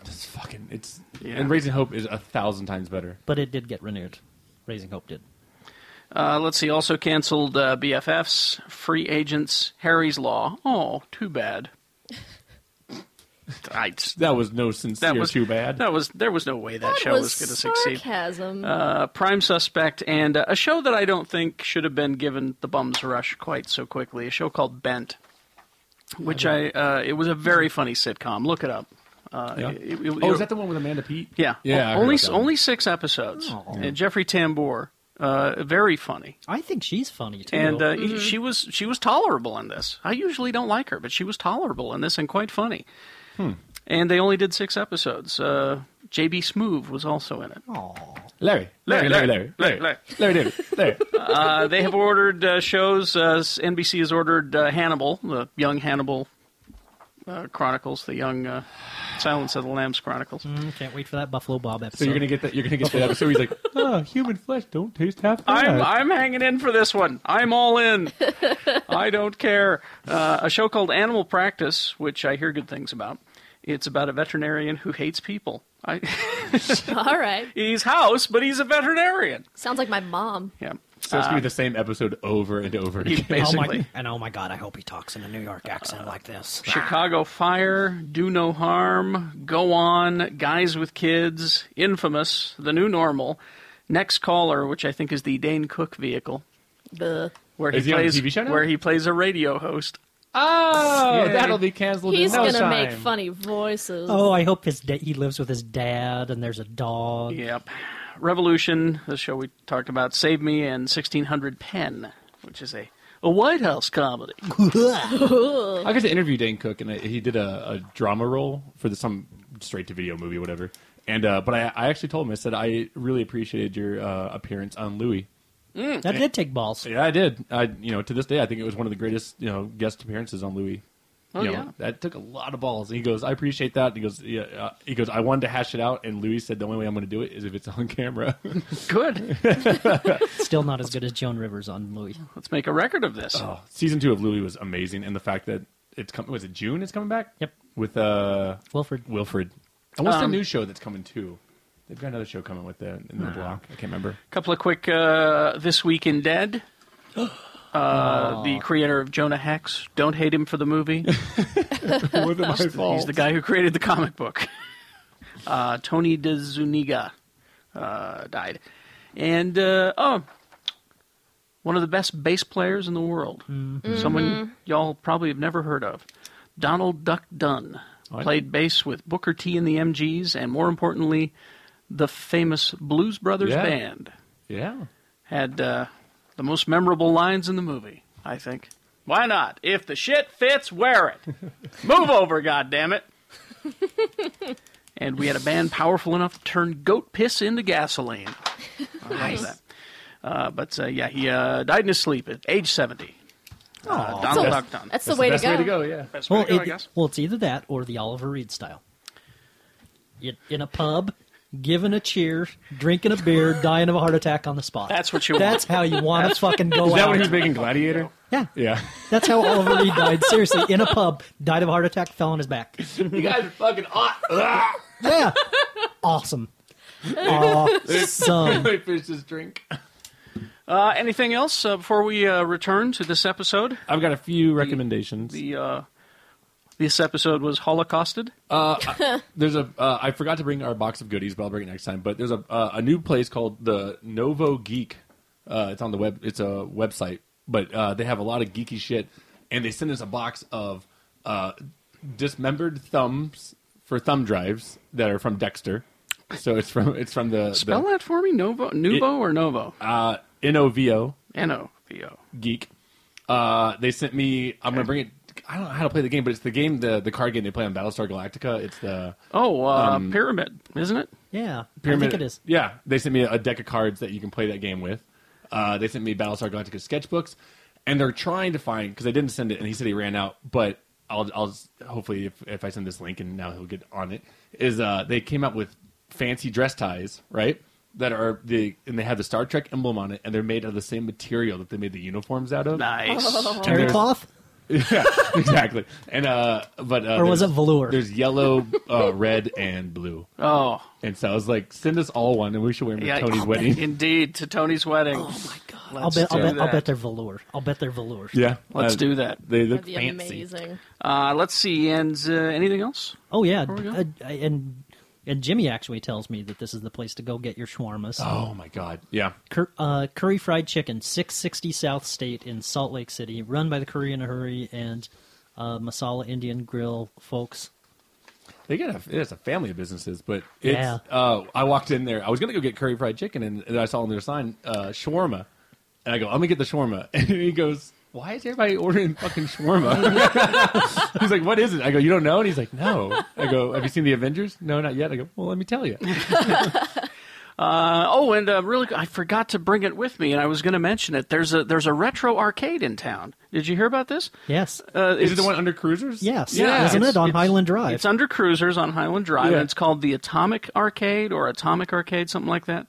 [SPEAKER 8] It's fucking. It's
[SPEAKER 2] Yeah.
[SPEAKER 8] And Raising Hope is a thousand times better.
[SPEAKER 3] But it did get renewed. Raising Hope did.
[SPEAKER 2] Uh, let's see. Also canceled uh, BFFs, Free Agents, Harry's Law. Oh, too bad. I,
[SPEAKER 8] that was no sincere.
[SPEAKER 2] was-
[SPEAKER 8] too bad.
[SPEAKER 2] That was there was no way that,
[SPEAKER 12] That
[SPEAKER 2] show was,
[SPEAKER 12] was
[SPEAKER 2] going to succeed.
[SPEAKER 12] sarcasm.
[SPEAKER 2] Uh, Prime Suspect and uh, a show that I don't think should have been given the bums rush quite so quickly. A show called Bent, which I uh, it was a very funny sitcom. Look it up. Uh,
[SPEAKER 8] Yeah.
[SPEAKER 2] it- it-
[SPEAKER 8] oh,
[SPEAKER 2] it-
[SPEAKER 8] is that the one with Amanda Pete?
[SPEAKER 2] yeah.
[SPEAKER 8] yeah. I heard
[SPEAKER 2] only
[SPEAKER 8] about that one.
[SPEAKER 2] only six episodes.
[SPEAKER 8] Oh.
[SPEAKER 2] And Jeffrey Tambor, uh, very funny.
[SPEAKER 3] I think she's funny too.
[SPEAKER 2] And uh, he- she was she was tolerable in this. I usually don't like her, but she was tolerable in this and quite funny. Hmm. And they only did six episodes. Uh, JB Smoove was also in it.
[SPEAKER 8] Larry, Larry, Larry, Larry, Larry,
[SPEAKER 2] Larry.
[SPEAKER 8] Larry, David, Larry.
[SPEAKER 2] Uh, they have ordered uh, shows. Uh, NBC has ordered uh, Hannibal, the Young Hannibal uh, Chronicles, the Young uh, Silence of the Lambs Chronicles.
[SPEAKER 3] Mm, can't wait for that Buffalo Bob episode.
[SPEAKER 8] So you're gonna get that. You're gonna get that episode. He's like, oh, human flesh don't taste half bad.
[SPEAKER 2] I'm, I'm hanging in for this one. I'm all in. I don't care. Uh, a show called Animal Practice, which I hear good things about. It's about a veterinarian who hates people. I,
[SPEAKER 12] All right.
[SPEAKER 2] he's house, but he's a veterinarian.
[SPEAKER 12] Sounds like my mom.
[SPEAKER 2] Yeah.
[SPEAKER 8] so it's gonna
[SPEAKER 2] Uh,
[SPEAKER 8] be the same episode over and over
[SPEAKER 2] He's
[SPEAKER 8] again.
[SPEAKER 2] basically.
[SPEAKER 3] and oh my god, I hope he talks in a New York accent like this.
[SPEAKER 2] Chicago Fire, Do No Harm, Go On, Guys with Kids, Infamous, The New Normal, Next Caller, which I think is the Dane Cook vehicle,
[SPEAKER 12] The
[SPEAKER 2] where
[SPEAKER 8] Is
[SPEAKER 2] he
[SPEAKER 8] he on the
[SPEAKER 2] plays
[SPEAKER 8] TV show now?
[SPEAKER 2] where he plays a radio host.
[SPEAKER 8] Oh,
[SPEAKER 2] Yay.
[SPEAKER 8] that'll be canceled.
[SPEAKER 12] He's
[SPEAKER 8] in no
[SPEAKER 12] gonna
[SPEAKER 8] time.
[SPEAKER 12] make funny voices.
[SPEAKER 3] Oh, I hope his da- he lives with his dad and there's a dog.
[SPEAKER 2] Yep. Revolution, the show we talked about, Save Me, and 1600 Pen, which is a, a White House comedy.
[SPEAKER 8] I got to interview Dane Cook, and I, he did a, a drama role for the, some straight to video movie, whatever. And uh, but I, I actually told him I said I really appreciated your uh, appearance on Louis.
[SPEAKER 2] Mm.
[SPEAKER 3] That did take balls.
[SPEAKER 8] Yeah, I did. I you know to this day I think it was one of the greatest you know guest appearances on Louis.
[SPEAKER 2] Oh,
[SPEAKER 8] You know,
[SPEAKER 2] yeah.
[SPEAKER 8] that took a lot of balls. And he goes, I appreciate that. And he goes, yeah. Uh, he goes, I wanted to hash it out, and Louis said the only way I'm going to do it is if it's on camera.
[SPEAKER 2] Good.
[SPEAKER 3] Still not as good as Joan Rivers on Louis.
[SPEAKER 2] Let's make a record of this.
[SPEAKER 8] oh, season two of Louis was amazing, and the fact that it's coming was it June? It's coming back.
[SPEAKER 3] Yep.
[SPEAKER 8] With uh
[SPEAKER 3] Wilfred.
[SPEAKER 8] Wilfred. And what's
[SPEAKER 2] Um,
[SPEAKER 8] the new show that's coming too? They've got another show coming with the in the block. I can't remember.
[SPEAKER 2] couple of quick uh, this week in dead uh, the creator of jonah hex don't hate him for the movie
[SPEAKER 8] Wasn't my
[SPEAKER 2] he's
[SPEAKER 8] fault.
[SPEAKER 2] the guy who created the comic book uh, tony de zuniga uh, died and uh, oh one of the best bass players in the world someone y'all probably have never heard of donald duck dunn
[SPEAKER 8] Oh, yeah.
[SPEAKER 2] played bass with booker t and the mgs and more importantly the famous blues brothers
[SPEAKER 8] Yeah.
[SPEAKER 2] band
[SPEAKER 8] Yeah.
[SPEAKER 2] had uh, the most memorable lines in the movie, I think. Why not? If the shit fits, wear it. Move over, goddammit. and we had a band powerful enough to turn goat piss into gasoline. I love that. Uh, but uh, yeah, he uh, died in his sleep at age 70. Uh, Donald
[SPEAKER 12] So-
[SPEAKER 2] Duck Dunn.
[SPEAKER 12] That's the way to
[SPEAKER 8] best
[SPEAKER 12] go.
[SPEAKER 8] way to go. Yeah.
[SPEAKER 2] Best
[SPEAKER 3] Oh,
[SPEAKER 2] way
[SPEAKER 3] Well,
[SPEAKER 2] to go, I
[SPEAKER 3] it-
[SPEAKER 2] guess.
[SPEAKER 3] well, it's either that or the Oliver Reed style. You- In a pub, giving a cheer, drinking a beer, dying of a heart attack on the spot.
[SPEAKER 2] That's what you want.
[SPEAKER 3] That's how you want to fucking go
[SPEAKER 8] Is that
[SPEAKER 3] out.
[SPEAKER 8] when he was making Gladiator?
[SPEAKER 3] yeah,
[SPEAKER 8] Yeah.
[SPEAKER 3] that's how Oliver Reed died. Seriously, in a pub, died of a heart attack, fell on his back.
[SPEAKER 8] you guys are fucking
[SPEAKER 3] Yeah, awesome, awesome.
[SPEAKER 8] Fish this drink.
[SPEAKER 2] Uh, anything else uh, before we uh, return to this episode?
[SPEAKER 8] I've got a few recommendations.
[SPEAKER 2] The uh, this episode was holocausted.
[SPEAKER 8] Uh, I- there's a. Uh, I forgot to bring our box of goodies, but I'll bring it next time. But there's a uh, a new place called the Novo Geek. Uh, it's on the web. It's a website, but uh, they have a lot of geeky shit, and they send us a box of uh, dismembered thumbs for thumb drives that are from Dexter. So it's from it's from the
[SPEAKER 2] Spell
[SPEAKER 8] the,
[SPEAKER 2] that for me. Novo, Nuvo, or Novo?
[SPEAKER 8] Uh, N O V O.
[SPEAKER 2] N O V O.
[SPEAKER 8] Geek. Uh, they sent me. I'm gonna bring it. I don't know how to play the game, but it's the game, the the card game they play on Battlestar Galactica. It's the
[SPEAKER 2] Oh, uh,
[SPEAKER 8] um,
[SPEAKER 2] pyramid, isn't it?
[SPEAKER 3] Yeah,
[SPEAKER 8] pyramid.
[SPEAKER 3] I think it is.
[SPEAKER 8] Yeah, they sent me a deck of cards that you can play that game with. Uh, they sent me Battlestar Galactica sketchbooks, and they're trying to find because I didn't send it, and he said he ran out. But I'll, I'll s- hopefully if, if I send this link and now he'll get on it. Is uh, they came out with fancy dress ties, right? That are the and they have the Star Trek emblem on it, and they're made of the same material that they made the uniforms out of.
[SPEAKER 2] Nice
[SPEAKER 3] Oh. Terry cloth?
[SPEAKER 8] yeah, exactly. And uh, but uh,
[SPEAKER 3] Or was
[SPEAKER 8] there's-
[SPEAKER 3] it velour?
[SPEAKER 8] There's yellow, uh, red, and blue.
[SPEAKER 2] Oh,
[SPEAKER 8] and so I was like, send us all one, and we should wear them to
[SPEAKER 2] Yeah, oh,
[SPEAKER 8] Tony's wedding.
[SPEAKER 2] Indeed, to Tony's wedding. Oh my god!
[SPEAKER 3] I'll bet, I'll, bet, I'll bet they're velour. I'll bet they're velour.
[SPEAKER 8] Yeah,
[SPEAKER 2] Let's
[SPEAKER 8] Uh,
[SPEAKER 2] do that.
[SPEAKER 8] They look
[SPEAKER 12] That'd be
[SPEAKER 8] fancy.
[SPEAKER 12] amazing.
[SPEAKER 2] Uh, let's see. And uh, anything else?
[SPEAKER 3] Oh yeah,
[SPEAKER 2] Before we go?
[SPEAKER 3] uh, and and Jimmy actually tells me that this is the place to go get your shawarmas.
[SPEAKER 8] Oh my god! Yeah,
[SPEAKER 3] Cur- uh, Curry Fried Chicken, 660 South State in Salt Lake City, run by the Curry in a Hurry and uh, Masala Indian Grill folks.
[SPEAKER 8] they got a it's a family of businesses, but it's,
[SPEAKER 3] Yeah.
[SPEAKER 8] uh, I walked in there. I was gonna go get curry fried chicken, and then I saw on their sign uh, shawarma, and I go, I'm gonna get the shawarma, and he goes. Why is everybody ordering fucking shawarma? he's like, "What is it?" I go, "You don't know," and he's like, "No." I go, "Have you seen the Avengers?" No, not yet. I go, "Well, let me tell you."
[SPEAKER 2] Uh, oh, and uh, really, I forgot to bring it with me, and I was going to mention it. There's a there's a retro arcade in town. Did you hear about this?
[SPEAKER 3] Yes.
[SPEAKER 2] Uh,
[SPEAKER 8] Is it
[SPEAKER 2] it's-
[SPEAKER 8] the one under Cruisers?
[SPEAKER 3] Yes. Isn't it on Highland Drive?
[SPEAKER 2] It's under Cruisers on Highland Drive.
[SPEAKER 3] Yeah.
[SPEAKER 2] And it's called the Atomic Arcade or Atomic Arcade, something like that.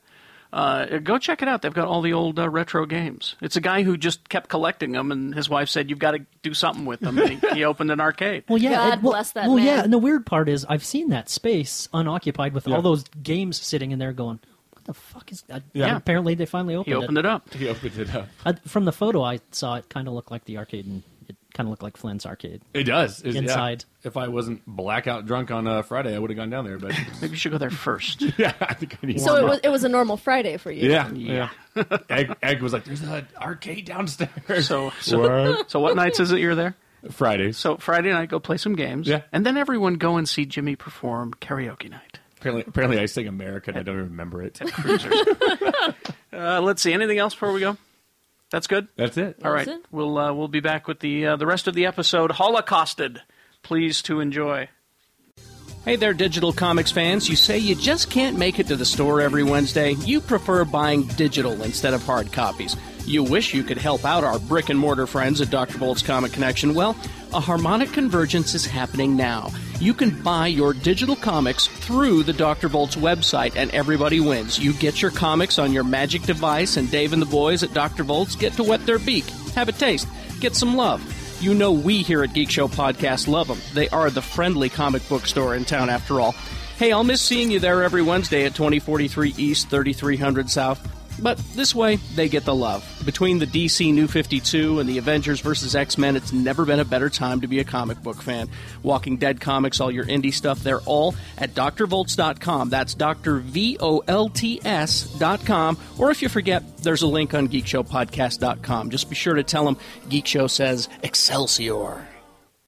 [SPEAKER 2] Uh, go check it out. They've got all the old uh, retro games. It's a guy who just kept collecting them, and his wife said, "You've got to do something with them." And he, he opened an arcade.
[SPEAKER 3] Well, yeah.
[SPEAKER 12] God
[SPEAKER 3] and- well,
[SPEAKER 12] bless that
[SPEAKER 3] well,
[SPEAKER 12] man.
[SPEAKER 3] yeah. And the weird part is, I've seen that space unoccupied with all those games sitting in there, going, "What the fuck is that?"
[SPEAKER 8] Yeah.
[SPEAKER 3] And Apparently, they finally opened.
[SPEAKER 2] He opened it up.
[SPEAKER 8] He opened it up.
[SPEAKER 3] Uh, from the photo I saw, it kind of looked like the arcade, and it kind of looked like Flynn's arcade.
[SPEAKER 8] It does It's- yeah.
[SPEAKER 3] inside.
[SPEAKER 8] If I wasn't blackout drunk on uh, Friday, I would have gone down there. But
[SPEAKER 2] maybe you should go there first.
[SPEAKER 8] yeah, I think I need.
[SPEAKER 12] So it was, it was a normal Friday for you.
[SPEAKER 8] Yeah, yeah. Egg, Egg was like, "There's an arcade downstairs."
[SPEAKER 2] So, so,
[SPEAKER 8] What?
[SPEAKER 2] so what nights is it you're there?
[SPEAKER 8] Fridays.
[SPEAKER 2] So Friday night, go play some games. Yeah. And then everyone go and see Jimmy perform karaoke night.
[SPEAKER 8] Apparently, apparently, I sing American. I don't remember it.
[SPEAKER 2] Uh, let's see. Anything else before we go? That's good.
[SPEAKER 8] That's it.
[SPEAKER 2] All right. We'll uh, we'll be back with the uh, the rest of the episode. Holocausted. Please to enjoy. Hey there, digital comics fans. You say you just can't make it to the store every Wednesday. You prefer buying digital instead of hard copies. You wish you could help out our brick and mortar friends at Dr. Bolt's Comic Connection. Well, a harmonic convergence is happening now. You can buy your digital comics through the Dr. Bolt's website, and everybody wins. You get your comics on your magic device, and Dave and the boys at Dr. Bolt's get to wet their beak, have a taste, get some love. You know we here at Geek Show Podcast love them. They are the friendly comic book store in town after all. Hey, I'll miss seeing you there every Wednesday at 2043 East, 3300 South. But this way, they get the love. Between the DC New 52 and the Avengers vs. X Men, it's never been a better time to be a comic book fan. Walking Dead comics, all your indie stuff, they're all at drvolts.com. That's drvolts.com. Or if you forget, there's a link on geekshowpodcast.com. Just be sure to tell them Geek Show says Excelsior.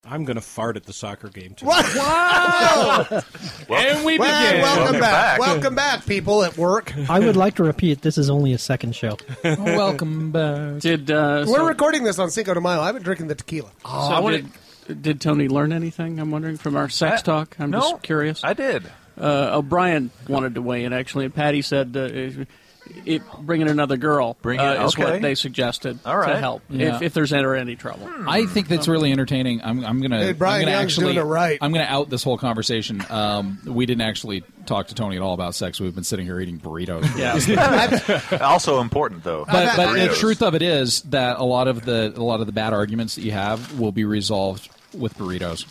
[SPEAKER 7] I'm going to fart at the soccer game tonight.
[SPEAKER 9] What?
[SPEAKER 7] Wow!
[SPEAKER 9] and
[SPEAKER 7] we begin.
[SPEAKER 9] Welcome back.
[SPEAKER 7] Welcome back.
[SPEAKER 9] Welcome back, people at work.
[SPEAKER 3] I would like to repeat: this is only a second show.
[SPEAKER 9] Welcome
[SPEAKER 7] back.
[SPEAKER 2] Did uh, Oh,
[SPEAKER 9] We're recording this on Cinco de Mayo. I've been drinking the tequila.
[SPEAKER 2] So did, did Tony learn anything? I'm wondering from our sex
[SPEAKER 9] I-
[SPEAKER 2] talk. I'm
[SPEAKER 9] no,
[SPEAKER 2] just curious. I
[SPEAKER 10] did.
[SPEAKER 2] Uh, O'Brien wanted to weigh in actually, and Patty said uh, it, bringing another girl
[SPEAKER 4] Bring
[SPEAKER 2] uh,
[SPEAKER 4] it-
[SPEAKER 2] is
[SPEAKER 4] okay.
[SPEAKER 2] what they suggested
[SPEAKER 4] All right. Hmm.
[SPEAKER 2] to help
[SPEAKER 4] Yeah.
[SPEAKER 2] if, if there's ever any trouble.
[SPEAKER 4] I think that's really entertaining. I'm, I'm gonna.
[SPEAKER 2] Hey,
[SPEAKER 4] I'm
[SPEAKER 2] Brian
[SPEAKER 4] gonna
[SPEAKER 2] Young's
[SPEAKER 4] actually,
[SPEAKER 2] doing it right.
[SPEAKER 4] I'm gonna out this whole conversation. Um, we didn't actually talk to Tony at all about sex. We've been sitting here eating burritos.
[SPEAKER 10] also important though.
[SPEAKER 4] but, but the
[SPEAKER 10] Burritos.
[SPEAKER 4] truth of it is that a lot of the a lot of the
[SPEAKER 2] Hmm.
[SPEAKER 4] bad arguments that you have will be resolved with burritos.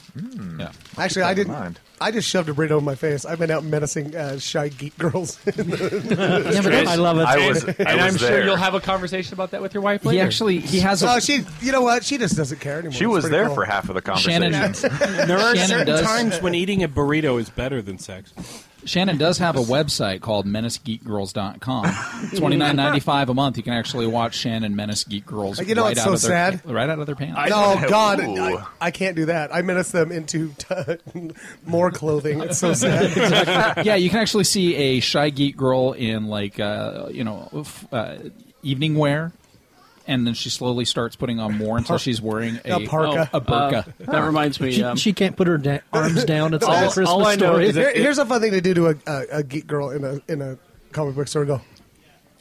[SPEAKER 4] Yeah.
[SPEAKER 9] Actually, I didn't. I just shoved a burrito in my face. I've been out menacing uh, shy geek girls.
[SPEAKER 8] I love it. I was- I
[SPEAKER 9] And
[SPEAKER 8] was
[SPEAKER 9] I'm sure
[SPEAKER 8] there.
[SPEAKER 9] you'll
[SPEAKER 8] have a conversation about that with your wife
[SPEAKER 9] He
[SPEAKER 8] later.
[SPEAKER 9] actually- he has a-
[SPEAKER 8] Oh,
[SPEAKER 9] she. You know what? She just doesn't care anymore.
[SPEAKER 10] She was there for half of the conversation.
[SPEAKER 7] there are
[SPEAKER 4] Shannon
[SPEAKER 7] certain
[SPEAKER 4] does-
[SPEAKER 7] times when eating a burrito is better than sex.
[SPEAKER 4] Shannon does have a website called menacegeekgirls.com. Twenty nine ninety five a month. You can actually watch Shannon menace geek girls.
[SPEAKER 9] You know
[SPEAKER 4] right
[SPEAKER 9] what's
[SPEAKER 4] out
[SPEAKER 9] so
[SPEAKER 4] of their,
[SPEAKER 9] sad?
[SPEAKER 4] Right out of their pants.
[SPEAKER 9] no, God, I, I can't do that. I menace them into t- more clothing. It's so sad.
[SPEAKER 4] Exactly. yeah, you can actually see a shy geek girl in like uh, you know f- uh, evening wear, and then she slowly starts putting on more until she's wearing a, oh, a, burqa.
[SPEAKER 2] that reminds me.
[SPEAKER 3] She,
[SPEAKER 2] um,
[SPEAKER 3] she can't put her da- arms down. It's all, a Christmas story.
[SPEAKER 9] Here- here's a fun thing to do to a, a, a geek girl in a in a comic book store. Go,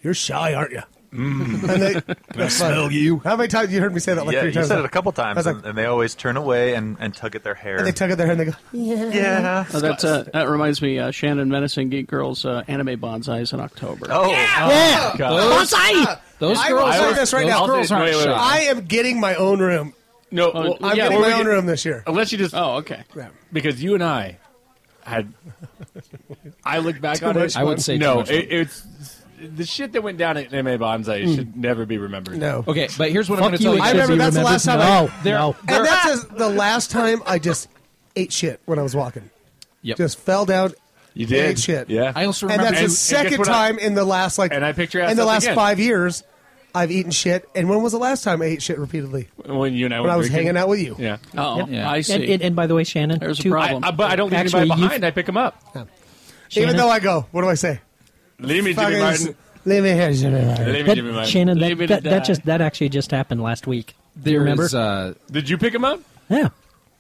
[SPEAKER 9] you're shy, aren't you? Mm. And they,
[SPEAKER 10] Mm. Can I smell you?
[SPEAKER 9] How many times you heard me say that? Like
[SPEAKER 10] yeah,
[SPEAKER 9] three
[SPEAKER 10] you
[SPEAKER 9] times.
[SPEAKER 10] said it a couple
[SPEAKER 9] I
[SPEAKER 10] times,
[SPEAKER 9] was like-
[SPEAKER 10] and, and they always turn away and, and tug at their hair.
[SPEAKER 9] and they tug at their hair and they go, yeah,
[SPEAKER 10] Yeah.
[SPEAKER 2] Oh, that's, uh, that reminds me, uh, Shannon Menacing Geek Girls uh, anime bonsais in October.
[SPEAKER 10] Oh,
[SPEAKER 9] Yeah. Bonsai! I will say this right now.
[SPEAKER 2] Wait, wait, wait.
[SPEAKER 9] I am getting my own room.
[SPEAKER 8] No,
[SPEAKER 9] I'm
[SPEAKER 8] well, yeah,
[SPEAKER 9] getting
[SPEAKER 8] we're
[SPEAKER 9] my
[SPEAKER 8] gonna-
[SPEAKER 9] own room this year.
[SPEAKER 8] Unless you just.
[SPEAKER 2] Oh, okay.
[SPEAKER 8] Because you and I had. I look back
[SPEAKER 9] Too
[SPEAKER 8] on it.
[SPEAKER 9] much I would fun. say too
[SPEAKER 8] no.
[SPEAKER 4] much
[SPEAKER 8] it, it's the shit that went down at MA Bonsai
[SPEAKER 4] Mm.
[SPEAKER 8] should never be remembered.
[SPEAKER 4] Okay, but here's what I'm
[SPEAKER 8] Fuck
[SPEAKER 4] going to tell
[SPEAKER 8] you,
[SPEAKER 4] you.
[SPEAKER 8] it should
[SPEAKER 9] I remember that's the last time. I,
[SPEAKER 4] There- there-
[SPEAKER 9] and that's just the last time I just ate shit when I was walking.
[SPEAKER 4] Yep.
[SPEAKER 9] Just fell down.
[SPEAKER 8] You did.
[SPEAKER 9] Ate shit.
[SPEAKER 8] Yeah. I
[SPEAKER 4] also
[SPEAKER 9] and that's the
[SPEAKER 4] remember- And- and
[SPEAKER 9] second
[SPEAKER 4] guess what I-
[SPEAKER 9] time in the last like
[SPEAKER 8] And I picture
[SPEAKER 9] in the
[SPEAKER 8] ourselves
[SPEAKER 9] last
[SPEAKER 8] again.
[SPEAKER 9] five years I've eaten shit. And when was the last time I ate shit repeatedly?
[SPEAKER 8] When you and I
[SPEAKER 9] When
[SPEAKER 8] were
[SPEAKER 9] I was
[SPEAKER 8] drinking.
[SPEAKER 9] hanging out with you.
[SPEAKER 8] Yeah.
[SPEAKER 2] Oh,
[SPEAKER 8] Yeah.
[SPEAKER 2] I see.
[SPEAKER 3] And, and, and by the way, Shannon,
[SPEAKER 2] There's a
[SPEAKER 3] two-
[SPEAKER 2] problem.
[SPEAKER 8] I, but I don't leave
[SPEAKER 3] Actually,
[SPEAKER 8] anybody
[SPEAKER 3] you-
[SPEAKER 8] behind. I pick them up.
[SPEAKER 9] Even
[SPEAKER 3] Shannon-
[SPEAKER 9] though I go, what do I say?
[SPEAKER 8] Leave me, Jimmy
[SPEAKER 9] Fucking
[SPEAKER 8] Martin.
[SPEAKER 9] s- Leave me here, Jimmy Martin.
[SPEAKER 8] Leave me,
[SPEAKER 3] That-
[SPEAKER 8] Jimmy Martin.
[SPEAKER 3] Shannon,
[SPEAKER 8] Leave me
[SPEAKER 3] that,
[SPEAKER 8] to
[SPEAKER 3] that, that
[SPEAKER 8] die.
[SPEAKER 3] just that actually just happened last week. Do you
[SPEAKER 4] There
[SPEAKER 3] remember?
[SPEAKER 4] is, uh,
[SPEAKER 8] Did you pick him up?
[SPEAKER 3] yeah.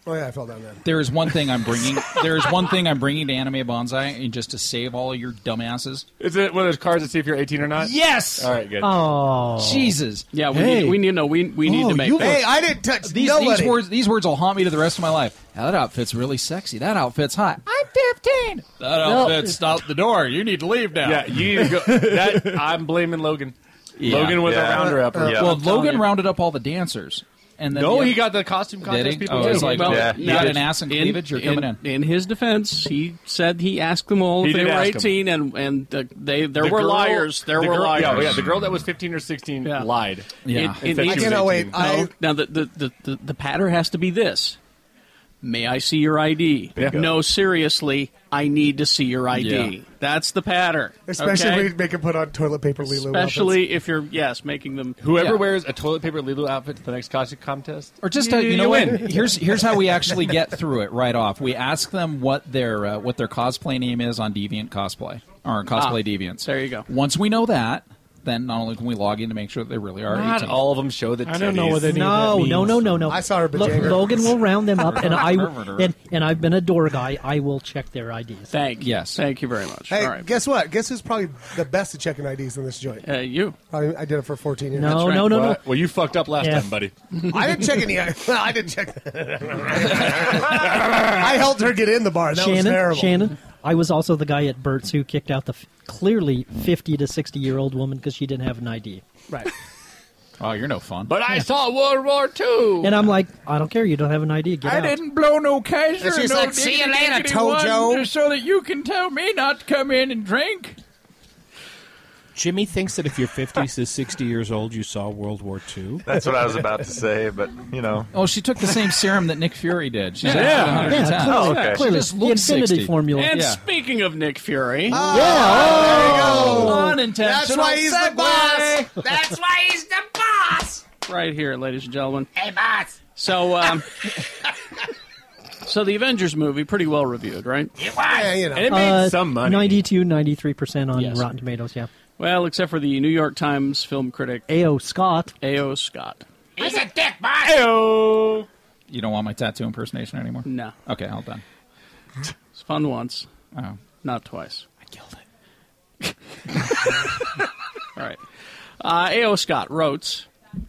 [SPEAKER 9] Oh yeah, I fell down there.
[SPEAKER 4] there is one thing I'm bringing. there is one thing I'm bringing to Anime Bonsai, and just to save all your dumbasses.
[SPEAKER 8] Is it one of those cards that see if you're 18 or not?
[SPEAKER 4] Yes.
[SPEAKER 8] All right. Good.
[SPEAKER 4] Oh, Jesus. Oh,
[SPEAKER 2] Yeah, we need, we need no, we we need to make. that.
[SPEAKER 9] didn't touch
[SPEAKER 4] these,
[SPEAKER 2] nobody.
[SPEAKER 4] These words, these words will haunt me to the rest of my life. That outfit's really sexy. That outfit's hot. I'm 15. That
[SPEAKER 8] No.
[SPEAKER 4] outfit stopped the door. You need to leave now.
[SPEAKER 8] Yeah, you need to go. That, I'm blaming Logan.
[SPEAKER 4] Yeah.
[SPEAKER 8] Logan was a rounder upper.
[SPEAKER 4] Well, Logan rounded up all the dancers, and then
[SPEAKER 8] No,
[SPEAKER 4] the-
[SPEAKER 8] he got the costume contest
[SPEAKER 4] Did he?
[SPEAKER 8] people
[SPEAKER 4] Oh,
[SPEAKER 8] too.
[SPEAKER 4] it's like,
[SPEAKER 8] Well,
[SPEAKER 4] yeah.
[SPEAKER 8] no,
[SPEAKER 4] you got
[SPEAKER 8] it's-
[SPEAKER 4] an ass and
[SPEAKER 2] in-
[SPEAKER 4] cleavage. You're coming in.
[SPEAKER 2] In his defense, he said he asked them all
[SPEAKER 8] He
[SPEAKER 2] if they
[SPEAKER 8] did
[SPEAKER 2] were
[SPEAKER 8] ask 'em.
[SPEAKER 2] 18, and and uh, they there
[SPEAKER 8] The
[SPEAKER 2] were
[SPEAKER 8] girl-
[SPEAKER 2] liars. There
[SPEAKER 8] the
[SPEAKER 2] were
[SPEAKER 8] girl-
[SPEAKER 2] liars.
[SPEAKER 8] Yeah, yeah, the girl that was 15 or 16 lied.
[SPEAKER 2] It, it
[SPEAKER 8] And
[SPEAKER 2] needs-
[SPEAKER 8] said she was 18.
[SPEAKER 2] No, now the the, the, the the patter has to be this. May I see your ID?
[SPEAKER 8] Yeah.
[SPEAKER 2] No, seriously, I need to see your ID.
[SPEAKER 9] Yeah.
[SPEAKER 2] That's the patter.
[SPEAKER 9] Especially
[SPEAKER 2] okay?
[SPEAKER 9] if we make it put on toilet paper Lilo.
[SPEAKER 2] especially if you're yes making them
[SPEAKER 8] Whoever
[SPEAKER 2] yeah.
[SPEAKER 8] wears a toilet paper Lilo outfit to the next costume contest,
[SPEAKER 4] Or just uh, you, know what? Here's here's how we actually get through it right off. We ask them what their uh, what their cosplay name is on Deviant Cosplay or Cosplay Deviants. Ah, There
[SPEAKER 2] you go.
[SPEAKER 4] Once we know that, then not only can we log in to make sure that they really are.
[SPEAKER 8] Not
[SPEAKER 4] 18.
[SPEAKER 8] all of them show that.
[SPEAKER 3] no, no, no, no, no.
[SPEAKER 9] I saw her bejanger.
[SPEAKER 3] Logan will round them up, and I
[SPEAKER 9] Perverter.
[SPEAKER 3] and, and I've been a door guy. I will check their IDs.
[SPEAKER 2] Thank
[SPEAKER 4] yes,
[SPEAKER 2] thank you very much.
[SPEAKER 9] Hey, guess what? Guess who's probably the best at checking IDs in this joint?
[SPEAKER 2] Uh, you.
[SPEAKER 9] Probably, I did it for 14 years.
[SPEAKER 3] No, That's right. no, no, no.
[SPEAKER 8] Well, you fucked up last
[SPEAKER 9] Yeah.
[SPEAKER 8] time, buddy.
[SPEAKER 9] I didn't check any. Well, I didn't check. I helped her get in the bar. That
[SPEAKER 3] Shannon,
[SPEAKER 9] was terrible.
[SPEAKER 3] Shannon, I was also the guy at Burt's who kicked out the f- clearly fifty to sixty year old woman because she didn't have an ID.
[SPEAKER 9] Right.
[SPEAKER 4] Oh, you're no fun.
[SPEAKER 8] But I saw World War II.
[SPEAKER 3] And I'm like, I don't care. You don't have an ID. Get out.
[SPEAKER 4] didn't blow no Kaiser.
[SPEAKER 3] And she's
[SPEAKER 4] no
[SPEAKER 3] like, "See you
[SPEAKER 4] diggity
[SPEAKER 3] later,
[SPEAKER 4] diggity
[SPEAKER 3] Tojo."
[SPEAKER 4] one, just so that you can tell me not to come in and drink.
[SPEAKER 7] Jimmy thinks that if you're 50 to 60 years old, you saw World War II.
[SPEAKER 10] That's what I was about to say, but you know.
[SPEAKER 4] Oh, she took the same serum that Nick Fury did. She's
[SPEAKER 10] Yeah.
[SPEAKER 4] actually
[SPEAKER 10] Yeah.
[SPEAKER 4] 110.
[SPEAKER 10] Yeah, clearly- Oh, okay. clearly.
[SPEAKER 4] She just looks
[SPEAKER 3] The infinity
[SPEAKER 4] 60.
[SPEAKER 3] formula.
[SPEAKER 2] And
[SPEAKER 4] Yeah.
[SPEAKER 2] speaking of Nick Fury,
[SPEAKER 4] Yeah.
[SPEAKER 2] there you go.
[SPEAKER 4] That's why he's the
[SPEAKER 2] boss.
[SPEAKER 13] That's why he's the boss.
[SPEAKER 2] right here, ladies and gentlemen.
[SPEAKER 13] Hey,
[SPEAKER 9] Ah,
[SPEAKER 13] boss.
[SPEAKER 2] So, um, so the Avengers movie pretty well reviewed, right?
[SPEAKER 13] It was. Yeah, you know.
[SPEAKER 2] And it made
[SPEAKER 3] Uh,
[SPEAKER 2] some money.
[SPEAKER 3] 92, 93 percent on
[SPEAKER 2] Yes.
[SPEAKER 3] Rotten Tomatoes. Yeah.
[SPEAKER 2] well, except for the New York Times film critic
[SPEAKER 3] A.O. Scott.
[SPEAKER 2] A.O. Scott.
[SPEAKER 13] He's a dick, boss.
[SPEAKER 4] You don't want my tattoo impersonation anymore?
[SPEAKER 2] No.
[SPEAKER 4] Okay, hold on.
[SPEAKER 2] It's fun once,
[SPEAKER 4] Oh.
[SPEAKER 2] not twice. I killed it. All right. Uh, A.O. Scott wrote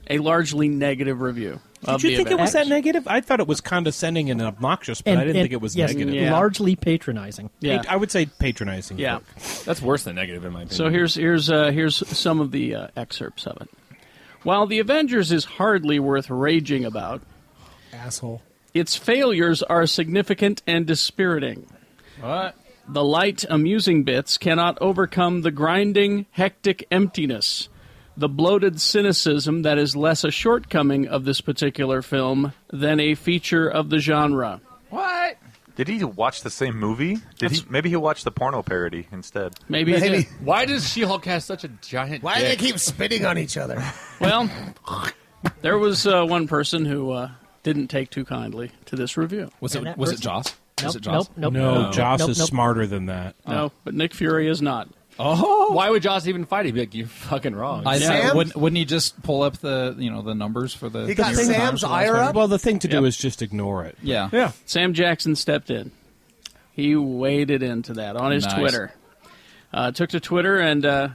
[SPEAKER 2] a largely negative review. of
[SPEAKER 7] Did you
[SPEAKER 2] the
[SPEAKER 7] think it was
[SPEAKER 2] Avengers.
[SPEAKER 7] that negative? I thought it was condescending and obnoxious, but I didn't think it was
[SPEAKER 3] yes,
[SPEAKER 7] negative.
[SPEAKER 3] Largely patronizing.
[SPEAKER 7] Pat- I would say patronizing.
[SPEAKER 2] Yeah.
[SPEAKER 8] That's worse than negative in my opinion.
[SPEAKER 2] So here's here's uh, here's some of the uh, excerpts of it. While the Avengers is hardly worth raging about,
[SPEAKER 9] Asshole.
[SPEAKER 2] its failures are significant and dispiriting.
[SPEAKER 4] What?
[SPEAKER 2] The light, amusing bits cannot overcome the grinding, hectic emptiness, the bloated cynicism that is less a shortcoming of this particular film than a feature of the genre.
[SPEAKER 4] What?
[SPEAKER 10] Did he watch the same movie? Did he? Maybe he watched the porno parody instead.
[SPEAKER 2] Maybe he Maybe. did.
[SPEAKER 8] Why does She-Hulk have such a giant?
[SPEAKER 2] Why do they
[SPEAKER 8] dick?
[SPEAKER 2] keep spitting on each
[SPEAKER 9] other?
[SPEAKER 2] Well, there was uh, one person who uh, didn't take too kindly to this review.
[SPEAKER 4] Was
[SPEAKER 7] it- was it Joss?
[SPEAKER 2] Nope,
[SPEAKER 7] Was it Joss?
[SPEAKER 2] Nope, nope,
[SPEAKER 7] No,
[SPEAKER 2] nope,
[SPEAKER 7] Joss
[SPEAKER 2] nope,
[SPEAKER 7] is
[SPEAKER 2] nope.
[SPEAKER 7] smarter than that.
[SPEAKER 2] No, but Nick Fury is not.
[SPEAKER 4] Oh,
[SPEAKER 8] why would Joss even fight? He'd be like, "You're fucking wrong."
[SPEAKER 4] I know. Wouldn't, wouldn't he just pull up the you know the numbers for the? New York Times for the last one?
[SPEAKER 7] Well, the thing to
[SPEAKER 2] Yep.
[SPEAKER 7] do is just ignore it.
[SPEAKER 4] Yeah.
[SPEAKER 7] Yeah.
[SPEAKER 2] Sam Jackson stepped in. He waded into that on his
[SPEAKER 7] Nice.
[SPEAKER 2] Twitter. Uh, took to Twitter and uh,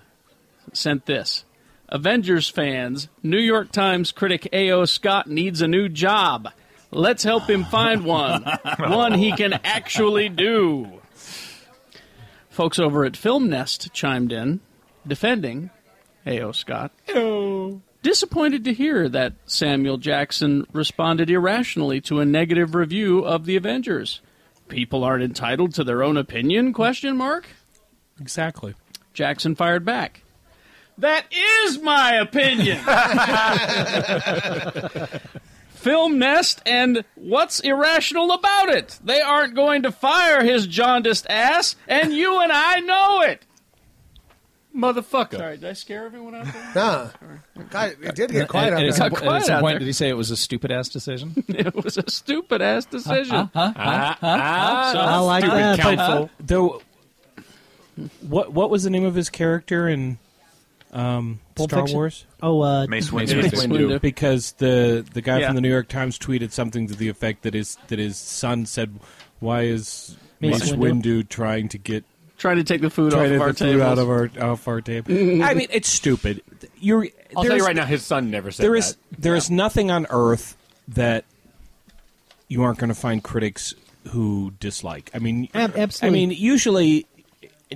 [SPEAKER 2] sent this. Avengers fans, New York Times critic A.O. Scott needs a new job. Let's help him find one. one he can actually do. Folks over at Film Nest chimed in, defending A.O. Scott. Disappointed to hear that Samuel Jackson responded irrationally to a negative review of the Avengers. People aren't entitled to their own opinion? Question mark.
[SPEAKER 7] Exactly.
[SPEAKER 2] Jackson fired back. That is my opinion. Film Nest and what's irrational about it? They aren't going to fire his jaundiced ass, and you and I know it.
[SPEAKER 8] Motherfucker.
[SPEAKER 2] Sorry, did I scare everyone out there?
[SPEAKER 9] Nah. God, it did get quiet
[SPEAKER 4] And-
[SPEAKER 9] out
[SPEAKER 4] and
[SPEAKER 9] there.
[SPEAKER 4] at some- and at some point,
[SPEAKER 9] there.
[SPEAKER 4] did he say it was a stupid ass decision?
[SPEAKER 2] it was a stupid ass decision.
[SPEAKER 4] Huh?
[SPEAKER 2] uh,
[SPEAKER 7] Huh?
[SPEAKER 2] Huh? So
[SPEAKER 7] Uh,
[SPEAKER 2] uh,
[SPEAKER 7] I like
[SPEAKER 2] stupid
[SPEAKER 7] that. uh,
[SPEAKER 2] counsel.
[SPEAKER 7] Though, what what was the name of his character in um,
[SPEAKER 3] Pulp
[SPEAKER 7] Star
[SPEAKER 3] Fiction?
[SPEAKER 7] Wars?
[SPEAKER 3] Oh, uh, Mace Windu. Mace Windu.
[SPEAKER 7] Because the the guy
[SPEAKER 3] Yeah.
[SPEAKER 7] from the New York Times tweeted something to the effect that his that his son said, "Why is
[SPEAKER 2] Mace
[SPEAKER 7] Mace,
[SPEAKER 2] Windu.
[SPEAKER 7] Windu. trying to get
[SPEAKER 2] Trying to take the food
[SPEAKER 7] trying
[SPEAKER 2] off
[SPEAKER 7] to
[SPEAKER 2] of our
[SPEAKER 7] get food
[SPEAKER 2] table.
[SPEAKER 7] out of our off our table?" I mean, it's stupid. You're.
[SPEAKER 8] I'll tell
[SPEAKER 7] there's-
[SPEAKER 8] you right now, his son never said
[SPEAKER 7] There is
[SPEAKER 8] that.
[SPEAKER 7] there is nothing on earth that you aren't going to find critics who dislike. I mean,
[SPEAKER 3] Ab- absolutely.
[SPEAKER 7] I mean, usually,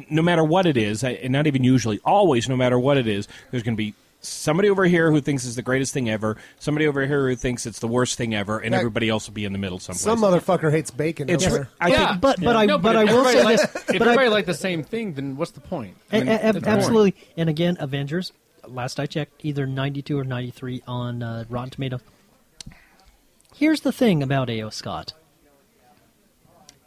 [SPEAKER 7] no matter what it is, I- and not even usually, always, no matter what it is, there's going to be somebody over here who thinks it's the greatest thing ever, somebody over here who thinks it's the worst thing ever, and
[SPEAKER 9] Right.
[SPEAKER 7] everybody else will be in the middle someplace.
[SPEAKER 9] Some motherfucker hates bacon.
[SPEAKER 7] It's-
[SPEAKER 9] over there.
[SPEAKER 7] I
[SPEAKER 9] yeah.
[SPEAKER 7] think-
[SPEAKER 3] but- but I-
[SPEAKER 8] No,
[SPEAKER 3] but I
[SPEAKER 8] if
[SPEAKER 3] will say
[SPEAKER 8] everybody
[SPEAKER 3] this,
[SPEAKER 8] liked- If
[SPEAKER 3] but I-
[SPEAKER 8] everybody liked the same thing, then what's the point? I mean,
[SPEAKER 3] A- a- ab-
[SPEAKER 8] that's boring.
[SPEAKER 3] absolutely. And again, Avengers. Last I checked, either 92 or 93 on uh, Rotten Tomatoes. Here's the thing about A.O. Scott.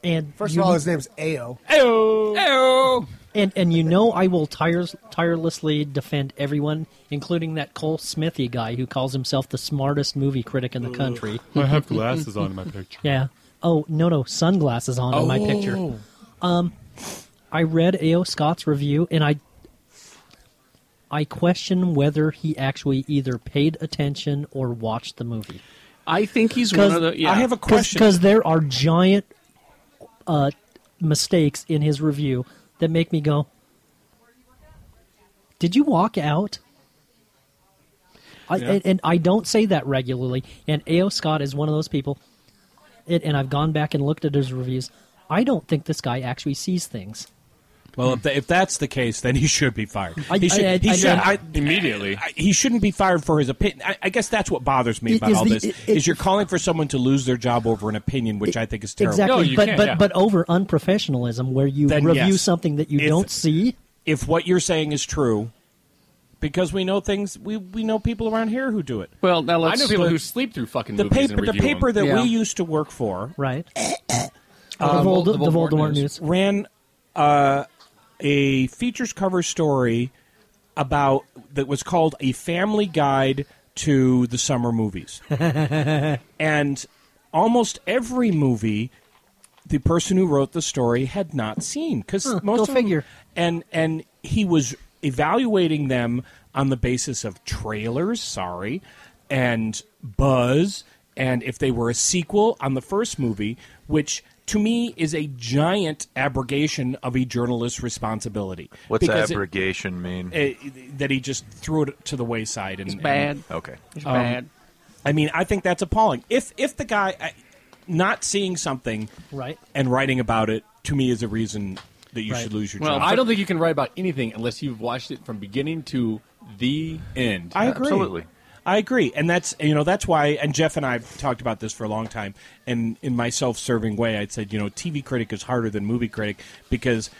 [SPEAKER 3] And
[SPEAKER 9] First
[SPEAKER 3] you-
[SPEAKER 9] of all, his name's Ao.
[SPEAKER 7] Ao. Ao.
[SPEAKER 3] And and you know I will tires, tirelessly defend everyone, including that Cole Smithy guy who calls himself the smartest movie critic in the country.
[SPEAKER 14] I have glasses on in my picture.
[SPEAKER 3] Yeah. Oh no no sunglasses on in my
[SPEAKER 14] Oh.
[SPEAKER 3] picture. Um, I read A.O. Scott's review and I I question whether he actually either paid attention or watched the movie.
[SPEAKER 2] I think he's one of the. Yeah.
[SPEAKER 3] because there are giant uh, mistakes in his review that make me go. Did you walk out? I,
[SPEAKER 2] Yeah.
[SPEAKER 3] and, and I don't say that regularly. And A.O. Scott is one of those people. It, and I've gone back and looked at his reviews. I don't think this guy actually sees things.
[SPEAKER 7] Well, if, tha- if that's the case, then he should be fired.
[SPEAKER 3] I-
[SPEAKER 7] he should,
[SPEAKER 3] I- I-
[SPEAKER 7] he
[SPEAKER 3] I-
[SPEAKER 7] should-
[SPEAKER 3] I-
[SPEAKER 7] immediately. he shouldn't be fired for his opinion. I, I guess that's what bothers me
[SPEAKER 3] It
[SPEAKER 7] about
[SPEAKER 3] is
[SPEAKER 7] all
[SPEAKER 3] the-
[SPEAKER 7] this
[SPEAKER 3] it-
[SPEAKER 7] is
[SPEAKER 3] it-
[SPEAKER 7] you're calling for someone to lose their job over an opinion, which I think is terrible.
[SPEAKER 3] Exactly. but but but over unprofessionalism, where you
[SPEAKER 7] Then
[SPEAKER 3] review
[SPEAKER 7] yes.
[SPEAKER 3] something that you
[SPEAKER 7] If-
[SPEAKER 3] don't see.
[SPEAKER 7] if what you're saying is true, because we know things, we we know people around here who do it.
[SPEAKER 2] Well, now
[SPEAKER 8] I know people who sleep through fucking
[SPEAKER 7] the
[SPEAKER 8] movies
[SPEAKER 7] paper,
[SPEAKER 8] and
[SPEAKER 7] the
[SPEAKER 8] review
[SPEAKER 7] paper
[SPEAKER 8] them.
[SPEAKER 7] that we used to work for,
[SPEAKER 3] right?
[SPEAKER 7] um,
[SPEAKER 3] Vold- the Voldemort Voldemort news.
[SPEAKER 7] ran uh, a features cover story about that was called "A Family Guide to the Summer Movies." and almost every movie the person who wrote the story had not seen because
[SPEAKER 3] Huh,
[SPEAKER 7] most
[SPEAKER 3] go
[SPEAKER 7] of them-
[SPEAKER 3] figure.
[SPEAKER 7] and and he was evaluating them on the basis of trailers sorry and buzz and if they were a sequel on the first movie which to me is a giant abrogation of a journalist's responsibility
[SPEAKER 10] What's
[SPEAKER 7] Because it-
[SPEAKER 10] abrogation mean?
[SPEAKER 7] uh, that he just threw it to the wayside and
[SPEAKER 10] It's bad.
[SPEAKER 7] and-
[SPEAKER 10] Okay. It's
[SPEAKER 2] bad.
[SPEAKER 7] I mean, I think that's appalling. If if the guy I, not seeing something
[SPEAKER 3] Right.
[SPEAKER 7] and writing about it to me is a reason that you
[SPEAKER 8] Right.
[SPEAKER 7] should lose your
[SPEAKER 8] Well,
[SPEAKER 7] job.
[SPEAKER 8] I don't think you can write about anything unless you've watched it from beginning to the end.
[SPEAKER 7] I agree. I agree, and that's you know that's why. And Jeff and I have talked about this for a long time. And in my self-serving way, I'd said you know TV critic is harder than movie critic because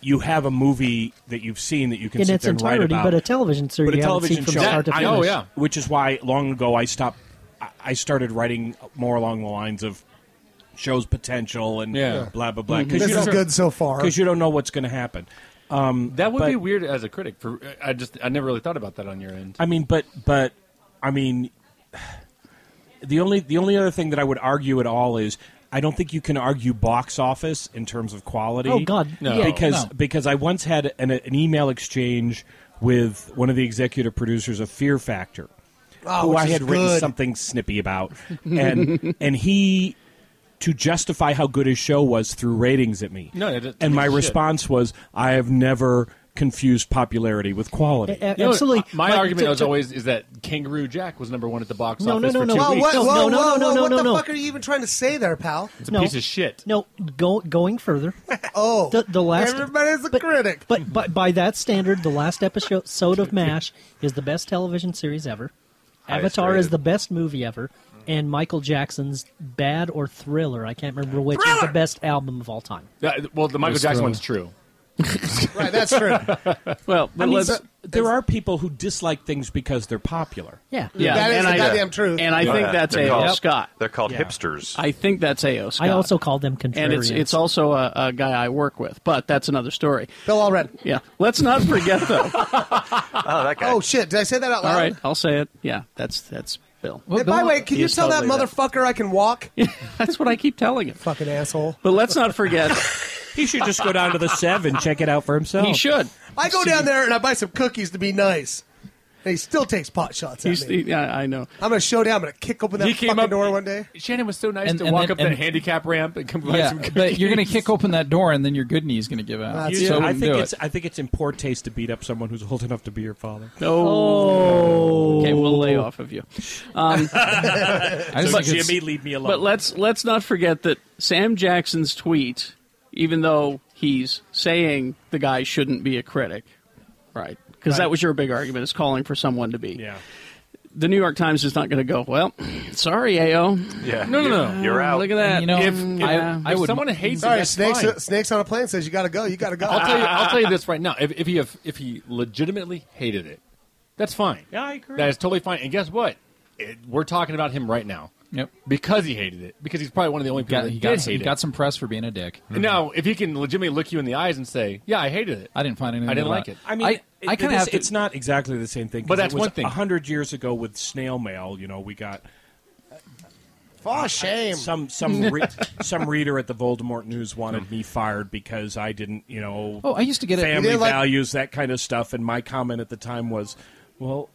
[SPEAKER 7] you have a movie that you've seen that you can
[SPEAKER 3] in
[SPEAKER 7] sit
[SPEAKER 3] its
[SPEAKER 7] there and write
[SPEAKER 3] entirety,
[SPEAKER 7] about.
[SPEAKER 3] but a television series
[SPEAKER 7] But a
[SPEAKER 3] you haven't
[SPEAKER 7] television
[SPEAKER 3] seen from
[SPEAKER 7] show.
[SPEAKER 3] start to
[SPEAKER 7] I-
[SPEAKER 3] finish.
[SPEAKER 7] oh yeah, which is why long ago I stopped. I- I started writing more along the lines of shows potential and
[SPEAKER 8] Yeah.
[SPEAKER 7] blah blah blah.
[SPEAKER 8] Mhm. This is good so far.
[SPEAKER 7] because you don't know what's going to happen. Um,
[SPEAKER 8] That would
[SPEAKER 7] but-
[SPEAKER 8] be weird as a critic. For I just I never really thought about that on your end.
[SPEAKER 7] I mean, but but I mean, the only the only other thing that I would argue at all is I don't think you can argue box office in terms of quality.
[SPEAKER 3] Oh, God. No. Yeah,
[SPEAKER 7] because
[SPEAKER 3] no.
[SPEAKER 7] because I once had an, an email exchange with one of the executive producers of Fear Factor,
[SPEAKER 9] Oh,
[SPEAKER 7] who
[SPEAKER 9] which
[SPEAKER 7] I
[SPEAKER 9] is
[SPEAKER 7] had written
[SPEAKER 9] good.
[SPEAKER 7] something snippy about, and and he. To justify how good his show was through ratings at me,
[SPEAKER 8] No, it- it-
[SPEAKER 7] and my
[SPEAKER 8] it should.
[SPEAKER 7] response was, "I have never confused popularity with quality."
[SPEAKER 3] A- a- absolutely.
[SPEAKER 8] my
[SPEAKER 3] But
[SPEAKER 8] argument
[SPEAKER 3] to-
[SPEAKER 8] was
[SPEAKER 3] to-
[SPEAKER 8] always is that Kangaroo Jack was number one at the box
[SPEAKER 3] No, no,
[SPEAKER 8] office.
[SPEAKER 3] no,
[SPEAKER 8] for
[SPEAKER 3] no.
[SPEAKER 8] two
[SPEAKER 3] Well,
[SPEAKER 8] weeks.
[SPEAKER 3] what- No, well, no, no, no,
[SPEAKER 9] what
[SPEAKER 3] no,
[SPEAKER 9] the
[SPEAKER 3] no.
[SPEAKER 9] fuck are you even trying to say there, pal?
[SPEAKER 8] It's a piece of shit.
[SPEAKER 3] No, go, going further. oh, the, the last
[SPEAKER 9] everybody's a critic.
[SPEAKER 3] But, but by that standard, the last episode of MASH is the best television series ever.
[SPEAKER 15] Highest
[SPEAKER 3] Avatar is
[SPEAKER 15] rated.
[SPEAKER 3] the best movie ever, and Michael Jackson's Bad or Thriller, I can't remember which, is the best album of all time.
[SPEAKER 8] Yeah, well, the Michael
[SPEAKER 3] was
[SPEAKER 8] Jackson
[SPEAKER 3] thrown.
[SPEAKER 4] uh,
[SPEAKER 8] one's true.
[SPEAKER 9] right, that's true.
[SPEAKER 2] well,
[SPEAKER 7] I
[SPEAKER 2] but
[SPEAKER 7] mean,
[SPEAKER 2] let's-
[SPEAKER 7] but there are people who dislike things because they're popular.
[SPEAKER 3] Yeah,
[SPEAKER 2] Yeah, That is and the I- goddamn
[SPEAKER 9] truth.
[SPEAKER 2] and I think that's
[SPEAKER 1] they're
[SPEAKER 2] A.O.
[SPEAKER 1] called-
[SPEAKER 2] Scott.
[SPEAKER 1] They're called
[SPEAKER 2] Yeah. Uh,
[SPEAKER 1] hipsters.
[SPEAKER 2] I think that's A.O. Scott.
[SPEAKER 3] I also called them contrarians.
[SPEAKER 2] and it's it's also a, a guy I work with, but that's another story.
[SPEAKER 9] Bill Allred.
[SPEAKER 2] Yeah, let's not forget though.
[SPEAKER 9] Oh, that guy. Oh shit! Did I say that out loud?
[SPEAKER 2] All right, I'll say it. Yeah, that's that's Bill.
[SPEAKER 9] Hey, by the way, can
[SPEAKER 2] He
[SPEAKER 9] you
[SPEAKER 2] is
[SPEAKER 9] tell
[SPEAKER 2] totally
[SPEAKER 9] that motherfucker I can walk?
[SPEAKER 2] that's what I keep telling him.
[SPEAKER 9] Fucking asshole.
[SPEAKER 2] But let's not forget.
[SPEAKER 7] he should just go down to the Sev and check it out for himself.
[SPEAKER 2] He should.
[SPEAKER 9] I go down there and I buy some cookies to be nice. And he still takes pot shots at
[SPEAKER 2] He's-
[SPEAKER 9] me.
[SPEAKER 2] he- yeah, I know.
[SPEAKER 9] I'm gonna show down. I'm gonna kick open that
[SPEAKER 8] He came
[SPEAKER 9] fucking
[SPEAKER 8] up-
[SPEAKER 9] door one day.
[SPEAKER 8] Shannon was so nice
[SPEAKER 4] And-
[SPEAKER 8] to
[SPEAKER 4] and
[SPEAKER 8] walk
[SPEAKER 4] then-
[SPEAKER 8] up that
[SPEAKER 4] and-
[SPEAKER 8] handicap ramp and come buy
[SPEAKER 4] yeah,
[SPEAKER 8] some cookies.
[SPEAKER 4] but you're going to kick open that door, and then your good knee's going to give out.
[SPEAKER 7] You-
[SPEAKER 4] so I
[SPEAKER 7] I
[SPEAKER 4] wouldn't
[SPEAKER 7] think
[SPEAKER 4] do
[SPEAKER 7] it's
[SPEAKER 4] it.
[SPEAKER 7] I think it's in poor taste to beat up someone who's old enough to be your father.
[SPEAKER 2] Oh. Okay, we'll lay off of you. Um,
[SPEAKER 7] I just
[SPEAKER 2] but-
[SPEAKER 7] think it's- Jimmy, leave me alone.
[SPEAKER 2] But let's let's not forget that Sam Jackson's tweet, even though he's saying the guy shouldn't be a critic, right? Because that
[SPEAKER 15] Right.
[SPEAKER 2] was your big argument is calling for someone to be. Yeah. The New York Times is not going to go. Well, sorry, Ao.
[SPEAKER 10] Yeah.
[SPEAKER 2] No, no,
[SPEAKER 10] You're-
[SPEAKER 2] no.
[SPEAKER 10] you're out.
[SPEAKER 2] Look at
[SPEAKER 10] And
[SPEAKER 2] that.
[SPEAKER 10] you know,
[SPEAKER 8] if- if someone hates it,
[SPEAKER 9] Sorry,
[SPEAKER 8] that's
[SPEAKER 9] snakes.
[SPEAKER 8] fine.
[SPEAKER 9] Snakes on a plane says you gotta go. You gotta go.
[SPEAKER 8] I'll tell you. I'll tell you this right now. If, if he if, if he legitimately hated it, that's fine.
[SPEAKER 7] Yeah, I agree.
[SPEAKER 8] That is totally fine. And guess what? It, we're talking about him right now.
[SPEAKER 4] Yep.
[SPEAKER 8] Because he hated it. Because he's probably one of the only people
[SPEAKER 4] Got-
[SPEAKER 8] that
[SPEAKER 4] he
[SPEAKER 8] did
[SPEAKER 4] got, some,
[SPEAKER 8] hate
[SPEAKER 4] he
[SPEAKER 8] it.
[SPEAKER 4] got some press for being a dick.
[SPEAKER 8] Now, if he can legitimately look you in the eyes and say, "Yeah, I hated it.
[SPEAKER 4] I didn't find anything.
[SPEAKER 8] I didn't
[SPEAKER 4] about
[SPEAKER 8] like it."
[SPEAKER 7] I mean, it-
[SPEAKER 4] I kinda
[SPEAKER 7] it is-
[SPEAKER 4] have to-
[SPEAKER 7] It's not exactly the same thing. 'cause
[SPEAKER 8] But that's
[SPEAKER 7] it was
[SPEAKER 8] one thing.
[SPEAKER 7] A hundred years ago, with snail mail, you know, we got uh,
[SPEAKER 9] For shame.
[SPEAKER 7] some some re- some reader at the Voldemort News wanted me fired because I didn't, you know.
[SPEAKER 4] Oh, I used to get it- You
[SPEAKER 7] family
[SPEAKER 4] didn't like-
[SPEAKER 7] values, that kind of stuff. And my comment at the time was, well,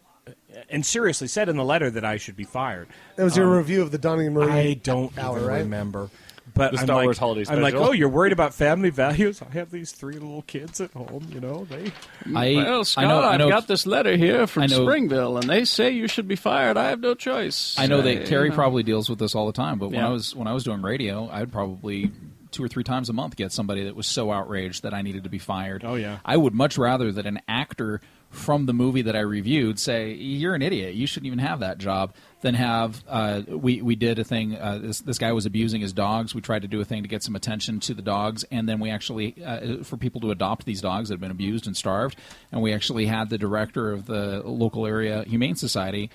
[SPEAKER 7] and seriously said in the letter that I should be fired.
[SPEAKER 9] That was your
[SPEAKER 7] Um,
[SPEAKER 9] review of the Donnie Marie.
[SPEAKER 7] I don't
[SPEAKER 9] hour,
[SPEAKER 7] even
[SPEAKER 9] right?
[SPEAKER 7] remember. But
[SPEAKER 8] The
[SPEAKER 7] I'm
[SPEAKER 8] Star
[SPEAKER 7] like,
[SPEAKER 8] Wars holiday
[SPEAKER 7] I'm like,
[SPEAKER 8] special.
[SPEAKER 7] oh, you're worried about family values? I have these three little kids at home. You know, they.
[SPEAKER 4] I-
[SPEAKER 2] Hmm. well, Scott,
[SPEAKER 4] know- I
[SPEAKER 2] have
[SPEAKER 4] know-
[SPEAKER 2] got this letter here
[SPEAKER 4] I
[SPEAKER 2] from
[SPEAKER 4] know-
[SPEAKER 2] Springville, and they say you should be fired. I have no choice.
[SPEAKER 4] I know
[SPEAKER 2] Uh,
[SPEAKER 4] that Terry
[SPEAKER 2] you know.
[SPEAKER 4] probably deals with this all the time, but when
[SPEAKER 2] Yeah.
[SPEAKER 4] I was when I was doing radio, I'd probably two or three times a month get somebody that was so outraged that I needed to be fired. Oh yeah. I would much rather that an actor from the movie that I reviewed say you're an idiot, you shouldn't even have that job, than have uh, we we did a thing. Uh, this this guy was abusing his dogs. We tried to do a thing to get some attention to the dogs, and then we actually uh, for people to adopt these dogs that had been abused and starved, and we actually had the director of the local area humane society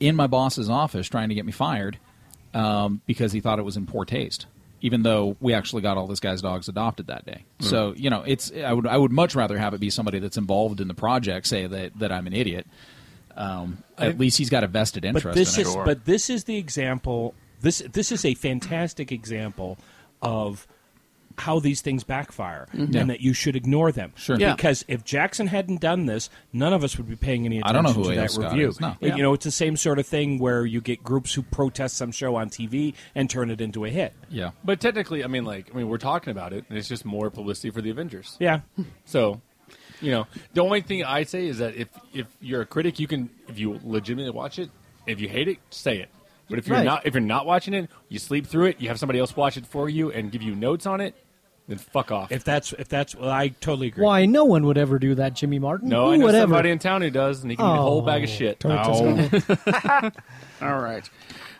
[SPEAKER 4] in my boss's office trying to get me fired um, because he thought it was in poor taste. Even though we actually got all this guy's dogs adopted that day,
[SPEAKER 15] Mm.
[SPEAKER 4] so you know it's I would I would much rather have it be somebody that's involved in the project say that that I'm an idiot. Um,
[SPEAKER 7] I-
[SPEAKER 4] at least he's got a vested interest.
[SPEAKER 7] But this
[SPEAKER 4] in it.
[SPEAKER 7] is but this is the example. This this is a fantastic example of how these things backfire
[SPEAKER 4] Mhm. Yeah.
[SPEAKER 7] and that you should ignore them. Sure.
[SPEAKER 4] Yeah.
[SPEAKER 7] Because if Jackson hadn't done this, none of us would be paying any
[SPEAKER 4] I
[SPEAKER 7] attention
[SPEAKER 4] don't know who
[SPEAKER 7] to
[SPEAKER 4] A.L.
[SPEAKER 7] that
[SPEAKER 4] Scott
[SPEAKER 7] review.
[SPEAKER 4] is, no.
[SPEAKER 7] You know, it's the same sort of thing where you get groups who protest some show on TV and turn it into a hit.
[SPEAKER 4] Yeah.
[SPEAKER 8] But technically, I mean, like, I mean, we're talking about it, and it's just more publicity for the Avengers.
[SPEAKER 7] Yeah.
[SPEAKER 8] So, you know, the only thing I say is that if if you're a critic, you can if you legitimately watch it, if you hate it, say it. But if you're
[SPEAKER 7] Right.
[SPEAKER 8] not if you're not watching it, you sleep through it, you have somebody else watch it for you and give you notes on it. Then fuck off.
[SPEAKER 7] If that's if that's well, I totally agree.
[SPEAKER 15] Why no one would ever do that, Jimmy Martin?
[SPEAKER 8] No,
[SPEAKER 15] Who
[SPEAKER 8] I know
[SPEAKER 15] would ever?
[SPEAKER 8] somebody in town who does, and he can eat a whole
[SPEAKER 15] Oh.
[SPEAKER 8] bag of shit.
[SPEAKER 15] Don't just
[SPEAKER 8] Ow.
[SPEAKER 2] All right.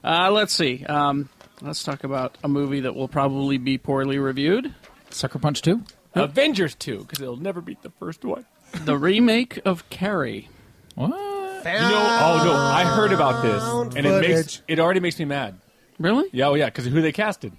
[SPEAKER 2] Uh, let's see. Um, let's talk about a movie that will probably be poorly reviewed. Uh,
[SPEAKER 4] Sucker Punch 2?
[SPEAKER 8] Avengers 2, because it'll never beat the first one.
[SPEAKER 2] The remake of Carrie.
[SPEAKER 8] You know, oh no, I heard about this, and it makes it already makes me mad.
[SPEAKER 2] Really?
[SPEAKER 8] Yeah, oh yeah, because who they casted?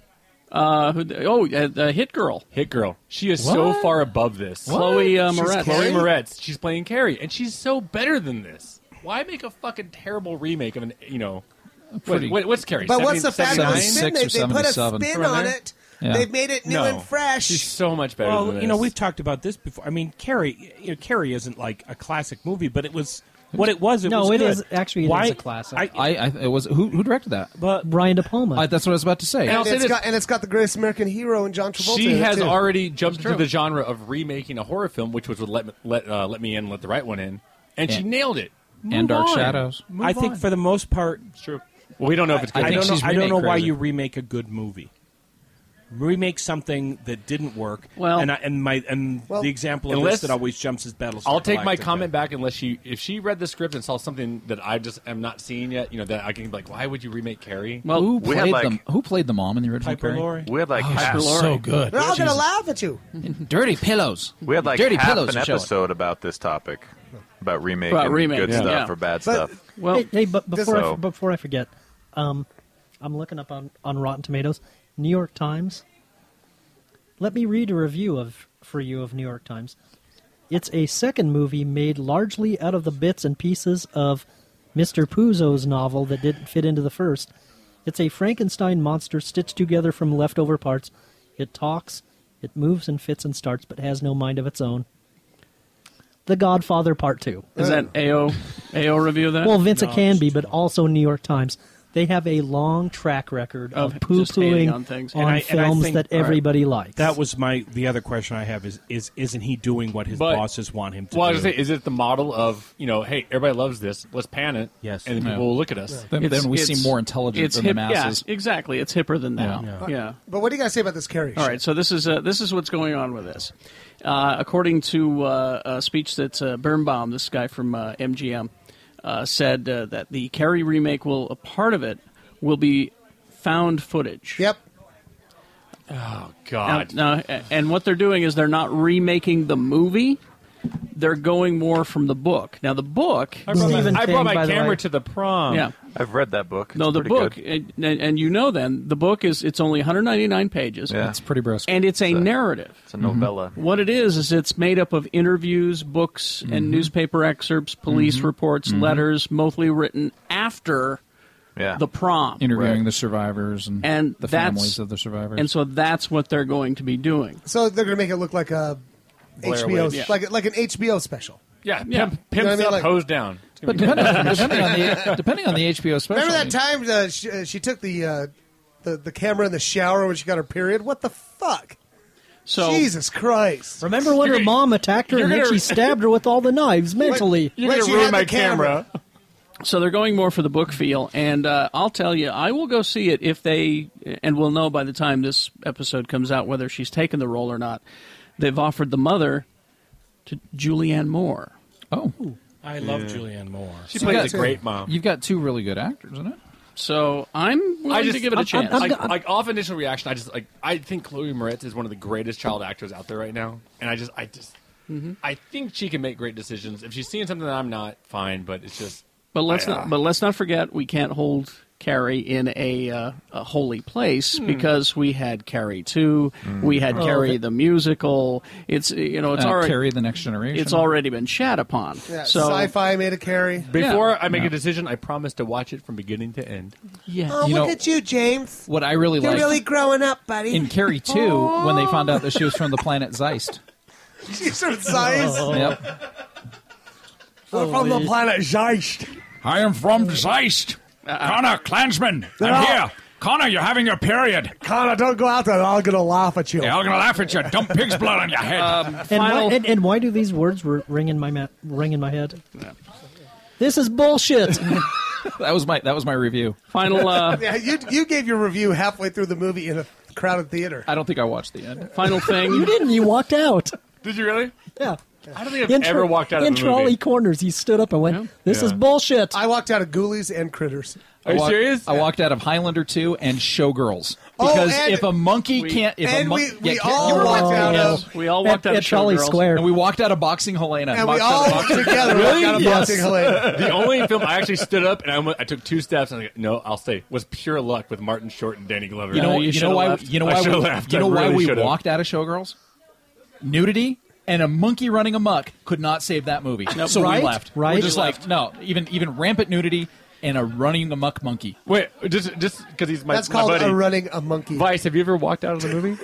[SPEAKER 2] Uh, who? oh, uh, uh, Hit Girl.
[SPEAKER 8] Hit Girl. She is so
[SPEAKER 2] What?
[SPEAKER 8] far above this.
[SPEAKER 2] What? Chloe, uh,
[SPEAKER 8] She's
[SPEAKER 2] Moretz.
[SPEAKER 8] Chloe
[SPEAKER 2] Carrie?
[SPEAKER 8] Moretz. She's playing Carrie, and she's so better than this. Why make a fucking terrible remake of an you know? What,
[SPEAKER 4] Pretty-
[SPEAKER 8] what- what's Carrie?
[SPEAKER 4] But
[SPEAKER 8] 70
[SPEAKER 4] what's the fabulous
[SPEAKER 8] 79?
[SPEAKER 4] spin? They- they put a 77. spin
[SPEAKER 8] Around
[SPEAKER 4] on
[SPEAKER 8] there?
[SPEAKER 4] it. Yeah. They've made it new
[SPEAKER 8] No.
[SPEAKER 4] and fresh.
[SPEAKER 8] She's so much better.
[SPEAKER 7] Well,
[SPEAKER 8] than
[SPEAKER 7] you know,
[SPEAKER 8] this.
[SPEAKER 7] we've talked about this before. I mean, Carrie, you know, Carrie isn't like a classic movie, but it was what it was. It
[SPEAKER 3] No,
[SPEAKER 7] was
[SPEAKER 3] it
[SPEAKER 7] good.
[SPEAKER 3] is- actually, it
[SPEAKER 7] Why,
[SPEAKER 3] is a classic.
[SPEAKER 7] I,
[SPEAKER 4] I, I it was who, who directed that?
[SPEAKER 7] But
[SPEAKER 3] Brian De Palma.
[SPEAKER 4] that's what I was about to say.
[SPEAKER 9] And, it's got, and it's got the greatest American hero in John Travolta. in
[SPEAKER 8] She
[SPEAKER 9] it,
[SPEAKER 8] has
[SPEAKER 9] too.
[SPEAKER 8] already jumped into
[SPEAKER 9] true.
[SPEAKER 8] the genre of remaking a horror film, which was with let Me- let uh, let me in, let the right one in, and she
[SPEAKER 7] Yeah.
[SPEAKER 8] nailed it.
[SPEAKER 7] I think for the most part,
[SPEAKER 8] it's true. Well, we don't know if it's
[SPEAKER 7] I,
[SPEAKER 8] good.
[SPEAKER 7] I don't know, I don't know why you remake a good movie. Remake something that didn't work.
[SPEAKER 8] Well-
[SPEAKER 7] and, I, and my and
[SPEAKER 8] Well-
[SPEAKER 7] the example of
[SPEAKER 8] Unless-
[SPEAKER 7] this that always jumps is Battlestar.
[SPEAKER 8] I'll take my
[SPEAKER 7] Galactica.
[SPEAKER 8] comment back unless she if she read the script and saw something that I just am not seeing yet. You know that I can be like, why would you remake Carrie?
[SPEAKER 4] who played the who played the mom in the original?
[SPEAKER 8] Piper
[SPEAKER 4] Carrie?
[SPEAKER 8] Laurie. We had, like,
[SPEAKER 4] oh, she
[SPEAKER 10] half-
[SPEAKER 4] was so good.
[SPEAKER 6] They're all
[SPEAKER 4] She
[SPEAKER 6] gonna
[SPEAKER 4] was-
[SPEAKER 6] laugh at you.
[SPEAKER 4] Dirty pillows.
[SPEAKER 10] We had like
[SPEAKER 4] dirty
[SPEAKER 10] half
[SPEAKER 4] pillows.
[SPEAKER 10] an
[SPEAKER 4] to show it.
[SPEAKER 10] episode about this topic, about remake,
[SPEAKER 3] About
[SPEAKER 10] and
[SPEAKER 3] remake,
[SPEAKER 10] good
[SPEAKER 3] yeah.
[SPEAKER 10] stuff
[SPEAKER 3] Yeah.
[SPEAKER 10] or bad
[SPEAKER 3] But-
[SPEAKER 10] stuff.
[SPEAKER 2] Well,
[SPEAKER 3] hey, hey, but
[SPEAKER 10] this-
[SPEAKER 3] before I,
[SPEAKER 10] So-
[SPEAKER 3] f- before I forget, um, I'm looking up on on Rotten Tomatoes, New York Times. Let me read a review of for you of New York Times. It's a second movie made largely out of the bits and pieces of Mr. Puzo's novel that didn't fit into the first. It's a Frankenstein monster stitched together from leftover parts. It talks, it moves and fits and starts, but has no mind of its own. The Godfather Part 2.
[SPEAKER 2] Is that AO AO review of that?
[SPEAKER 3] Well, Vince, it can be, but also New York Times. They have a long track record of,
[SPEAKER 2] Of
[SPEAKER 3] poo
[SPEAKER 2] just hating
[SPEAKER 3] pooing
[SPEAKER 2] on things.
[SPEAKER 3] on films that everybody likes.
[SPEAKER 7] That was my the other question I have is is isn't he doing what his
[SPEAKER 8] But-
[SPEAKER 7] bosses want him to
[SPEAKER 8] Well, I
[SPEAKER 7] do?
[SPEAKER 8] was gonna say, is it the model of you know, hey, everybody loves this, let's pan it,
[SPEAKER 7] Yes.
[SPEAKER 8] and then
[SPEAKER 7] Yeah.
[SPEAKER 8] people will look at us.
[SPEAKER 4] Then- then we seem more
[SPEAKER 2] it's hip- Yeah, exactly. It's hipper than that.
[SPEAKER 8] Yeah.
[SPEAKER 2] Yeah.
[SPEAKER 9] But what do you guys say about this Carrie?
[SPEAKER 2] All right. So this is uh, this is what's going on with this. Uh, according to uh, a speech that uh, Birnbaum, this guy from uh, MGM, uh, said uh, that the Carrie remake will a part of it will be found footage.
[SPEAKER 9] Yep.
[SPEAKER 8] Oh God.
[SPEAKER 2] Now, now, a- and what they're doing is they're not remaking the movie. They're going more from the book. Now the book.
[SPEAKER 8] I brought my- Stephen I brought King, my by the camera way. to the prom.
[SPEAKER 2] Yeah.
[SPEAKER 10] I've read that book. It's
[SPEAKER 2] Um, no, the
[SPEAKER 10] pretty good.
[SPEAKER 2] book, and, and, and you know, then the book is it's only 199 pages.
[SPEAKER 10] Yeah. It's
[SPEAKER 4] pretty brisk,
[SPEAKER 2] and it's a narrative.
[SPEAKER 10] It's a
[SPEAKER 8] Mm-hmm.
[SPEAKER 10] novella.
[SPEAKER 2] What it is is it's made up of interviews, books,
[SPEAKER 4] Mm-hmm.
[SPEAKER 2] and newspaper excerpts, police reports, letters, mostly written after the prom,
[SPEAKER 4] interviewing the survivors and,
[SPEAKER 2] and
[SPEAKER 4] the
[SPEAKER 2] that's-
[SPEAKER 4] families of the survivors.
[SPEAKER 2] And so that's what they're going to be doing.
[SPEAKER 9] So they're going to make it look like a
[SPEAKER 2] Blair
[SPEAKER 9] HBO,
[SPEAKER 2] Witch. Yeah.
[SPEAKER 9] like like an HBO special.
[SPEAKER 8] Yeah,
[SPEAKER 9] Yeah.
[SPEAKER 8] pimp, pimp
[SPEAKER 9] You know what I mean?
[SPEAKER 8] up,
[SPEAKER 9] Like-
[SPEAKER 8] hose down. It's gonna
[SPEAKER 4] but
[SPEAKER 8] be-
[SPEAKER 4] depending, on- depending on the depending on the HBO special.
[SPEAKER 9] Remember that time uh, she, uh, she took the, uh, the the camera in the shower when she got her period? What the fuck?
[SPEAKER 2] So
[SPEAKER 9] Jesus Christ!
[SPEAKER 3] Remember when her mom attacked her
[SPEAKER 9] you're
[SPEAKER 3] and then
[SPEAKER 9] gonna-
[SPEAKER 3] she stabbed her with all the knives mentally?
[SPEAKER 9] When she had the
[SPEAKER 2] So they're going more for the book feel, and uh, I'll tell you, I will go see it if they, and we'll know by the time this episode comes out whether she's taken the role or not. They've offered the mother to Julianne Moore.
[SPEAKER 4] Oh,
[SPEAKER 7] I love Julianne Moore.
[SPEAKER 8] She plays a great mom.
[SPEAKER 4] You've got two really good actors, isn't it?
[SPEAKER 2] So I'm willing
[SPEAKER 8] I just
[SPEAKER 2] to give it a chance.
[SPEAKER 8] Like, like, off initial reaction, I just like I think Chloe Moretz is one of the greatest child actors out there right now, and I just I just I think she can make great decisions. If she's seeing something that I'm not, fine. But it's just
[SPEAKER 2] But let's
[SPEAKER 8] I-
[SPEAKER 2] not. But let's not forget we can't hold Carrie in a, uh, a holy place
[SPEAKER 8] Hmm.
[SPEAKER 2] because we had Carrie two,
[SPEAKER 9] Hmm.
[SPEAKER 2] we had
[SPEAKER 4] Oh,
[SPEAKER 2] Carrie
[SPEAKER 4] okay.
[SPEAKER 2] the musical. It's you know it's
[SPEAKER 4] Uh,
[SPEAKER 2] already
[SPEAKER 4] Carrie the Next Generation.
[SPEAKER 2] It's already been shat upon.
[SPEAKER 9] Yeah,
[SPEAKER 2] so
[SPEAKER 9] sci-fi made a carry.
[SPEAKER 8] Before I make a decision, I promise to watch it from beginning to end.
[SPEAKER 2] Yeah.
[SPEAKER 9] Oh,
[SPEAKER 4] You
[SPEAKER 9] look
[SPEAKER 4] know-
[SPEAKER 9] at you, James.
[SPEAKER 4] What I really
[SPEAKER 9] You're
[SPEAKER 4] like
[SPEAKER 9] really growing up, buddy.
[SPEAKER 4] in Carrie Two when they found out that she was from
[SPEAKER 9] Oh.
[SPEAKER 4] the planet Zeist.
[SPEAKER 9] she started sighing.
[SPEAKER 4] Oh. Yep.
[SPEAKER 9] We're from the planet Uh-uh.
[SPEAKER 16] Zeist. I am from Zeist. Connor Klansman,
[SPEAKER 9] No.
[SPEAKER 16] I'm here. Connor, you're having your period.
[SPEAKER 9] Connor, don't go out there. They're all going to laugh at you.
[SPEAKER 16] They're all gonna laugh at you. Dump pig's blood on your head.
[SPEAKER 9] Um,
[SPEAKER 3] And why, and, and why do these words r- ring in my ma- ring in my head? This is bullshit.
[SPEAKER 4] that was my that was my review.
[SPEAKER 2] Final.
[SPEAKER 9] uh, yeah, you you gave your review halfway through the movie in a crowded theater.
[SPEAKER 4] I don't think I watched the end.
[SPEAKER 2] Final thing.
[SPEAKER 3] you didn't. You walked out.
[SPEAKER 8] Did you really?
[SPEAKER 3] Yeah.
[SPEAKER 8] I don't think I've
[SPEAKER 3] In
[SPEAKER 8] ever
[SPEAKER 3] tro-
[SPEAKER 8] walked out of
[SPEAKER 3] in
[SPEAKER 8] a
[SPEAKER 3] trolley
[SPEAKER 8] movie.
[SPEAKER 3] corners. He stood up and went, "This is bullshit."
[SPEAKER 9] I walked out of Ghoulies and Critters.
[SPEAKER 4] I walked- I walked out of Highlander 2 and Showgirls.
[SPEAKER 9] Oh,
[SPEAKER 4] Because
[SPEAKER 9] and-
[SPEAKER 4] if a monkey
[SPEAKER 9] we-
[SPEAKER 4] can't. If
[SPEAKER 9] and
[SPEAKER 4] a mon-
[SPEAKER 9] we- we
[SPEAKER 4] yeah,
[SPEAKER 9] all
[SPEAKER 4] you were
[SPEAKER 9] walked
[SPEAKER 4] watching
[SPEAKER 9] out
[SPEAKER 4] Highlander.
[SPEAKER 9] of- We all walked At- out of at Charlie's Showgirls. Square.
[SPEAKER 4] And we walked out of Boxing Helena.
[SPEAKER 9] And we
[SPEAKER 4] Boxed
[SPEAKER 9] all
[SPEAKER 4] out of Boxing-
[SPEAKER 9] together walked Really? out of Yes. Boxing Helena.
[SPEAKER 8] The only film I actually stood up and I, went, I took two steps and I was like, no, I'll stay. Was pure luck with Martin Short and Danny Glover.
[SPEAKER 4] You
[SPEAKER 9] Oh,
[SPEAKER 4] know, you, know why? You know why? We, you know why we
[SPEAKER 8] walked.
[SPEAKER 4] walked out of Showgirls? Nudity and a monkey running amok could not save that movie.
[SPEAKER 8] Nope.
[SPEAKER 4] so
[SPEAKER 8] Right?
[SPEAKER 4] we left.
[SPEAKER 8] Right?
[SPEAKER 4] We're just
[SPEAKER 8] We
[SPEAKER 4] like no, even even rampant nudity and a running amok monkey.
[SPEAKER 8] Wait, just just because he's my
[SPEAKER 9] That's called
[SPEAKER 4] my buddy.
[SPEAKER 9] a running a monkey.
[SPEAKER 8] Vice, have you ever walked out of the movie?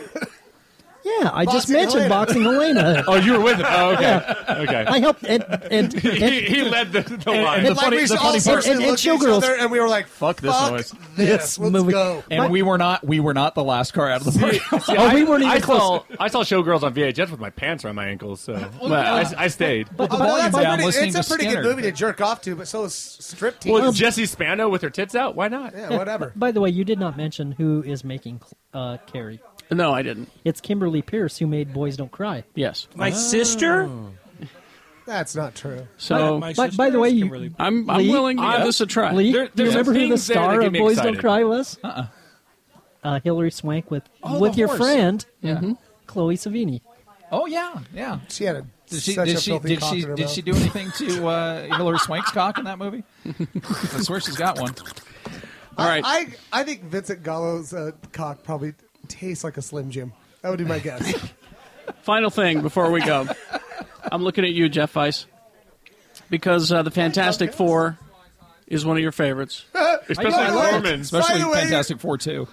[SPEAKER 3] Yeah, I just
[SPEAKER 9] Boxing
[SPEAKER 3] mentioned
[SPEAKER 9] Helena.
[SPEAKER 3] boxing Helena.
[SPEAKER 8] oh, you were with him. Oh, okay. Okay.
[SPEAKER 3] I helped. And, and, and,
[SPEAKER 8] he, he led the, the
[SPEAKER 3] and-
[SPEAKER 8] line.
[SPEAKER 3] and the funny- the funny part- and- and Showgirls.
[SPEAKER 9] and we were like,
[SPEAKER 4] Fuck
[SPEAKER 9] this Fuck noise. this, let's
[SPEAKER 4] movie.
[SPEAKER 9] go.
[SPEAKER 4] And
[SPEAKER 9] But-
[SPEAKER 4] we were not. We were not the last car out of the party.
[SPEAKER 8] See,
[SPEAKER 4] Oh,
[SPEAKER 8] I,
[SPEAKER 4] we weren't even
[SPEAKER 8] I saw,
[SPEAKER 4] close.
[SPEAKER 8] I saw Showgirls on VHS with my pants around my ankles, so
[SPEAKER 9] Well,
[SPEAKER 8] Well, I,
[SPEAKER 9] yeah.
[SPEAKER 8] I stayed.
[SPEAKER 9] But the Although that's a pretty- it's a pretty good movie to jerk off to, but so is strip tease.
[SPEAKER 8] Well, Jesse Spano with her tits out. Why not?
[SPEAKER 9] Yeah, whatever.
[SPEAKER 3] By the way, you did not mention who is making uh, Carrie.
[SPEAKER 2] No, I didn't.
[SPEAKER 3] It's Kimberly Pierce who made Boys Don't Cry. Ah.
[SPEAKER 2] Yes.
[SPEAKER 9] My
[SPEAKER 2] sister?
[SPEAKER 9] That's not true.
[SPEAKER 2] So,
[SPEAKER 3] by, by- by the way, you,
[SPEAKER 2] I'm- I'm
[SPEAKER 3] Lee? uh,
[SPEAKER 2] willing to give this a try.
[SPEAKER 3] Lee,
[SPEAKER 2] There-
[SPEAKER 3] do you
[SPEAKER 2] there's
[SPEAKER 3] remember who the
[SPEAKER 2] things there that
[SPEAKER 3] star
[SPEAKER 2] get
[SPEAKER 3] of
[SPEAKER 2] me
[SPEAKER 3] Boys
[SPEAKER 2] excited.
[SPEAKER 3] Don't Cry was?
[SPEAKER 4] Uh-uh.
[SPEAKER 3] Uh, Hillary Swank with
[SPEAKER 4] Oh,
[SPEAKER 3] with
[SPEAKER 4] the
[SPEAKER 3] your
[SPEAKER 4] horse.
[SPEAKER 3] friend,
[SPEAKER 4] Yeah. Mhm.
[SPEAKER 3] Chloe Savini.
[SPEAKER 4] Oh yeah, yeah.
[SPEAKER 9] She had a
[SPEAKER 4] Did she
[SPEAKER 9] such
[SPEAKER 4] did
[SPEAKER 9] a
[SPEAKER 4] she
[SPEAKER 9] filthy
[SPEAKER 4] did
[SPEAKER 9] cock
[SPEAKER 4] she
[SPEAKER 9] in her
[SPEAKER 4] did
[SPEAKER 9] mouth.
[SPEAKER 4] she do anything to uh, Hillary Swank's cock in that movie? I swear she's got one.
[SPEAKER 9] All right. I, I, I think Vincent Gallo's uh, cock probably tastes like a Slim Jim. That would be my guess.
[SPEAKER 2] Final thing before we go. I'm looking at you, Jeff Weiss, because uh, the Fantastic Four is one of your favorites.
[SPEAKER 9] I
[SPEAKER 2] Especially
[SPEAKER 9] learned-
[SPEAKER 2] Foreman.
[SPEAKER 4] Especially
[SPEAKER 9] By the way,
[SPEAKER 4] Fantastic Four too.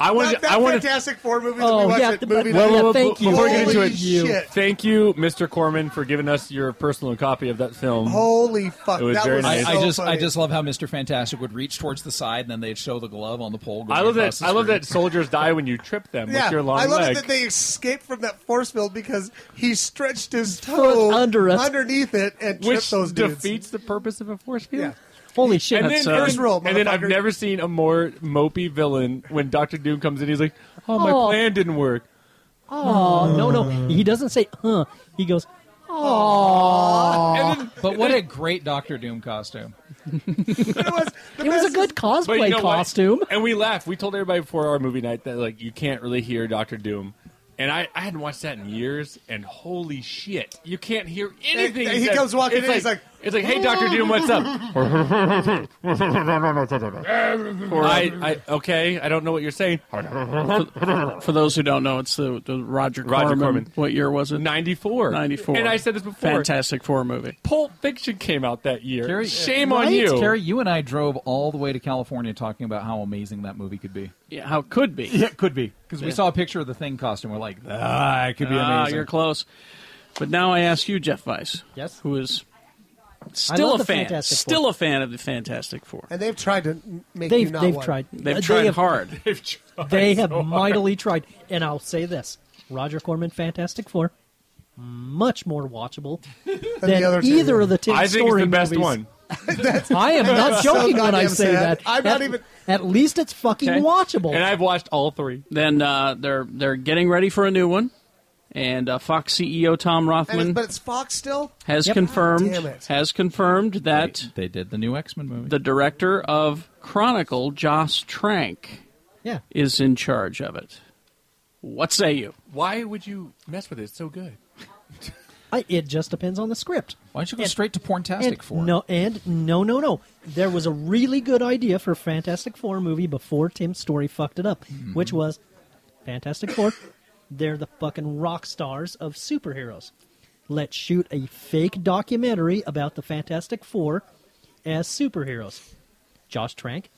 [SPEAKER 8] I wanted.
[SPEAKER 9] that, that
[SPEAKER 8] I wanted.
[SPEAKER 9] Fantastic Four movie that we
[SPEAKER 3] Oh,
[SPEAKER 9] watched
[SPEAKER 3] yeah,
[SPEAKER 9] at
[SPEAKER 3] but-
[SPEAKER 9] movie
[SPEAKER 3] well,
[SPEAKER 9] night.
[SPEAKER 3] well, well, thank you.
[SPEAKER 8] Before we get into
[SPEAKER 9] Holy
[SPEAKER 8] it,
[SPEAKER 9] shit.
[SPEAKER 8] thank you, Mr. Corman, for giving us your personal copy of that film.
[SPEAKER 9] Holy fuck!
[SPEAKER 8] It was
[SPEAKER 9] that
[SPEAKER 8] very
[SPEAKER 9] was
[SPEAKER 8] nice.
[SPEAKER 9] so
[SPEAKER 4] I just I
[SPEAKER 9] funny.
[SPEAKER 4] just love how Mr. Fantastic would reach towards the side and then they'd show the glove on the pole. going
[SPEAKER 8] I love
[SPEAKER 4] across
[SPEAKER 8] that.
[SPEAKER 4] the
[SPEAKER 8] I love
[SPEAKER 4] screen.
[SPEAKER 8] that soldiers die when you trip them
[SPEAKER 9] yeah,
[SPEAKER 8] with your long
[SPEAKER 9] I love
[SPEAKER 8] leg.
[SPEAKER 9] it that they escaped from that force field because he stretched his toe
[SPEAKER 8] under it.
[SPEAKER 9] underneath it and
[SPEAKER 8] Which
[SPEAKER 9] tripped those dudes.
[SPEAKER 8] defeats the purpose of a force field.
[SPEAKER 9] Yeah.
[SPEAKER 3] Holy shit!
[SPEAKER 8] And then,
[SPEAKER 9] uh, First rule,
[SPEAKER 8] and then I've
[SPEAKER 9] motherfucker.
[SPEAKER 8] never seen a more mopey villain when Doctor Doom comes in. He's like, "Oh, my
[SPEAKER 3] Oh.
[SPEAKER 8] plan didn't work."
[SPEAKER 3] Oh no no, he doesn't say huh. He goes oh.
[SPEAKER 4] But what a great Doctor Doom costume!
[SPEAKER 3] It was a good
[SPEAKER 8] But you
[SPEAKER 3] cosplay
[SPEAKER 8] know what?
[SPEAKER 3] costume.
[SPEAKER 8] And we laughed. We told everybody before our movie night that like you can't really hear Doctor Doom. And I, I hadn't watched that in years. And holy shit, you can't hear anything.
[SPEAKER 9] And he
[SPEAKER 8] said.
[SPEAKER 9] comes walking
[SPEAKER 8] it's
[SPEAKER 9] in,
[SPEAKER 8] Like,
[SPEAKER 9] he's like,
[SPEAKER 8] it's like, hey, Doctor Doom, what's up? Or I, I, okay, I don't know what you're saying.
[SPEAKER 4] Mm-hmm.
[SPEAKER 2] For, for those who don't know, it's the, the Roger,
[SPEAKER 8] Roger
[SPEAKER 2] Corman.
[SPEAKER 8] Corman.
[SPEAKER 2] What year was it?
[SPEAKER 8] 94.
[SPEAKER 2] 94.
[SPEAKER 8] And I said this before.
[SPEAKER 2] Fantastic Four movie.
[SPEAKER 8] Pulp Fiction came out that year.
[SPEAKER 4] Carrie,
[SPEAKER 8] Shame
[SPEAKER 4] right?
[SPEAKER 8] on you.
[SPEAKER 4] Carrie. You and I drove all the way to California talking about how amazing that movie could be.
[SPEAKER 2] Yeah, how it could be?
[SPEAKER 4] Yeah, it could be because we
[SPEAKER 2] Yeah.
[SPEAKER 4] saw a picture of the thing costume. We're like, ah, it could be
[SPEAKER 2] Ah,
[SPEAKER 4] amazing.
[SPEAKER 2] You're close. But now I ask you, Jeff Weiss.
[SPEAKER 3] Yes.
[SPEAKER 2] Who is still
[SPEAKER 3] love
[SPEAKER 2] a
[SPEAKER 3] the
[SPEAKER 2] fan?
[SPEAKER 3] Fantastic Four.
[SPEAKER 2] Still a fan of the Fantastic Four.
[SPEAKER 9] and they've tried to make
[SPEAKER 3] They've-
[SPEAKER 9] you not
[SPEAKER 3] they've
[SPEAKER 9] one.
[SPEAKER 3] tried. Uh,
[SPEAKER 2] They've
[SPEAKER 3] They
[SPEAKER 2] tried
[SPEAKER 3] have-
[SPEAKER 2] hard.
[SPEAKER 3] They have
[SPEAKER 2] so hard.
[SPEAKER 3] mightily tried. And I'll say this Roger Corman Fantastic Four, much more watchable than
[SPEAKER 9] the other two,
[SPEAKER 3] either
[SPEAKER 9] yeah.
[SPEAKER 3] of the Tim
[SPEAKER 8] I think it's
[SPEAKER 3] Story
[SPEAKER 8] the best
[SPEAKER 3] movies.
[SPEAKER 8] one.
[SPEAKER 3] I am not
[SPEAKER 8] So
[SPEAKER 3] joking when I
[SPEAKER 8] goddamn
[SPEAKER 3] say
[SPEAKER 8] sad.
[SPEAKER 3] that.
[SPEAKER 8] I'm not
[SPEAKER 3] At-
[SPEAKER 8] even-
[SPEAKER 3] At least it's fucking
[SPEAKER 2] Okay.
[SPEAKER 3] watchable.
[SPEAKER 2] And
[SPEAKER 8] I've watched all three.
[SPEAKER 2] Then uh, they're they're getting ready for a new one, and uh, Fox CEO Tom
[SPEAKER 9] And it's,
[SPEAKER 2] Rothman
[SPEAKER 9] but it's Fox still
[SPEAKER 2] has
[SPEAKER 9] Yep.
[SPEAKER 2] confirmed
[SPEAKER 9] Damn it.
[SPEAKER 2] has confirmed that
[SPEAKER 4] they, did the new X Men movie.
[SPEAKER 2] The director of Chronicle, Joss Trank,
[SPEAKER 3] Yeah.
[SPEAKER 2] is in charge of it. What say you?
[SPEAKER 8] Why would you mess with it? It's so good.
[SPEAKER 3] I, it just depends on the script.
[SPEAKER 4] Why don't you go straight to
[SPEAKER 3] And
[SPEAKER 4] Porntastic for? it?
[SPEAKER 3] no, and no, no, no. There was a really good idea for Fantastic Four movie before Tim Story fucked it up,
[SPEAKER 4] Hmm.
[SPEAKER 3] which was Fantastic Four. they're the fucking rock stars of superheroes. Let's shoot a fake documentary about the Fantastic Four as superheroes. Josh Trank,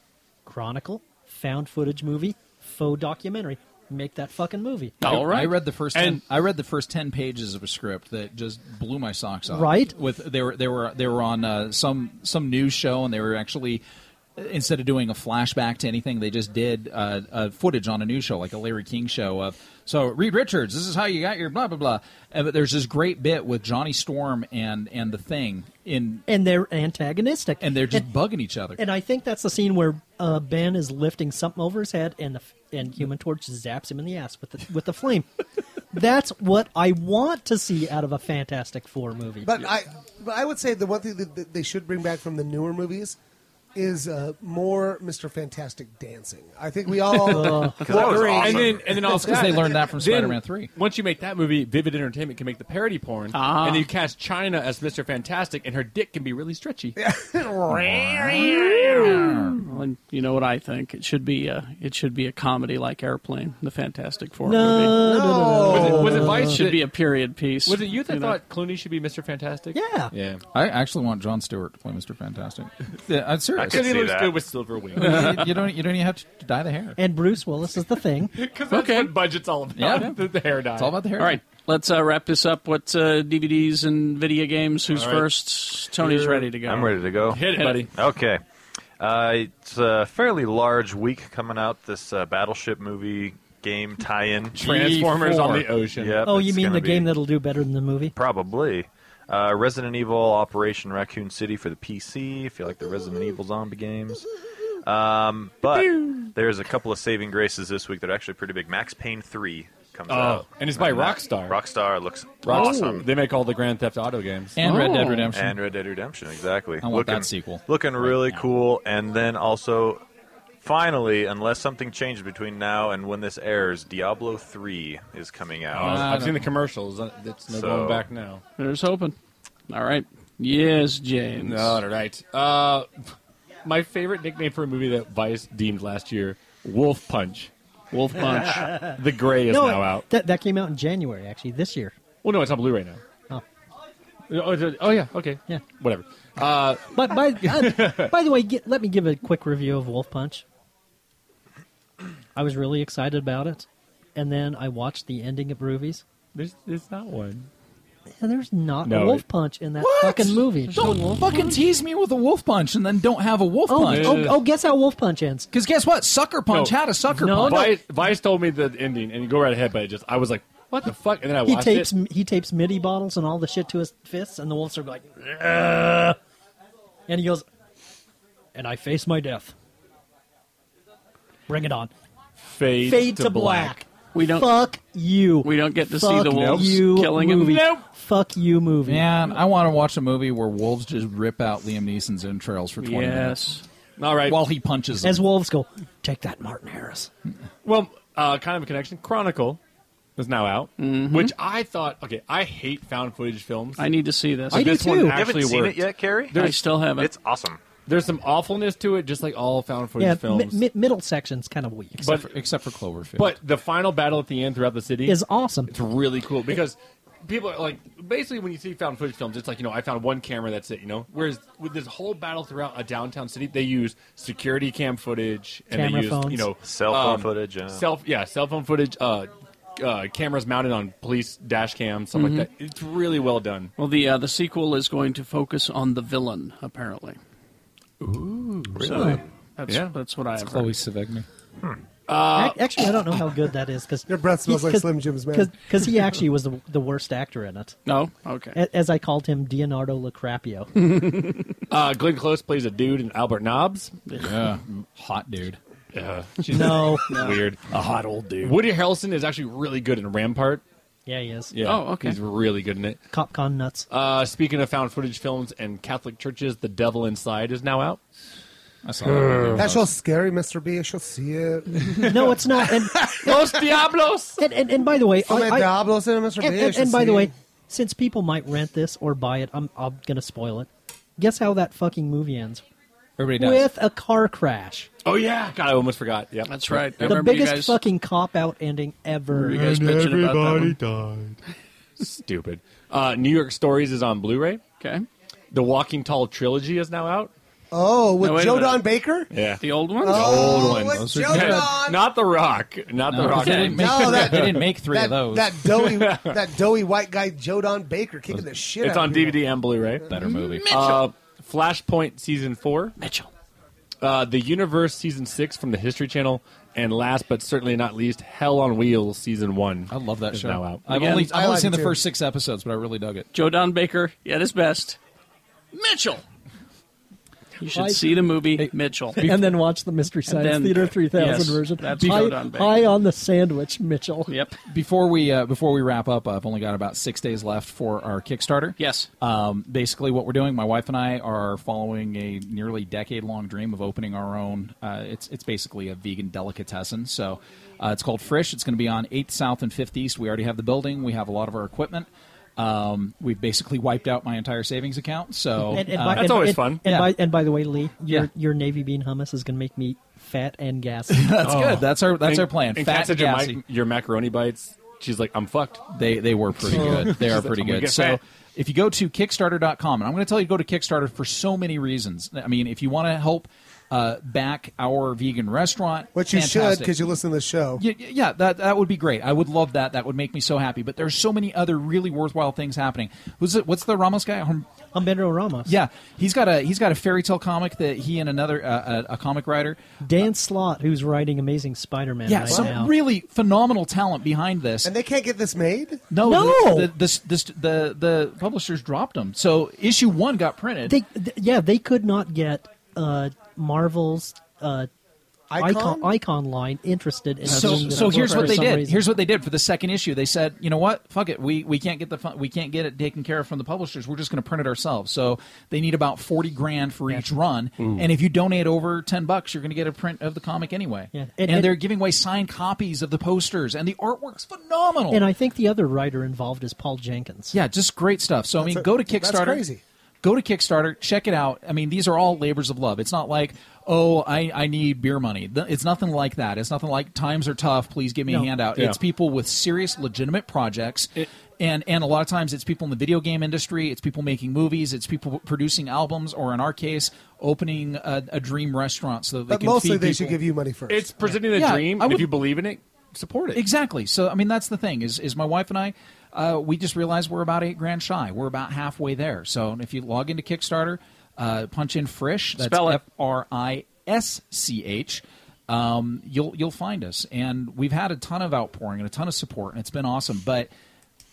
[SPEAKER 3] Chronicle, found footage movie, faux documentary. Make that fucking movie.
[SPEAKER 4] I- I read the first ten, I read the first ten pages of a script that just blew my socks off.
[SPEAKER 3] Right?
[SPEAKER 4] With they were they were they were on uh, some some news show and they were actually instead of doing a flashback to anything, they just did uh, uh, footage on a news show like a Larry King show of So Reed Richards, this is how you got your blah blah blah. Uh, but there's this great bit with Johnny Storm and and the Thing in
[SPEAKER 3] and they're antagonistic,
[SPEAKER 4] and they're just bugging each other.
[SPEAKER 3] And I think that's the scene where uh, Ben is lifting something over his head, and the f- and Human Torch zaps him in the ass with the, with the flame. that's what I want to see out of a Fantastic Four movie.
[SPEAKER 9] But I, but I would say the one thing that that they should bring back from the newer movies is uh, more Mr. Fantastic dancing. I think we all
[SPEAKER 4] Because that was
[SPEAKER 9] agree.
[SPEAKER 8] And then, and then also
[SPEAKER 4] Because they learned that from
[SPEAKER 8] then
[SPEAKER 4] Spider-Man 3.
[SPEAKER 8] Once you make that movie, Vivid Entertainment can make the parody porn,
[SPEAKER 4] Ah.
[SPEAKER 8] and then you cast China as Mr. Fantastic, and her dick can be really stretchy.
[SPEAKER 2] Well, and you know what I think? It should be a, it should be a comedy like Airplane, the Fantastic Four
[SPEAKER 8] No,
[SPEAKER 2] movie. Uh,
[SPEAKER 8] no, no, no, Was it- no, was it no, Vice? no.
[SPEAKER 2] Should be a period piece.
[SPEAKER 8] Was it you that
[SPEAKER 2] know?
[SPEAKER 8] thought Clooney should be Mr. Fantastic?
[SPEAKER 2] Yeah.
[SPEAKER 4] Yeah, I actually want John Stewart to play Mr. Fantastic. Yeah, I'm serious.
[SPEAKER 8] I could see He looks that. good with silver wings.
[SPEAKER 4] you, you don't. You don't even have to dye the hair.
[SPEAKER 3] And Bruce Willis is the thing.
[SPEAKER 8] Because that's what budget's all about.
[SPEAKER 4] Yeah.
[SPEAKER 8] The, the hair dye.
[SPEAKER 4] It's all about the hair
[SPEAKER 2] All right, let's uh, wrap this up. What uh, DVDs and video games? Who's
[SPEAKER 10] All right.
[SPEAKER 2] first? Tony's
[SPEAKER 10] You're-
[SPEAKER 2] ready to go.
[SPEAKER 10] I'm ready to go.
[SPEAKER 2] Hit it, buddy.
[SPEAKER 10] Okay. Uh, it's a fairly large week coming out. This uh, battleship movie game tie-in,
[SPEAKER 8] Transformers on the ocean.
[SPEAKER 10] Yep,
[SPEAKER 3] oh,
[SPEAKER 10] it's
[SPEAKER 3] you mean
[SPEAKER 10] gonna
[SPEAKER 3] the
[SPEAKER 10] be-
[SPEAKER 3] game that'll do better than the movie?
[SPEAKER 10] Probably. Uh, Resident Evil Operation Raccoon City for the PC. If you like the Resident Evil zombie games. Um, but there's a couple of saving graces this week that are actually pretty big. Max Payne 3 comes
[SPEAKER 8] Oh,
[SPEAKER 10] out.
[SPEAKER 8] and it's by
[SPEAKER 10] that-
[SPEAKER 8] Rockstar.
[SPEAKER 10] Rockstar looks
[SPEAKER 8] Rockstar.
[SPEAKER 10] awesome.
[SPEAKER 8] They make all the Grand Theft Auto games
[SPEAKER 4] And Red Dead Oh. Redemption.
[SPEAKER 10] And Red Dead Redemption, exactly.
[SPEAKER 4] I want that sequel.
[SPEAKER 10] Looking really cool. And then also, finally, unless something changes between now and when this airs, Diablo 3 is coming out.
[SPEAKER 4] Uh,
[SPEAKER 8] I've seen the commercials. It's
[SPEAKER 10] So-
[SPEAKER 8] no going back now.
[SPEAKER 2] There's hoping. All right. Yes, James.
[SPEAKER 8] All right. Uh, my favorite nickname for a movie that Vice deemed last year: Wolf Punch. Wolf Punch. the Gray is
[SPEAKER 3] no,
[SPEAKER 8] now out.
[SPEAKER 3] That, that came out in January, actually, this year.
[SPEAKER 8] Well, no, it's on Blu-ray now.
[SPEAKER 3] Oh.
[SPEAKER 8] Oh, is it- oh, yeah. Okay.
[SPEAKER 3] Yeah.
[SPEAKER 8] Whatever. Uh,
[SPEAKER 3] but by, uh, by the way, gi- let me give a quick review of Wolf Punch. I was really excited about it, and then I watched the ending at Ruby's.
[SPEAKER 8] There's, there's not one.
[SPEAKER 3] there's not
[SPEAKER 4] No,
[SPEAKER 3] a wolf
[SPEAKER 4] it-
[SPEAKER 3] punch in that
[SPEAKER 4] What?
[SPEAKER 3] fucking movie.
[SPEAKER 4] Don't fucking tease me with a wolf punch and then don't have a wolf
[SPEAKER 3] Oh,
[SPEAKER 4] punch.
[SPEAKER 3] oh, oh, guess how wolf punch ends.
[SPEAKER 4] Because guess what? Sucker punch
[SPEAKER 8] No.
[SPEAKER 4] had a sucker punch.
[SPEAKER 8] Vice, Vice told me the ending, and you go right ahead, but it just I was like, what the fuck? And then I
[SPEAKER 3] He
[SPEAKER 8] watched
[SPEAKER 3] tapes
[SPEAKER 8] it.
[SPEAKER 3] he tapes midi bottles and all the shit to his fists, and the wolves are like, "Ugh." and he goes, and I face my death. Bring it on.
[SPEAKER 2] Fade,
[SPEAKER 3] Fade to black.
[SPEAKER 2] We don't.
[SPEAKER 3] Fuck you.
[SPEAKER 2] We don't get to see
[SPEAKER 3] Fuck
[SPEAKER 2] the wolves
[SPEAKER 3] you
[SPEAKER 2] killing
[SPEAKER 3] movie.
[SPEAKER 2] him.
[SPEAKER 3] Fuck you movie.
[SPEAKER 4] Man, I want to watch a movie where wolves just rip out Liam Neeson's entrails for 20
[SPEAKER 8] Yes.
[SPEAKER 4] minutes.
[SPEAKER 8] All right.
[SPEAKER 4] While he punches them.
[SPEAKER 3] As wolves go, take that, Martin Harris.
[SPEAKER 8] Well, uh, kind of a connection. Chronicle is now out, which I thought. Okay, I hate found footage films.
[SPEAKER 2] Mm-hmm. I need to see this.
[SPEAKER 8] But this One
[SPEAKER 10] You
[SPEAKER 8] actually
[SPEAKER 10] haven't seen
[SPEAKER 8] worked.
[SPEAKER 10] it yet, Carrie?
[SPEAKER 8] There's- I still haven't.
[SPEAKER 10] It's awesome.
[SPEAKER 8] There's some awfulness to it, just like all found footage
[SPEAKER 3] Yeah, mi-
[SPEAKER 8] films.
[SPEAKER 3] mi- middle section's kind of weak.
[SPEAKER 8] Except But- for-
[SPEAKER 4] except for Cloverfield.
[SPEAKER 8] But the final battle at the end throughout the city
[SPEAKER 3] Is awesome.
[SPEAKER 8] It's really cool because people are like basically when you see found footage films, it's like you know I found one camera, that's it, you know. Whereas with this whole battle throughout a downtown city, they use security cam footage and
[SPEAKER 10] Camera
[SPEAKER 8] they use
[SPEAKER 10] phones.
[SPEAKER 8] you know
[SPEAKER 10] Cell phone footage, yeah.
[SPEAKER 8] self yeah cell phone footage, uh, uh, cameras mounted on police dash cams, stuff
[SPEAKER 2] Mhm.
[SPEAKER 8] like that. It's really well done.
[SPEAKER 2] Well, the uh, the sequel is going to focus on the villain, apparently. Ooh,
[SPEAKER 4] really?
[SPEAKER 2] that's,
[SPEAKER 4] Yeah.
[SPEAKER 2] that's what I
[SPEAKER 4] It's
[SPEAKER 2] have
[SPEAKER 4] Chloe
[SPEAKER 2] heard.
[SPEAKER 4] Sevigny.
[SPEAKER 2] Uh,
[SPEAKER 3] Ac- actually, I don't know how good that is because
[SPEAKER 9] hmm. Your breath smells like Slim Jim's, man.
[SPEAKER 3] Because he actually was the, the worst actor in it.
[SPEAKER 2] No, okay.
[SPEAKER 3] A- as I called him, Leonardo Lacrapio.
[SPEAKER 8] uh, Glenn Close plays a dude in Albert Nobbs.
[SPEAKER 4] Yeah, hot dude.
[SPEAKER 8] Yeah,
[SPEAKER 3] No.
[SPEAKER 8] weird.
[SPEAKER 4] A hot old dude.
[SPEAKER 8] Woody Harrelson is actually really good in Rampart.
[SPEAKER 3] yeah, he is.
[SPEAKER 8] Yeah.
[SPEAKER 2] Oh,
[SPEAKER 8] He's really good in it.
[SPEAKER 3] Cop con nuts.
[SPEAKER 8] Uh, speaking of found footage films and Catholic churches, The Devil Inside is now out.
[SPEAKER 4] I saw
[SPEAKER 9] That show's scary, Mr. B. I shall see it.
[SPEAKER 3] No, it's not. And,
[SPEAKER 8] Los Diablos.
[SPEAKER 3] And, and, and by the way,
[SPEAKER 9] Some
[SPEAKER 3] I- I-
[SPEAKER 9] Diablos in it, Mr.
[SPEAKER 3] And,
[SPEAKER 9] B.
[SPEAKER 3] and- and by the way, since people might rent this or buy it, I'm, I'm gonna spoil it. Guess how that fucking movie ends?
[SPEAKER 4] Everybody dies.
[SPEAKER 3] With a car crash.
[SPEAKER 8] Oh yeah, God, I almost forgot. Yeah, that's
[SPEAKER 2] right. I
[SPEAKER 3] the
[SPEAKER 2] remember you
[SPEAKER 3] biggest
[SPEAKER 2] guys-
[SPEAKER 3] fucking cop out ending ever.
[SPEAKER 2] You guys And bitching about that everybody
[SPEAKER 8] died. Stupid. Uh, New York Stories is on Blu-ray.
[SPEAKER 2] Okay.
[SPEAKER 8] The Walking Tall trilogy is now out.
[SPEAKER 9] Oh, with
[SPEAKER 8] No, wait a
[SPEAKER 9] Joe
[SPEAKER 8] minute.
[SPEAKER 9] Don Baker?
[SPEAKER 8] Yeah, the
[SPEAKER 2] old one.
[SPEAKER 9] Oh,
[SPEAKER 8] the old one.
[SPEAKER 9] with Those are Joe good. Don.
[SPEAKER 8] Not the Rock. Not
[SPEAKER 4] No,
[SPEAKER 8] the Rock.
[SPEAKER 4] they didn't make- No, that- they didn't make three
[SPEAKER 9] that, That doughy, that doughy white guy, Joe Don Baker, kicking the shit out
[SPEAKER 8] it's on
[SPEAKER 9] of people.
[SPEAKER 8] DVD and Blu-ray. Better
[SPEAKER 4] movie.
[SPEAKER 8] Uh, Flashpoint season four.
[SPEAKER 2] Mitchell.
[SPEAKER 8] Uh, the Universe season six from the History Channel, And last but certainly not least, Hell on Wheels season one. I
[SPEAKER 4] love that
[SPEAKER 8] is
[SPEAKER 4] show.
[SPEAKER 8] Now out.
[SPEAKER 4] I've only, I've only seen the first six episodes, but I really dug it.
[SPEAKER 2] Joe Don Baker, yeah, his best. Mitchell. You should
[SPEAKER 15] I-
[SPEAKER 2] see the movie Mitchell,
[SPEAKER 15] and then watch the Mystery
[SPEAKER 2] And
[SPEAKER 15] Science
[SPEAKER 2] then-
[SPEAKER 15] Theater 3000
[SPEAKER 2] yes,
[SPEAKER 15] version.
[SPEAKER 2] that's
[SPEAKER 15] high,
[SPEAKER 2] Joe Don Baker.
[SPEAKER 15] high on the sandwich, Mitchell.
[SPEAKER 2] Yep.
[SPEAKER 4] Before we uh, before we wrap up, I've only got about six days left for our Kickstarter.
[SPEAKER 2] Yes.
[SPEAKER 4] Um, basically, what we're doing, my wife and I are following a nearly decade long dream of opening our own. Uh, it's it's basically a vegan delicatessen. So uh, it's called Frisch. It's going to be on Eighth South and Fifth East. We already have the building. We have a lot of our equipment. Um, we've basically wiped out my entire savings account. So
[SPEAKER 15] And- and
[SPEAKER 4] uh,
[SPEAKER 15] by- and- and- And,
[SPEAKER 4] Yeah.
[SPEAKER 15] by, and by the way, Lee, your,
[SPEAKER 4] Yeah.
[SPEAKER 15] your navy bean hummus is going to make me fat and gassy.
[SPEAKER 4] That's good. That's our that's
[SPEAKER 8] oh. And-
[SPEAKER 4] our plan.
[SPEAKER 8] And Kat
[SPEAKER 4] Fat
[SPEAKER 8] said your,
[SPEAKER 4] gassy.
[SPEAKER 8] mac- your macaroni bites. She's like, I'm fucked.
[SPEAKER 4] They they were pretty good. They are pretty good. So if you go to Kickstarter.com, and I'm going to tell you to go to Kickstarter for so many reasons. I mean, if you want to help uh, back our vegan restaurant,
[SPEAKER 9] Which you should
[SPEAKER 4] fantastic.
[SPEAKER 9] because you listen to the show.
[SPEAKER 4] Y- y- Yeah, that that would be great. I would love that. That would make me so happy. But there's so many other really worthwhile things happening. Who's it, what's the Ramos guy? Hum-
[SPEAKER 15] Humberto Ramos.
[SPEAKER 4] Yeah, he's got a he's got a fairy tale comic that he and another uh, a, a comic writer
[SPEAKER 15] Dan Slott, who's writing Amazing Spider-Man
[SPEAKER 4] yeah,
[SPEAKER 15] right
[SPEAKER 4] some
[SPEAKER 15] now.
[SPEAKER 4] really phenomenal talent behind this. And
[SPEAKER 9] they can't get this made.
[SPEAKER 4] No,
[SPEAKER 15] No!
[SPEAKER 4] The, the, this- this- the, the publishers dropped them. So issue one got printed.
[SPEAKER 15] They, th- yeah, they could not get uh, Marvel's uh, icon?
[SPEAKER 4] Icon?
[SPEAKER 15] icon line interested in
[SPEAKER 4] so
[SPEAKER 15] doing this
[SPEAKER 4] so
[SPEAKER 15] book
[SPEAKER 4] here's
[SPEAKER 15] for
[SPEAKER 4] what they
[SPEAKER 15] some
[SPEAKER 4] did.
[SPEAKER 15] reason.
[SPEAKER 4] Here's what they did for the second issue. They said, you know what? Fuck it. We we can't get the fun, we can't get it taken care of from the publishers. We're just going to print it ourselves. So they need about forty grand for each run.
[SPEAKER 15] Ooh.
[SPEAKER 4] And if you donate over ten bucks, you're going to get a print of the comic anyway.
[SPEAKER 15] Yeah.
[SPEAKER 4] And,
[SPEAKER 15] And- and-
[SPEAKER 4] they're giving away signed copies of the posters and the artwork's phenomenal.
[SPEAKER 15] and I think the other writer involved is Paul Jenkins.
[SPEAKER 4] Yeah, just great stuff. So I mean,
[SPEAKER 15] That's a-
[SPEAKER 4] go to
[SPEAKER 15] that's
[SPEAKER 4] Kickstarter.
[SPEAKER 15] crazy.
[SPEAKER 4] Go to Kickstarter, check it out. I mean, these are all labors of love. It's not like, oh, I, I need beer money. Th- It's nothing like that. It's nothing like times are tough. Please give me
[SPEAKER 15] No.
[SPEAKER 4] a handout.
[SPEAKER 15] Yeah.
[SPEAKER 4] It's people with serious, legitimate projects. and, and a lot of times it's people in the video game industry, it's people making movies, it's people producing albums, or in our case, opening a, a dream restaurant so that they
[SPEAKER 9] But
[SPEAKER 4] can
[SPEAKER 9] mostly
[SPEAKER 4] feed
[SPEAKER 9] they
[SPEAKER 4] people.
[SPEAKER 9] should give you money first.
[SPEAKER 8] It's presenting a
[SPEAKER 4] Yeah,
[SPEAKER 8] dream.
[SPEAKER 4] I
[SPEAKER 8] and if
[SPEAKER 4] would-
[SPEAKER 8] you believe in it, support it.
[SPEAKER 4] Exactly. So I mean, that's the thing is is my wife and I, uh, we just realized we're about eight grand shy. We're about halfway there. So if you log into Kickstarter, uh, punch in Frisch. That's
[SPEAKER 2] Spell it.
[SPEAKER 4] F R I S C H. Um, you'll you'll find us, and we've had a ton of outpouring and a ton of support, and it's been awesome. But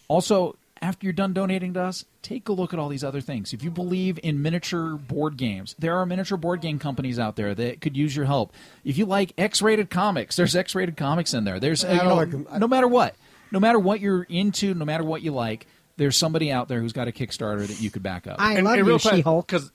[SPEAKER 4] also, after you're done donating to us, take a look at all these other things. If you believe in miniature board games, there are miniature board game companies out there that could use your help. If you like X-rated comics, there's X-rated comics in there. There's uh,
[SPEAKER 9] I
[SPEAKER 4] you
[SPEAKER 9] don't
[SPEAKER 4] know,
[SPEAKER 9] like 'em.
[SPEAKER 4] no matter what, no matter what you're into, no matter what you like, there's somebody out there who's got a Kickstarter that you could back up.
[SPEAKER 8] and, and real Because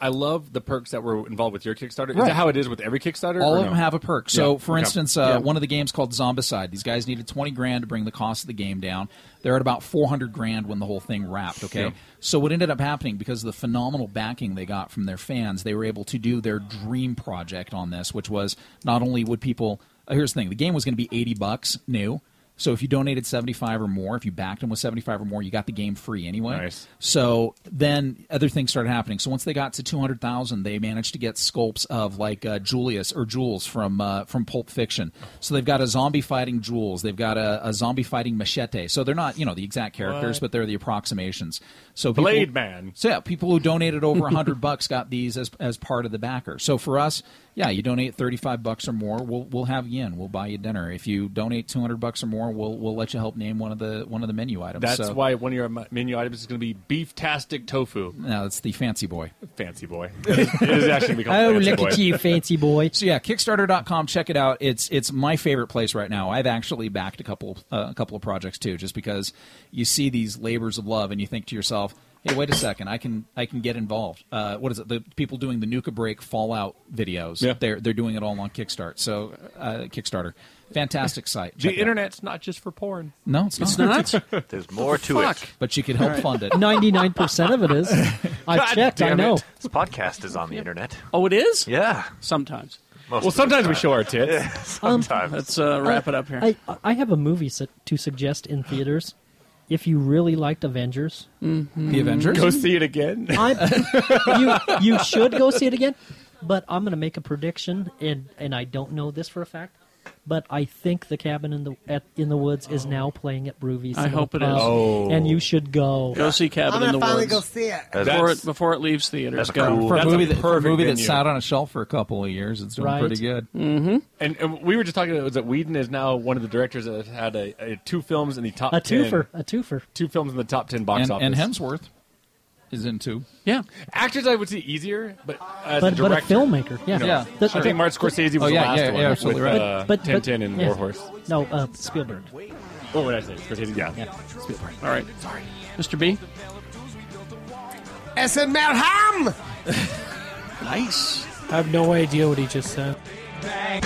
[SPEAKER 8] I love the perks that were involved with your Kickstarter. Is
[SPEAKER 4] Right.
[SPEAKER 8] that how it is with every Kickstarter?
[SPEAKER 4] All
[SPEAKER 8] or
[SPEAKER 4] of
[SPEAKER 8] no?
[SPEAKER 4] them have a perk. So,
[SPEAKER 8] Yeah.
[SPEAKER 4] for
[SPEAKER 8] Okay.
[SPEAKER 4] instance, uh, one of the games called Zombicide. These guys needed twenty grand to bring the cost of the game down. They're at about four hundred grand when the whole thing wrapped. Okay,
[SPEAKER 8] Yeah.
[SPEAKER 4] so what ended up happening because of the phenomenal backing they got from their fans, they were able to do their dream project on this, which was not only would people. uh, here's the thing: the game was going to be eighty bucks new. So if you donated seventy five or more, if you backed them with seventy five or more, you got the game free anyway.
[SPEAKER 8] Nice.
[SPEAKER 4] So then other things started happening. So once they got to 200,000, they managed to get sculpts of like uh, Julius or Jules from uh, from Pulp Fiction. So they've got a zombie fighting Jules. They've got a, a zombie fighting Machete. So they're not, you know, the exact characters,
[SPEAKER 8] What?
[SPEAKER 4] but they're the approximations. So people,
[SPEAKER 8] Blade Man.
[SPEAKER 4] So yeah, people who donated over 100 bucks got these as, as part of the backer. So for us, yeah, you donate 35 bucks or more, we'll we'll have you in. We'll buy you dinner. If you donate 200 bucks or more, we'll we'll let you help name one of the one of the menu items.
[SPEAKER 8] That's
[SPEAKER 4] So-
[SPEAKER 8] why one of your mu- menu items is going to be beef-tastic tofu.
[SPEAKER 4] No, it's the fancy boy.
[SPEAKER 8] Fancy boy. It is, it is actually become
[SPEAKER 15] Oh,
[SPEAKER 8] fancy
[SPEAKER 15] look
[SPEAKER 8] boy.
[SPEAKER 15] at you, fancy boy.
[SPEAKER 4] So yeah, Kickstarter.com. Check it out. It's it's my favorite place right now. I've actually backed a couple uh, a couple of projects too, just because you see these labors of love and you think to yourself, hey, wait a second, I can I can get involved. Uh, what is it? The people doing the Nuka Break Fallout videos.
[SPEAKER 8] Yeah.
[SPEAKER 4] they're they're doing it all on Kickstarter. So uh, Kickstarter, fantastic site.
[SPEAKER 8] The
[SPEAKER 4] Check it out.
[SPEAKER 8] internet's not just for porn.
[SPEAKER 4] No, it's
[SPEAKER 8] It's
[SPEAKER 4] not.
[SPEAKER 8] not?
[SPEAKER 10] There's more to
[SPEAKER 8] Fuck.
[SPEAKER 10] it.
[SPEAKER 4] But you could help fund it.
[SPEAKER 15] Ninety-nine percent of it is. I
[SPEAKER 10] God
[SPEAKER 15] checked. I
[SPEAKER 10] damn
[SPEAKER 15] know.
[SPEAKER 10] it. This podcast is on the internet.
[SPEAKER 2] Oh, it is.
[SPEAKER 10] Yeah.
[SPEAKER 2] Sometimes.
[SPEAKER 10] Most
[SPEAKER 2] well,
[SPEAKER 10] of the
[SPEAKER 2] sometimes we
[SPEAKER 10] time.
[SPEAKER 2] show our tits.
[SPEAKER 10] Yeah, sometimes.
[SPEAKER 2] let's uh, wrap it up here.
[SPEAKER 15] I, I have a movie su- to suggest in theaters. If you really liked Avengers,
[SPEAKER 4] The Avengers?
[SPEAKER 8] Go see it again.
[SPEAKER 15] I, you you should go see it again. But I'm going to make a prediction, and and I don't know this for a fact.
[SPEAKER 3] But I think the cabin in the at, in the woods is now playing at Broovies.
[SPEAKER 2] I hope it is.
[SPEAKER 10] Oh.
[SPEAKER 3] And you should go.
[SPEAKER 2] Go see Cabin I'm gonna in the finally Woods. go
[SPEAKER 6] see it.
[SPEAKER 2] Before it, before it leaves theaters.
[SPEAKER 4] That's a
[SPEAKER 2] go.
[SPEAKER 4] cool- For a movie, that, for a movie that sat on a shelf for a couple of years, it's doing
[SPEAKER 2] Right.
[SPEAKER 4] pretty good.
[SPEAKER 2] Mm-hmm.
[SPEAKER 8] And, and we were just talking about was that Whedon is now one of the directors that has had a, a two films in the top
[SPEAKER 3] A
[SPEAKER 8] 10.
[SPEAKER 3] twofer, a twofer.
[SPEAKER 8] Two films in the top ten box
[SPEAKER 4] and,
[SPEAKER 8] office.
[SPEAKER 4] and Hemsworth is in two.
[SPEAKER 2] Yeah,
[SPEAKER 8] actors I would see easier, but as
[SPEAKER 4] But- but
[SPEAKER 8] a
[SPEAKER 4] a
[SPEAKER 8] director,
[SPEAKER 4] filmmaker, yeah.
[SPEAKER 8] you know,
[SPEAKER 4] Yeah. The-
[SPEAKER 8] I think Martin Scorsese was
[SPEAKER 4] Oh, yeah,
[SPEAKER 8] the last
[SPEAKER 4] yeah,
[SPEAKER 8] one
[SPEAKER 4] yeah, absolutely
[SPEAKER 8] with
[SPEAKER 4] right.
[SPEAKER 8] uh,
[SPEAKER 4] But- but- but-
[SPEAKER 8] 1010 and
[SPEAKER 4] yeah.
[SPEAKER 8] Warhorse.
[SPEAKER 3] No, uh, Spielberg.
[SPEAKER 8] What would I say? Scorsese, yeah.
[SPEAKER 2] All right, Mr. B.
[SPEAKER 6] S in Mount Ham.
[SPEAKER 2] Nice.
[SPEAKER 17] I have no idea what he just said.
[SPEAKER 13] Bang.